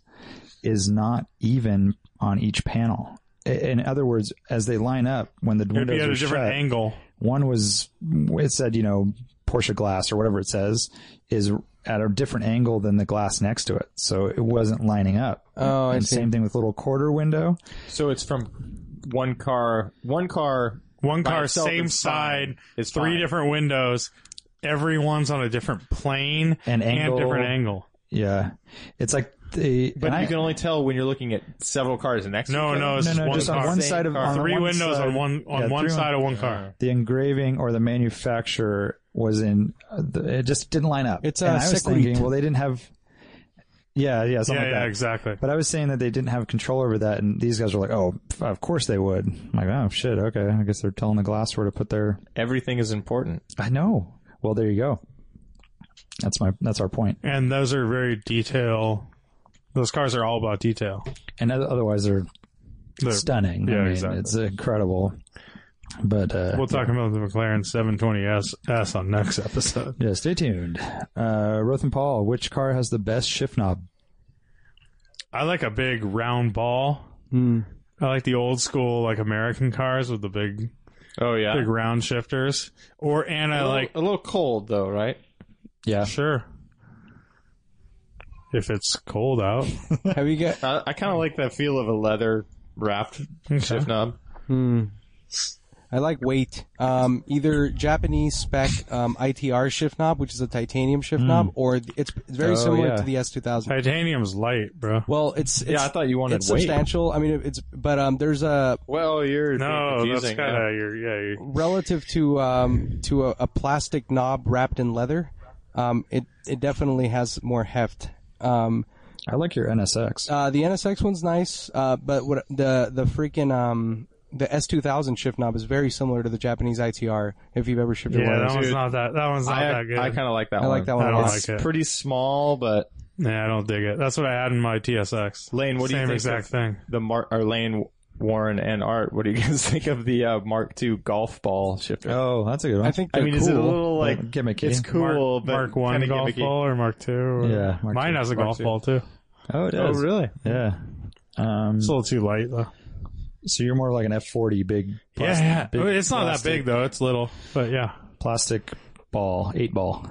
Speaker 6: is not even on each panel. I- In other words, as they line up, when the
Speaker 1: It'd be
Speaker 6: windows
Speaker 1: at
Speaker 6: are
Speaker 1: a different
Speaker 6: shut,
Speaker 1: angle.
Speaker 6: one was it said you know Porsche glass or whatever it says is at a different angle than the glass next to it, so it wasn't lining up.
Speaker 4: Oh, I
Speaker 6: and
Speaker 4: see.
Speaker 6: same thing with little quarter window.
Speaker 3: So it's from one car, one car,
Speaker 1: One
Speaker 3: by
Speaker 1: car,
Speaker 3: itself
Speaker 1: same
Speaker 3: is fine.
Speaker 1: side,
Speaker 3: It's
Speaker 1: three
Speaker 3: fine.
Speaker 1: different windows. Everyone's on a different plane
Speaker 6: And angle.
Speaker 1: different angle.
Speaker 6: Yeah, it's like the
Speaker 3: But
Speaker 6: and
Speaker 3: you
Speaker 6: I-
Speaker 3: can only tell when you're looking at several cars next. to
Speaker 1: No,
Speaker 3: each other.
Speaker 1: no, it's
Speaker 6: no, no,
Speaker 1: one
Speaker 6: just on
Speaker 1: car.
Speaker 6: one side of
Speaker 3: Same car.
Speaker 6: on the
Speaker 1: Three
Speaker 6: one
Speaker 1: windows
Speaker 6: side-
Speaker 1: on one on
Speaker 6: yeah,
Speaker 1: one
Speaker 6: three
Speaker 1: side of one car.
Speaker 6: the engraving or the manufacturer was in uh, the, it just didn't line up
Speaker 4: It's,
Speaker 6: and
Speaker 4: uh,
Speaker 6: i was
Speaker 4: Secret.
Speaker 6: thinking well they didn't have yeah yeah something
Speaker 1: Yeah,
Speaker 6: like
Speaker 1: yeah,
Speaker 6: that
Speaker 1: exactly.
Speaker 6: but i was saying that they didn't have control over that and these guys were like oh f- of course they would I'm like oh shit okay i guess they're telling the glass where to put their
Speaker 3: everything is important.
Speaker 6: i know well there you go that's my that's our point
Speaker 1: And those are very detail. Those cars are all about detail.
Speaker 6: and oth- otherwise they're
Speaker 1: They're-
Speaker 6: stunning
Speaker 1: yeah,
Speaker 6: I mean,
Speaker 1: exactly.
Speaker 6: it's incredible but uh
Speaker 1: We'll talk about the McLaren 720S S on next episode.
Speaker 6: yeah stay tuned uh rothen paul which car has the best shift knob
Speaker 1: I like a big round ball.
Speaker 3: hmm.
Speaker 4: <laughs>
Speaker 1: I like the old school like American cars with the big
Speaker 3: Oh yeah,
Speaker 1: big round shifters. Or and I
Speaker 3: a little,
Speaker 1: like
Speaker 3: a little cold though, right?
Speaker 6: yeah
Speaker 1: Sure. If it's cold
Speaker 3: <laughs>
Speaker 1: out.
Speaker 4: Have you got?
Speaker 3: I, I kind of like that feel of a leather wrapped shift knob.
Speaker 4: I like weight. Um, either Japanese spec um, ITR shift knob, which is a titanium shift
Speaker 3: Hmm.
Speaker 4: knob, or th- it's, it's very
Speaker 6: Oh,
Speaker 4: similar
Speaker 6: yeah.
Speaker 4: to the S2000.
Speaker 1: Titanium's light, bro.
Speaker 4: well, it's, it's
Speaker 3: Yeah, I thought you wanted
Speaker 4: it's
Speaker 3: weight.
Speaker 4: substantial. I mean, it- it's but um, there's a
Speaker 3: Well, you're
Speaker 1: No,
Speaker 3: being
Speaker 1: that's
Speaker 3: confusing,
Speaker 1: kind
Speaker 3: yeah.
Speaker 1: of your yeah. Your,
Speaker 4: relative to um, to a, a plastic knob wrapped in leather. Um, it it definitely has more heft. Um,
Speaker 6: I like your NSX.
Speaker 4: Uh, the NSX one's nice, uh, but what the the freaking um the S2000 shift knob is very similar to the Japanese ITR. If you've ever shifted
Speaker 1: yeah,
Speaker 4: one,
Speaker 1: that
Speaker 4: of those.
Speaker 1: one's not that. That one's not
Speaker 3: I,
Speaker 1: that good.
Speaker 3: I kind of like that
Speaker 4: I
Speaker 3: one.
Speaker 4: like that one
Speaker 1: I
Speaker 4: a
Speaker 1: don't
Speaker 4: lot.
Speaker 1: like it.
Speaker 3: Pretty small, but
Speaker 1: yeah, I don't dig it. That's what I had in my TSX.
Speaker 3: Lane, what do you
Speaker 1: Same
Speaker 3: think
Speaker 1: exact
Speaker 3: of-
Speaker 1: thing.
Speaker 3: the Mark or Lane Warren and Art. What do you <laughs> guys think of the uh, Mark II golf ball shifter?
Speaker 6: oh, that's a good one.
Speaker 4: I think
Speaker 3: I
Speaker 4: they're
Speaker 3: mean,
Speaker 4: cool.
Speaker 3: is it a little like
Speaker 6: But gimmicky.
Speaker 3: It's cool,
Speaker 1: Mark,
Speaker 3: but
Speaker 1: Mark one
Speaker 3: kinda
Speaker 1: golf
Speaker 3: gimmicky.
Speaker 1: ball or Mark two? Or
Speaker 6: Yeah, Mark
Speaker 1: mine
Speaker 6: two.
Speaker 1: has a golf
Speaker 3: two.
Speaker 1: ball too.
Speaker 6: oh, it is.
Speaker 3: really?
Speaker 6: Yeah. Um,
Speaker 1: It's a
Speaker 6: so,
Speaker 1: little too light though.
Speaker 6: you're more like an F40 big. Plastic,
Speaker 1: yeah, yeah.
Speaker 6: big
Speaker 1: I mean, it's not
Speaker 6: plastic-
Speaker 1: that big though. It's little, but yeah,
Speaker 6: Plastic ball, eight ball.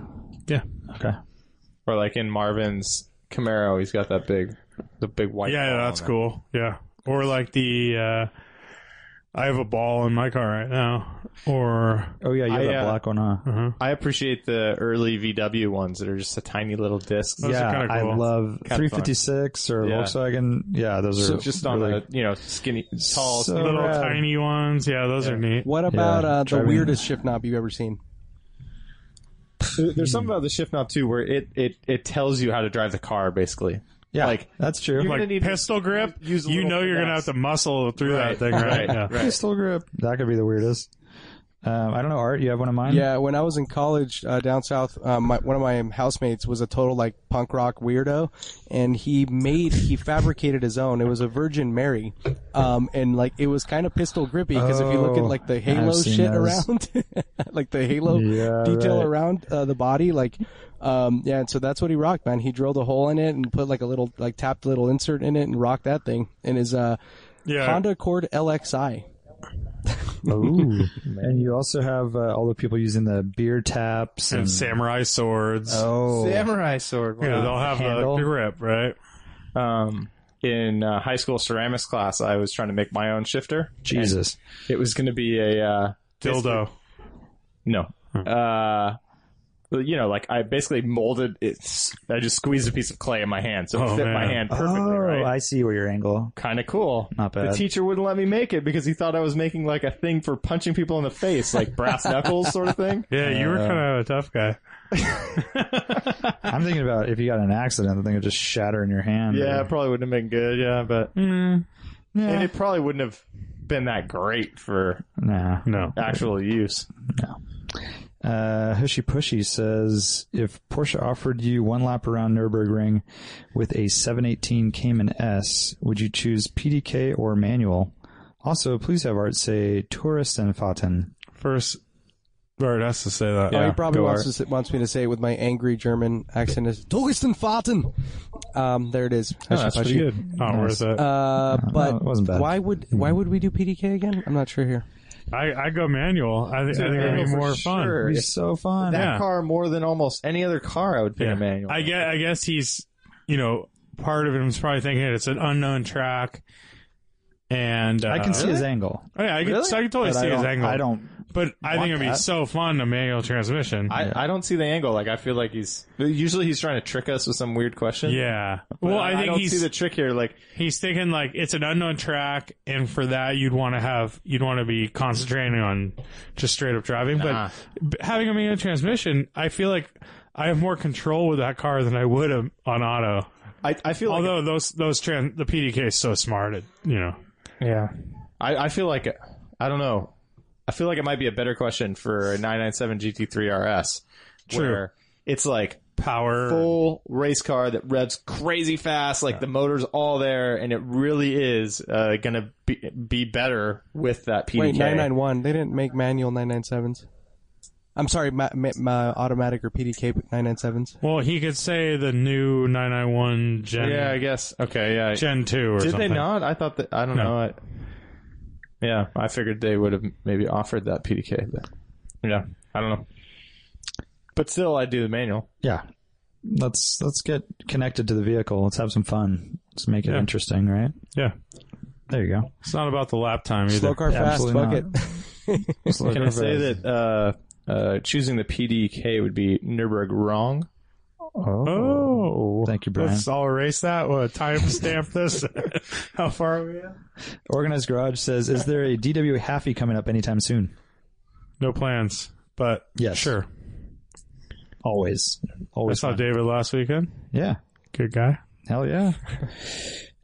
Speaker 1: yeah,
Speaker 6: Okay.
Speaker 3: Or like in Marvin's Camaro, he's got that big, the big white.
Speaker 1: yeah.
Speaker 3: ball
Speaker 1: that's
Speaker 3: on it.
Speaker 1: cool. Yeah, or like the. uh I have a ball in my car right now. Or uh-huh.
Speaker 6: Oh yeah, you have
Speaker 3: I,
Speaker 6: that
Speaker 3: uh,
Speaker 6: black one, huh?
Speaker 3: I appreciate the early VW ones that are just a tiny little disc.
Speaker 1: Those
Speaker 6: yeah,
Speaker 1: are kinda
Speaker 6: I
Speaker 1: cool.
Speaker 6: love
Speaker 3: fun.
Speaker 6: 356 or
Speaker 3: Yeah.
Speaker 6: Volkswagen. Yeah, those are
Speaker 3: just on
Speaker 6: really-
Speaker 3: the you know skinny, tall.
Speaker 6: So
Speaker 3: skinny-
Speaker 1: little
Speaker 6: rad.
Speaker 1: tiny ones. Yeah, those are neat.
Speaker 4: What about uh, the
Speaker 6: driving-
Speaker 4: weirdest shift knob you've ever seen?
Speaker 3: There- There's something about the shift knob too, where it it it tells you how to drive the car basically.
Speaker 6: Yeah,
Speaker 3: like-
Speaker 6: that's true.
Speaker 3: You're gonna
Speaker 1: Like
Speaker 3: need to
Speaker 1: pistol grip,
Speaker 3: use a
Speaker 1: you
Speaker 3: little
Speaker 1: know you're gonna have
Speaker 3: finesse.
Speaker 1: to muscle through that
Speaker 3: Right,
Speaker 1: thing, right?
Speaker 3: right,
Speaker 1: yeah.
Speaker 3: right.
Speaker 6: pistol grip. That could be the weirdest. Um, I don't know, Art. You have one of mine?
Speaker 4: Yeah, when I was in college uh, down south, um, my, one of my housemates was a total like punk rock weirdo, and he made he fabricated his own. It was a Virgin Mary, um, and like it was kind of pistol grippy because if you look at
Speaker 6: Oh,
Speaker 4: like the
Speaker 6: I've
Speaker 4: halo
Speaker 6: seen
Speaker 4: shit
Speaker 6: those.
Speaker 4: around, <laughs> like the halo
Speaker 6: Yeah,
Speaker 4: detail
Speaker 6: right.
Speaker 4: around uh, the body, like. Um, yeah, and so that's what he rocked, man. He drilled a hole in it and put like a little, like tapped little insert in it and rocked that thing in his, uh,
Speaker 1: Yeah.
Speaker 4: Honda Accord LXI.
Speaker 6: Ooh. and you also have uh, all the people using the beer taps and,
Speaker 1: And samurai swords.
Speaker 6: oh,
Speaker 3: Samurai sword.
Speaker 1: yeah, they'll have
Speaker 6: handle.
Speaker 1: the grip, right?
Speaker 3: um, in uh, high school ceramics class, I was trying to make my own shifter.
Speaker 6: Jesus.
Speaker 3: It was going to be a uh,
Speaker 1: dildo.
Speaker 3: No. Uh, well, you know, like I basically molded it. I just squeezed a piece of clay in my hand, so it
Speaker 1: Oh,
Speaker 3: fit my
Speaker 1: man.
Speaker 3: hand perfectly.
Speaker 6: oh,
Speaker 3: right?
Speaker 6: I see where your angle.
Speaker 3: Kind of cool.
Speaker 6: Not bad.
Speaker 3: The teacher wouldn't let me make it because he thought I was making like a thing for punching people in the face, like <laughs> brass knuckles sort of thing.
Speaker 1: Yeah, you were kind of a tough guy.
Speaker 6: I'm thinking about if you got in an accident, the thing would just shatter in your hand.
Speaker 3: Yeah,
Speaker 6: or-
Speaker 3: it probably wouldn't have been good. Yeah, but
Speaker 1: Mm.
Speaker 3: and it probably wouldn't have been that great for
Speaker 6: nah.
Speaker 1: No.
Speaker 3: actual use.
Speaker 6: Uh, Hushy Pushy says if Porsche offered you one lap around Nürburgring with a 718 Cayman S, would you choose PDK or manual? Also, please have Art say tourist and Faten.
Speaker 1: First, Bart has to say that.
Speaker 4: oh, he probably wants, to, say- wants me to say it with my angry German accent. Is Togesten Faten? Um, there it is.
Speaker 1: that's pretty good. Not worth it.
Speaker 4: Uh, but
Speaker 6: Oh, it wasn't bad. Hmm.
Speaker 4: why would why would we do PDK again? I'm not sure here.
Speaker 1: I, I go manual. I, th- I think it'd be
Speaker 3: manual
Speaker 1: more
Speaker 3: for
Speaker 1: fun.
Speaker 3: sure.
Speaker 6: It's so fun.
Speaker 3: That
Speaker 1: Yeah.
Speaker 3: car more than almost any other car, I would pick a manual.
Speaker 1: I guess, I guess he's, you know, part of him's probably thinking it's an unknown track. And uh,
Speaker 6: I can see his angle.
Speaker 1: Oh, yeah, I can,
Speaker 3: Really?
Speaker 1: I can totally
Speaker 6: but I
Speaker 1: see his
Speaker 6: don't-
Speaker 1: angle.
Speaker 6: I don't.
Speaker 1: But I think
Speaker 6: want
Speaker 1: it'd be
Speaker 6: that.
Speaker 1: so fun a manual transmission.
Speaker 3: I, I don't see the angle. Like I feel like he's usually he's trying to trick us with some weird question.
Speaker 1: yeah.
Speaker 3: But
Speaker 1: Well, I, think
Speaker 3: don't see
Speaker 1: he's
Speaker 3: the trick here. Like
Speaker 1: he's thinking like it's an unknown track, and for that you'd want to have you'd want to be concentrating on just straight up driving.
Speaker 3: Nah.
Speaker 1: But b- having a manual transmission, I feel like I have more control with that car than I would um, on auto.
Speaker 3: I, I feel like
Speaker 1: Although those those trans, the PDK is so smart, it you know.
Speaker 6: Yeah.
Speaker 3: I, I feel like I don't know. I feel like it might be a better question for a 997 GT3 RS.
Speaker 1: True.
Speaker 3: where it's like
Speaker 1: Power.
Speaker 3: full race car that revs crazy fast. Like the motor's all there, and it really is uh, gonna be, be better with that PDK.
Speaker 4: Wait, 991. They didn't make manual 997s. I'm sorry, ma- ma- ma- automatic or PDK 997s.
Speaker 1: Well, he could say the new 991 Gen
Speaker 3: Yeah, I guess. Okay, yeah.
Speaker 1: Gen 2 or
Speaker 3: Did
Speaker 1: something.
Speaker 3: they not? I thought that. I don't
Speaker 1: No.
Speaker 3: know. I, yeah, I figured they would have maybe offered that PDK. But yeah, I don't know. But still, I'd do the manual.
Speaker 6: Yeah. Let's let's get connected to the vehicle. Let's have some fun. Let's make it
Speaker 1: Yeah.
Speaker 6: interesting, right?
Speaker 1: Yeah.
Speaker 6: There you go.
Speaker 1: It's not about the lap time either.
Speaker 4: Slow car
Speaker 6: Yeah,
Speaker 4: fast. Fuck
Speaker 6: absolutely
Speaker 3: <laughs>
Speaker 4: it. <laughs>
Speaker 3: Can I say that uh, uh, choosing the PDK would be Nurburg wrong?
Speaker 1: Oh.
Speaker 6: Thank you, Brian.
Speaker 1: Let's all erase that. We'll <laughs> timestamp this. How far are we at?
Speaker 6: Organized Garage says, "Is there a DW Haffy coming up anytime soon?"
Speaker 1: No plans, but
Speaker 6: Yes.
Speaker 1: sure.
Speaker 6: Always,
Speaker 1: I
Speaker 6: always.
Speaker 1: saw
Speaker 6: fun.
Speaker 1: David last weekend.
Speaker 6: Yeah,
Speaker 1: Good guy.
Speaker 6: hell yeah.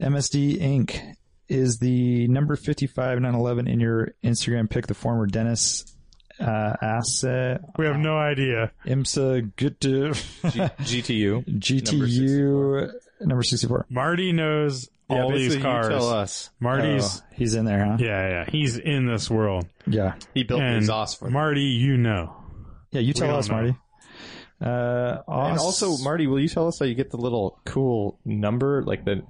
Speaker 6: MSD Inc. is the number fifty-five nine eleven in your Instagram pick. The former Dennis uh, Asset
Speaker 1: We have no idea.
Speaker 6: IMSA <laughs> Gutu
Speaker 3: <laughs> GTU.
Speaker 6: GTU number sixty-four.
Speaker 1: Marty knows
Speaker 3: Yeah,
Speaker 1: all these
Speaker 3: basically,
Speaker 1: cars.
Speaker 3: You
Speaker 6: uh,
Speaker 3: tell us.
Speaker 1: Marty's,
Speaker 6: Oh, he's in there, huh?
Speaker 1: yeah, yeah, he's in this world.
Speaker 6: yeah.
Speaker 3: He built
Speaker 1: And
Speaker 3: the exhaust for them.
Speaker 1: Marty, you know.
Speaker 6: Yeah, you tell
Speaker 1: don't
Speaker 6: us,
Speaker 1: know.
Speaker 6: Marty. Uh,
Speaker 3: And
Speaker 6: Aus-
Speaker 3: also, Marty, will you tell us how you get the little cool number, like the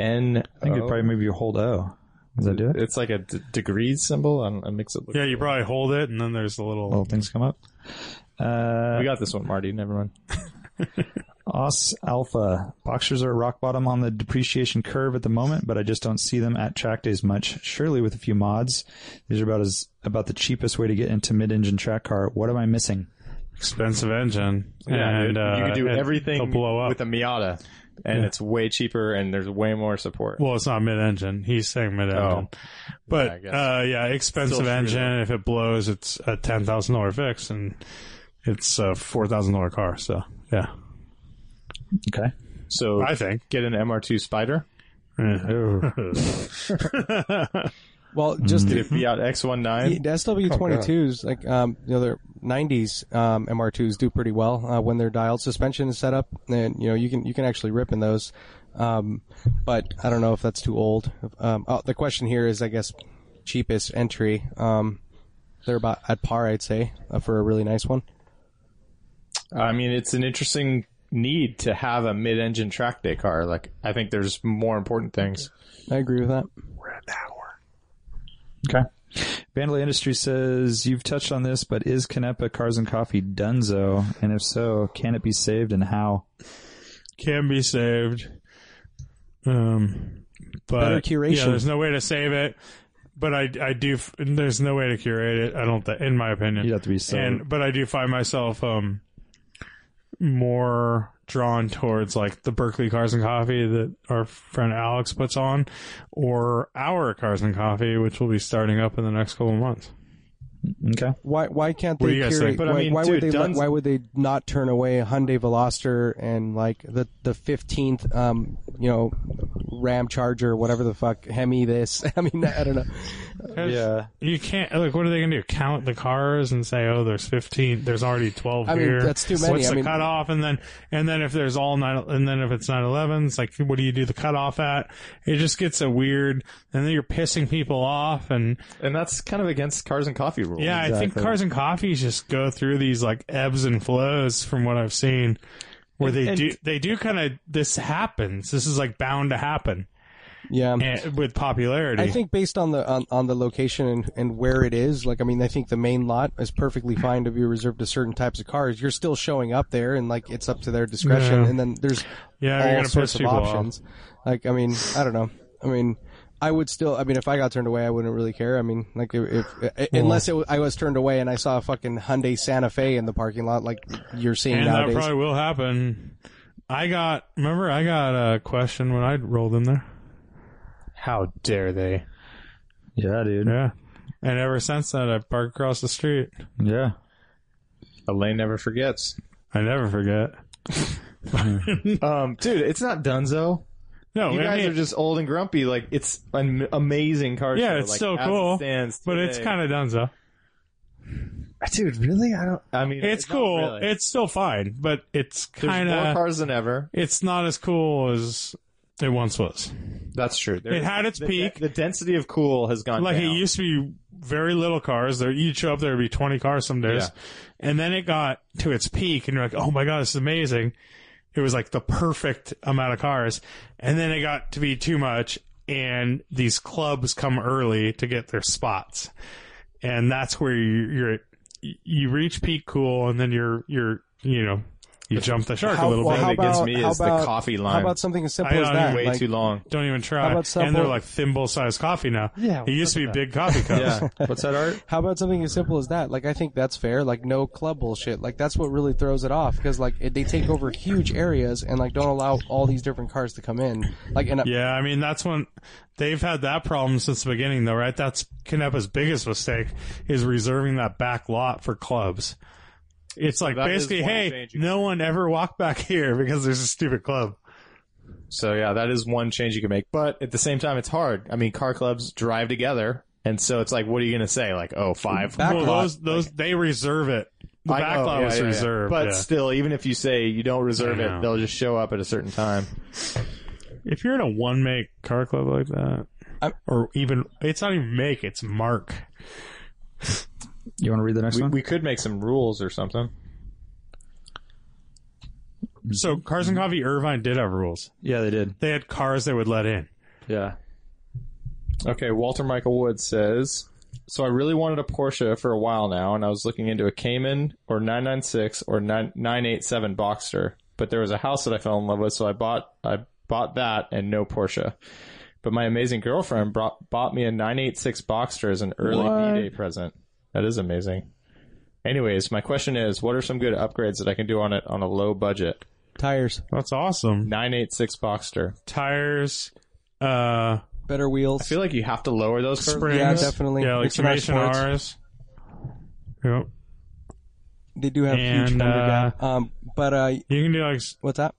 Speaker 3: N?
Speaker 6: I think it'd probably move your hold O. Does that do it?
Speaker 3: It's like a d- degrees symbol. I, don't, I mix it. With
Speaker 1: Yeah, you probably hold it, and then there's the little.
Speaker 4: Oh.
Speaker 6: Little things come up. Uh,
Speaker 3: <laughs> We got this one, Marty. Never mind.
Speaker 6: Os Alpha. Boxers are at rock bottom on the depreciation curve at the moment, but I just don't see them at track days much. Surely with a few mods, these are about as about the cheapest way to get into mid-engine track car. What am I missing?
Speaker 1: expensive engine.
Speaker 3: you,
Speaker 1: and uh,
Speaker 3: you can do
Speaker 1: and
Speaker 3: everything
Speaker 1: they'll blow up.
Speaker 3: with a Miata, and it's way cheaper, and there's way more support.
Speaker 1: well, it's not mid-engine. He's saying mid-engine,
Speaker 3: Oh. Yeah, I
Speaker 1: but
Speaker 3: guess.
Speaker 1: yeah, uh, yeah expensive
Speaker 3: Still screwed
Speaker 1: engine. If it blows, it's a ten thousand dollar fix, and it's a four thousand dollar car. So yeah,
Speaker 6: Okay.
Speaker 3: so
Speaker 1: I think.
Speaker 3: get an MR2 Spider, <laughs>
Speaker 4: Well, just
Speaker 6: Hmm.
Speaker 3: get a
Speaker 1: Mm-hmm.
Speaker 3: Fiat X19.
Speaker 4: the SW22s, like um, you know, their 90s um, MR2s do pretty well uh, when they're dialed. Suspension is set up, and you know you can you can actually rip in those. Um, but I don't know if that's too old. Um, oh, the question here is, I guess, cheapest entry. Um, they're about at par, I'd say, uh, for a really nice one.
Speaker 3: I mean, it's an interesting need to have a mid-engine track day car. Like, I think there's more important things.
Speaker 4: I agree with that.
Speaker 6: Okay. Vandalay Industry says you've touched on this, but is Canepa Cars and Coffee Dunzo? And if so, can it be saved and how?
Speaker 1: can be saved. Um, but
Speaker 4: Better curation.
Speaker 1: Yeah, there's no way to save it. but I I do. f- There's no way to curate it. I don't think, in my opinion.
Speaker 6: You'd have to be so.
Speaker 1: and but I do find myself um more drawn towards like the Berkeley Cars and Coffee that our friend Alex puts on, or our Cars and Coffee, which will be starting up in the next couple of months.
Speaker 6: okay.
Speaker 4: Why why can't
Speaker 1: What do
Speaker 4: they
Speaker 1: you guys
Speaker 4: curate?
Speaker 1: think?
Speaker 3: But I
Speaker 4: why,
Speaker 3: mean,
Speaker 4: why
Speaker 3: dude,
Speaker 4: would they let-
Speaker 3: Dunn's-
Speaker 4: why would they not turn away a Hyundai Veloster and like the the fifteenth um you know Ram Charger whatever the fuck Hemi this <laughs> I mean I don't know
Speaker 1: 'Cause
Speaker 6: Yeah.
Speaker 1: you can't like what are they gonna do? Count the cars and say, oh, there's 15, there's already 12
Speaker 4: I mean,
Speaker 1: here.
Speaker 4: that's too many.
Speaker 1: What's
Speaker 4: I
Speaker 1: the
Speaker 4: mean-
Speaker 1: cutoff? And then and then if there's all nine, and then if it's 911s, like what do you do the cutoff at? It just gets a weird, and then you're pissing people off and.
Speaker 3: and that's kind of against cars and coffee rules.
Speaker 1: Yeah, I think
Speaker 6: Exactly.
Speaker 1: cars and coffees just go through these like ebbs and flows from what I've seen, where they
Speaker 3: and-
Speaker 1: do they do kind of this happens. This is like bound to happen
Speaker 4: yeah
Speaker 1: and, with popularity.
Speaker 4: I think based on the on, on the location and, and where it is, like I mean, I think the main lot is perfectly fine to be reserved to certain types of cars. You're still showing up there, and like it's up to their discretion.
Speaker 1: Yeah.
Speaker 4: And then there's
Speaker 1: Yeah, you're
Speaker 4: all
Speaker 1: gonna
Speaker 4: sorts
Speaker 1: piss
Speaker 4: of
Speaker 1: people off.
Speaker 4: options. Like I mean, I don't know. I mean. I would still. I mean, if I got turned away, I wouldn't really care. I mean, like if, if unless it, wa- I was turned away and I saw a fucking Hyundai Santa Fe in the parking lot, like you're seeing
Speaker 1: and
Speaker 4: nowadays.
Speaker 1: that probably will happen. I got remember I got a question when I rolled in there. How dare they?
Speaker 6: Yeah, dude.
Speaker 1: Yeah, and ever since then I parked across the street.
Speaker 6: Yeah.
Speaker 3: Elaine never forgets.
Speaker 1: I never forget.
Speaker 3: <laughs> Um, dude, it's not Dunzo.
Speaker 1: No,
Speaker 3: You
Speaker 1: I
Speaker 3: guys
Speaker 1: mean-
Speaker 3: are just old and grumpy. Like it's an amazing car.
Speaker 1: Yeah,
Speaker 3: show,
Speaker 1: it's
Speaker 3: like,
Speaker 1: still
Speaker 3: as it
Speaker 1: cool,
Speaker 3: stands
Speaker 1: but it's
Speaker 3: today.
Speaker 1: kind of done so.
Speaker 3: Uh, dude, really? I don't. I mean,
Speaker 1: It's
Speaker 3: not
Speaker 1: cool.
Speaker 3: really.
Speaker 1: It's still fine, but it's
Speaker 3: There's
Speaker 1: kind
Speaker 3: more
Speaker 1: of
Speaker 3: cars than ever.
Speaker 1: it's not as cool as it once was.
Speaker 3: That's true. There-
Speaker 1: It had its
Speaker 3: the,
Speaker 1: peak.
Speaker 3: The density of cool has gone
Speaker 1: Like
Speaker 3: down.
Speaker 1: it used to be very little cars. There you'd show up there would be twenty cars some days. And then it got to its peak and you're like, Oh my god, this is amazing. It was like the perfect amount of cars. And then it got to be too much and these clubs come early to get their spots. And that's where you, you're you reach peak cool and then you're you're you know, you jump the shark a
Speaker 4: How-
Speaker 1: little
Speaker 4: well,
Speaker 1: bit.
Speaker 3: Thing that gets
Speaker 4: about-
Speaker 3: me
Speaker 4: how
Speaker 3: is
Speaker 4: about-
Speaker 3: the coffee line.
Speaker 4: How about something as simple
Speaker 1: I
Speaker 4: as
Speaker 1: don't
Speaker 4: that?
Speaker 1: even
Speaker 3: way
Speaker 4: Like,
Speaker 3: too long.
Speaker 1: Don't even try.
Speaker 4: How about
Speaker 1: and they're
Speaker 4: simple-
Speaker 1: like thimble sized coffee now. Yeah. It used to be big coffee cups.
Speaker 3: Yeah. <laughs> What's that art?
Speaker 4: How about something as simple as that? Like, I think that's fair. Like, no club bullshit. Like, that's what really throws it off because, like, it, they take over huge areas and, like, don't allow all these different cars to come in. Like, and uh,
Speaker 1: Yeah, I mean that's when they've had that problem since the beginning, though, right? That's Canepa's biggest mistake is reserving that back lot for clubs. It's like
Speaker 3: that is
Speaker 1: basically,
Speaker 3: one
Speaker 1: hey,
Speaker 3: change you-
Speaker 1: no one ever walked back here <laughs> because there's a stupid club.
Speaker 3: So yeah, that is one change you can make. But at the same time, it's hard. I mean, car clubs drive together, and so it's like, what are you gonna say? Like, oh, five.
Speaker 4: Back
Speaker 1: well,
Speaker 4: lot,
Speaker 1: those those they reserve it. The
Speaker 3: I
Speaker 1: back
Speaker 3: know,
Speaker 1: lot
Speaker 3: yeah,
Speaker 1: was
Speaker 3: yeah, yeah.
Speaker 1: reserved,
Speaker 3: But
Speaker 1: yeah.
Speaker 3: still, even if you say you don't reserve
Speaker 1: I know.
Speaker 3: it, they'll just show up at a certain time.
Speaker 1: if you're in a one make car club like that,
Speaker 4: I'm-
Speaker 1: or even it's not even make, it's mark.
Speaker 6: You want to read the next
Speaker 3: We,
Speaker 6: one?
Speaker 3: we could make some rules or something.
Speaker 1: So Cars and Coffee Irvine did have rules.
Speaker 6: yeah, they did.
Speaker 1: They had cars they would let in.
Speaker 6: Yeah.
Speaker 3: Okay, Walter Michael Wood says, "So I really wanted a Porsche for a while now, and I was looking into a Cayman or 996 or 9- 987 Boxster, but there was a house that I fell in love with, so I bought I bought that and no Porsche. But my amazing girlfriend brought, bought me a 986 Boxster as an early B-Day present. That is amazing. Anyways, my question is, what are some good upgrades that I can do on it on a low budget?
Speaker 4: tires,
Speaker 1: That's awesome.
Speaker 3: 986 Boxster.
Speaker 1: Tires, uh,
Speaker 4: better wheels.
Speaker 3: I feel like you have to lower those for
Speaker 1: springs.
Speaker 4: yeah, definitely.
Speaker 1: Yeah, like
Speaker 4: International
Speaker 1: Summation
Speaker 4: sports.
Speaker 1: R's. Yep.
Speaker 4: They do have huge
Speaker 1: And,
Speaker 4: number
Speaker 1: uh,
Speaker 4: gap. Um, but, uh,
Speaker 1: You can do like s-
Speaker 4: what's that?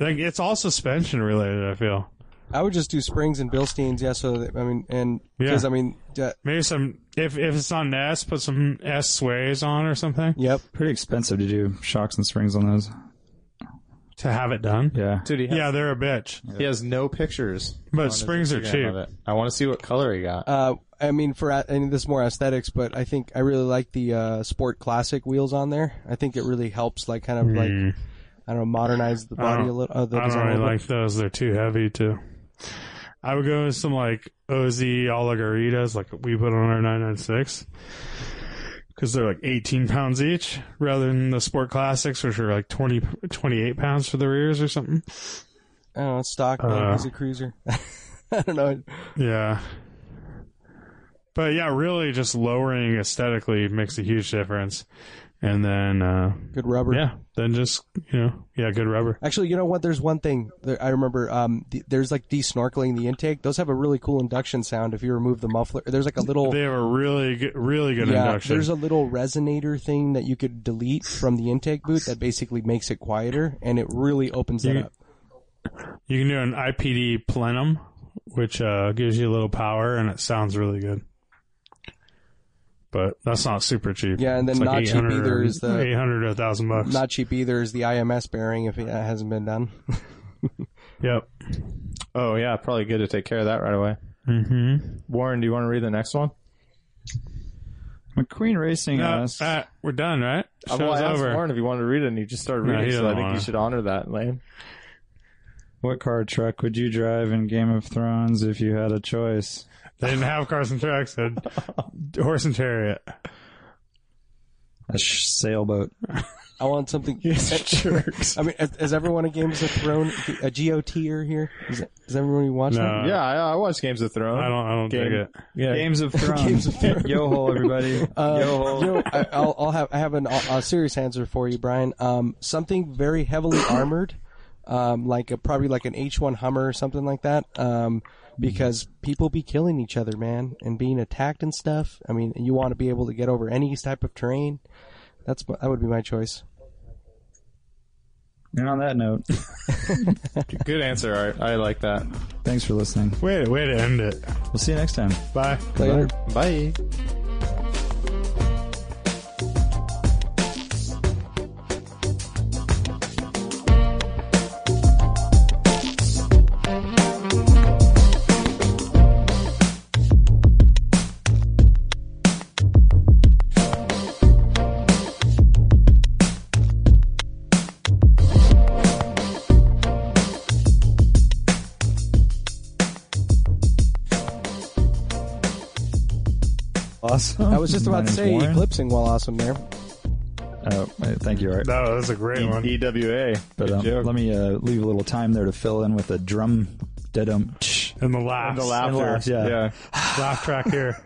Speaker 1: like it's all suspension related. I feel
Speaker 4: I would just do springs and Bilsteins. Yeah. So, that, I mean, and, because,
Speaker 1: Yeah.
Speaker 4: I mean, uh,
Speaker 1: maybe some if if it's on an S, put some S sways on or something
Speaker 4: yep.
Speaker 6: Pretty expensive to do shocks and springs on those.
Speaker 1: to have it done.
Speaker 6: Yeah.
Speaker 3: Dude, he has,
Speaker 1: Yeah, they're a bitch,
Speaker 3: he has no pictures.
Speaker 1: but springs are
Speaker 3: Instagram
Speaker 1: cheap.
Speaker 3: of it. I want to see what color he got.
Speaker 4: Uh, I mean, for and this is more aesthetics, but I think I really like the uh, sport classic wheels on there. I think it really helps, like kind of like I don't know, modernize the
Speaker 1: Hmm. I
Speaker 4: body
Speaker 1: don't-
Speaker 4: a little. Uh, the
Speaker 1: I don't
Speaker 4: design a
Speaker 1: really
Speaker 4: little
Speaker 1: like those. They're too heavy too. I would go with some like OZ oligaritas, like we put on our 996, because they're like 18 pounds each, rather than the Sport Classics, which are like 20, 28 pounds for the rears or something.
Speaker 4: bit. <laughs> I don't know, stock man,
Speaker 1: Uh,
Speaker 4: he's a cruiser. I don't know.
Speaker 1: Yeah. But yeah, really just lowering aesthetically makes a huge difference. And then, uh,
Speaker 4: Good rubber.
Speaker 1: yeah, then just, you know, yeah, good rubber.
Speaker 4: Actually, you know what? There's one thing that I remember. Um, the, there's like de-snorkeling the intake. Those have a really cool induction sound if you remove the muffler. There's like a little
Speaker 1: They have a really good, really good
Speaker 4: yeah.
Speaker 1: induction.
Speaker 4: There's a little resonator thing that you could delete from the intake boot that basically makes it quieter and it really opens that
Speaker 1: You-
Speaker 4: up.
Speaker 1: you can do an IPD plenum, which, uh, gives you a little power and it sounds really good. But that's not super cheap.
Speaker 4: Yeah, and then
Speaker 1: It's like
Speaker 4: not cheap
Speaker 1: 800
Speaker 4: either
Speaker 1: or-
Speaker 4: is the-
Speaker 1: 800 or 1000 bucks.
Speaker 4: Not cheap either is the IMS bearing if it hasn't been done.
Speaker 1: yep.
Speaker 3: Oh yeah, probably good to take care of that right away.
Speaker 1: Mm-hmm.
Speaker 3: Warren, do you want to read the next one?
Speaker 6: McQueen Racing
Speaker 1: No,
Speaker 6: asks,
Speaker 3: uh,
Speaker 1: all right, uh, we're done, right?
Speaker 4: Oh,
Speaker 1: Show's
Speaker 3: well, I asked
Speaker 1: over.
Speaker 3: Warren if you wanted to read it, and you just started
Speaker 1: No,
Speaker 3: reading.
Speaker 1: he
Speaker 3: so
Speaker 1: doesn't
Speaker 3: I think
Speaker 1: wanna.
Speaker 3: you should honor that, Lane.
Speaker 6: "What car or truck would you drive in Game of Thrones if you had a choice?"
Speaker 1: They didn't have cars and trucks. They had horse and chariot.
Speaker 6: A sh- sailboat.
Speaker 4: I
Speaker 1: <laughs>
Speaker 4: want something. I mean, is, is everyone a Games of Thrones a GOTer er here? Is, it, is everyone watching?
Speaker 1: No,
Speaker 3: yeah, I, Uh, I watch Games of Thrones.
Speaker 1: I don't. I don't
Speaker 3: Game.
Speaker 1: dig it.
Speaker 3: Yeah.
Speaker 6: Games of Thrones.
Speaker 4: Games of
Speaker 6: <laughs>
Speaker 4: Thrones.
Speaker 6: Yo ho, everybody.
Speaker 4: Uh,
Speaker 6: Yo ho.
Speaker 4: you know, I, I'll, I'll have I have an, a serious answer for you, Brian. Um, something very heavily armored, um, like a, probably like an H1 Hummer or something like that. Um, because people be killing each other, man, and being attacked and stuff. I mean, you want to be able to get over any type of terrain. That's my- that would be my choice.
Speaker 6: And on that note,
Speaker 3: Good answer, Art. I like that.
Speaker 6: thanks for listening.
Speaker 1: Way to way to end it.
Speaker 6: We'll see you next time.
Speaker 1: Bye.
Speaker 4: Later.
Speaker 3: Bye.
Speaker 6: Awesome.
Speaker 4: I was just
Speaker 6: My
Speaker 4: about
Speaker 6: name's
Speaker 4: to say
Speaker 6: Warren.
Speaker 4: eclipsing while awesome there.
Speaker 6: Oh, wait, thank you, Art.
Speaker 1: That was a great
Speaker 3: E
Speaker 1: one.
Speaker 3: EWA.
Speaker 6: But um, let me uh, leave a little time there to fill in with a drum. Da-dum.
Speaker 1: And the laugh.
Speaker 3: the laughter.
Speaker 6: laughs, yeah.
Speaker 3: yeah.
Speaker 1: laugh track here.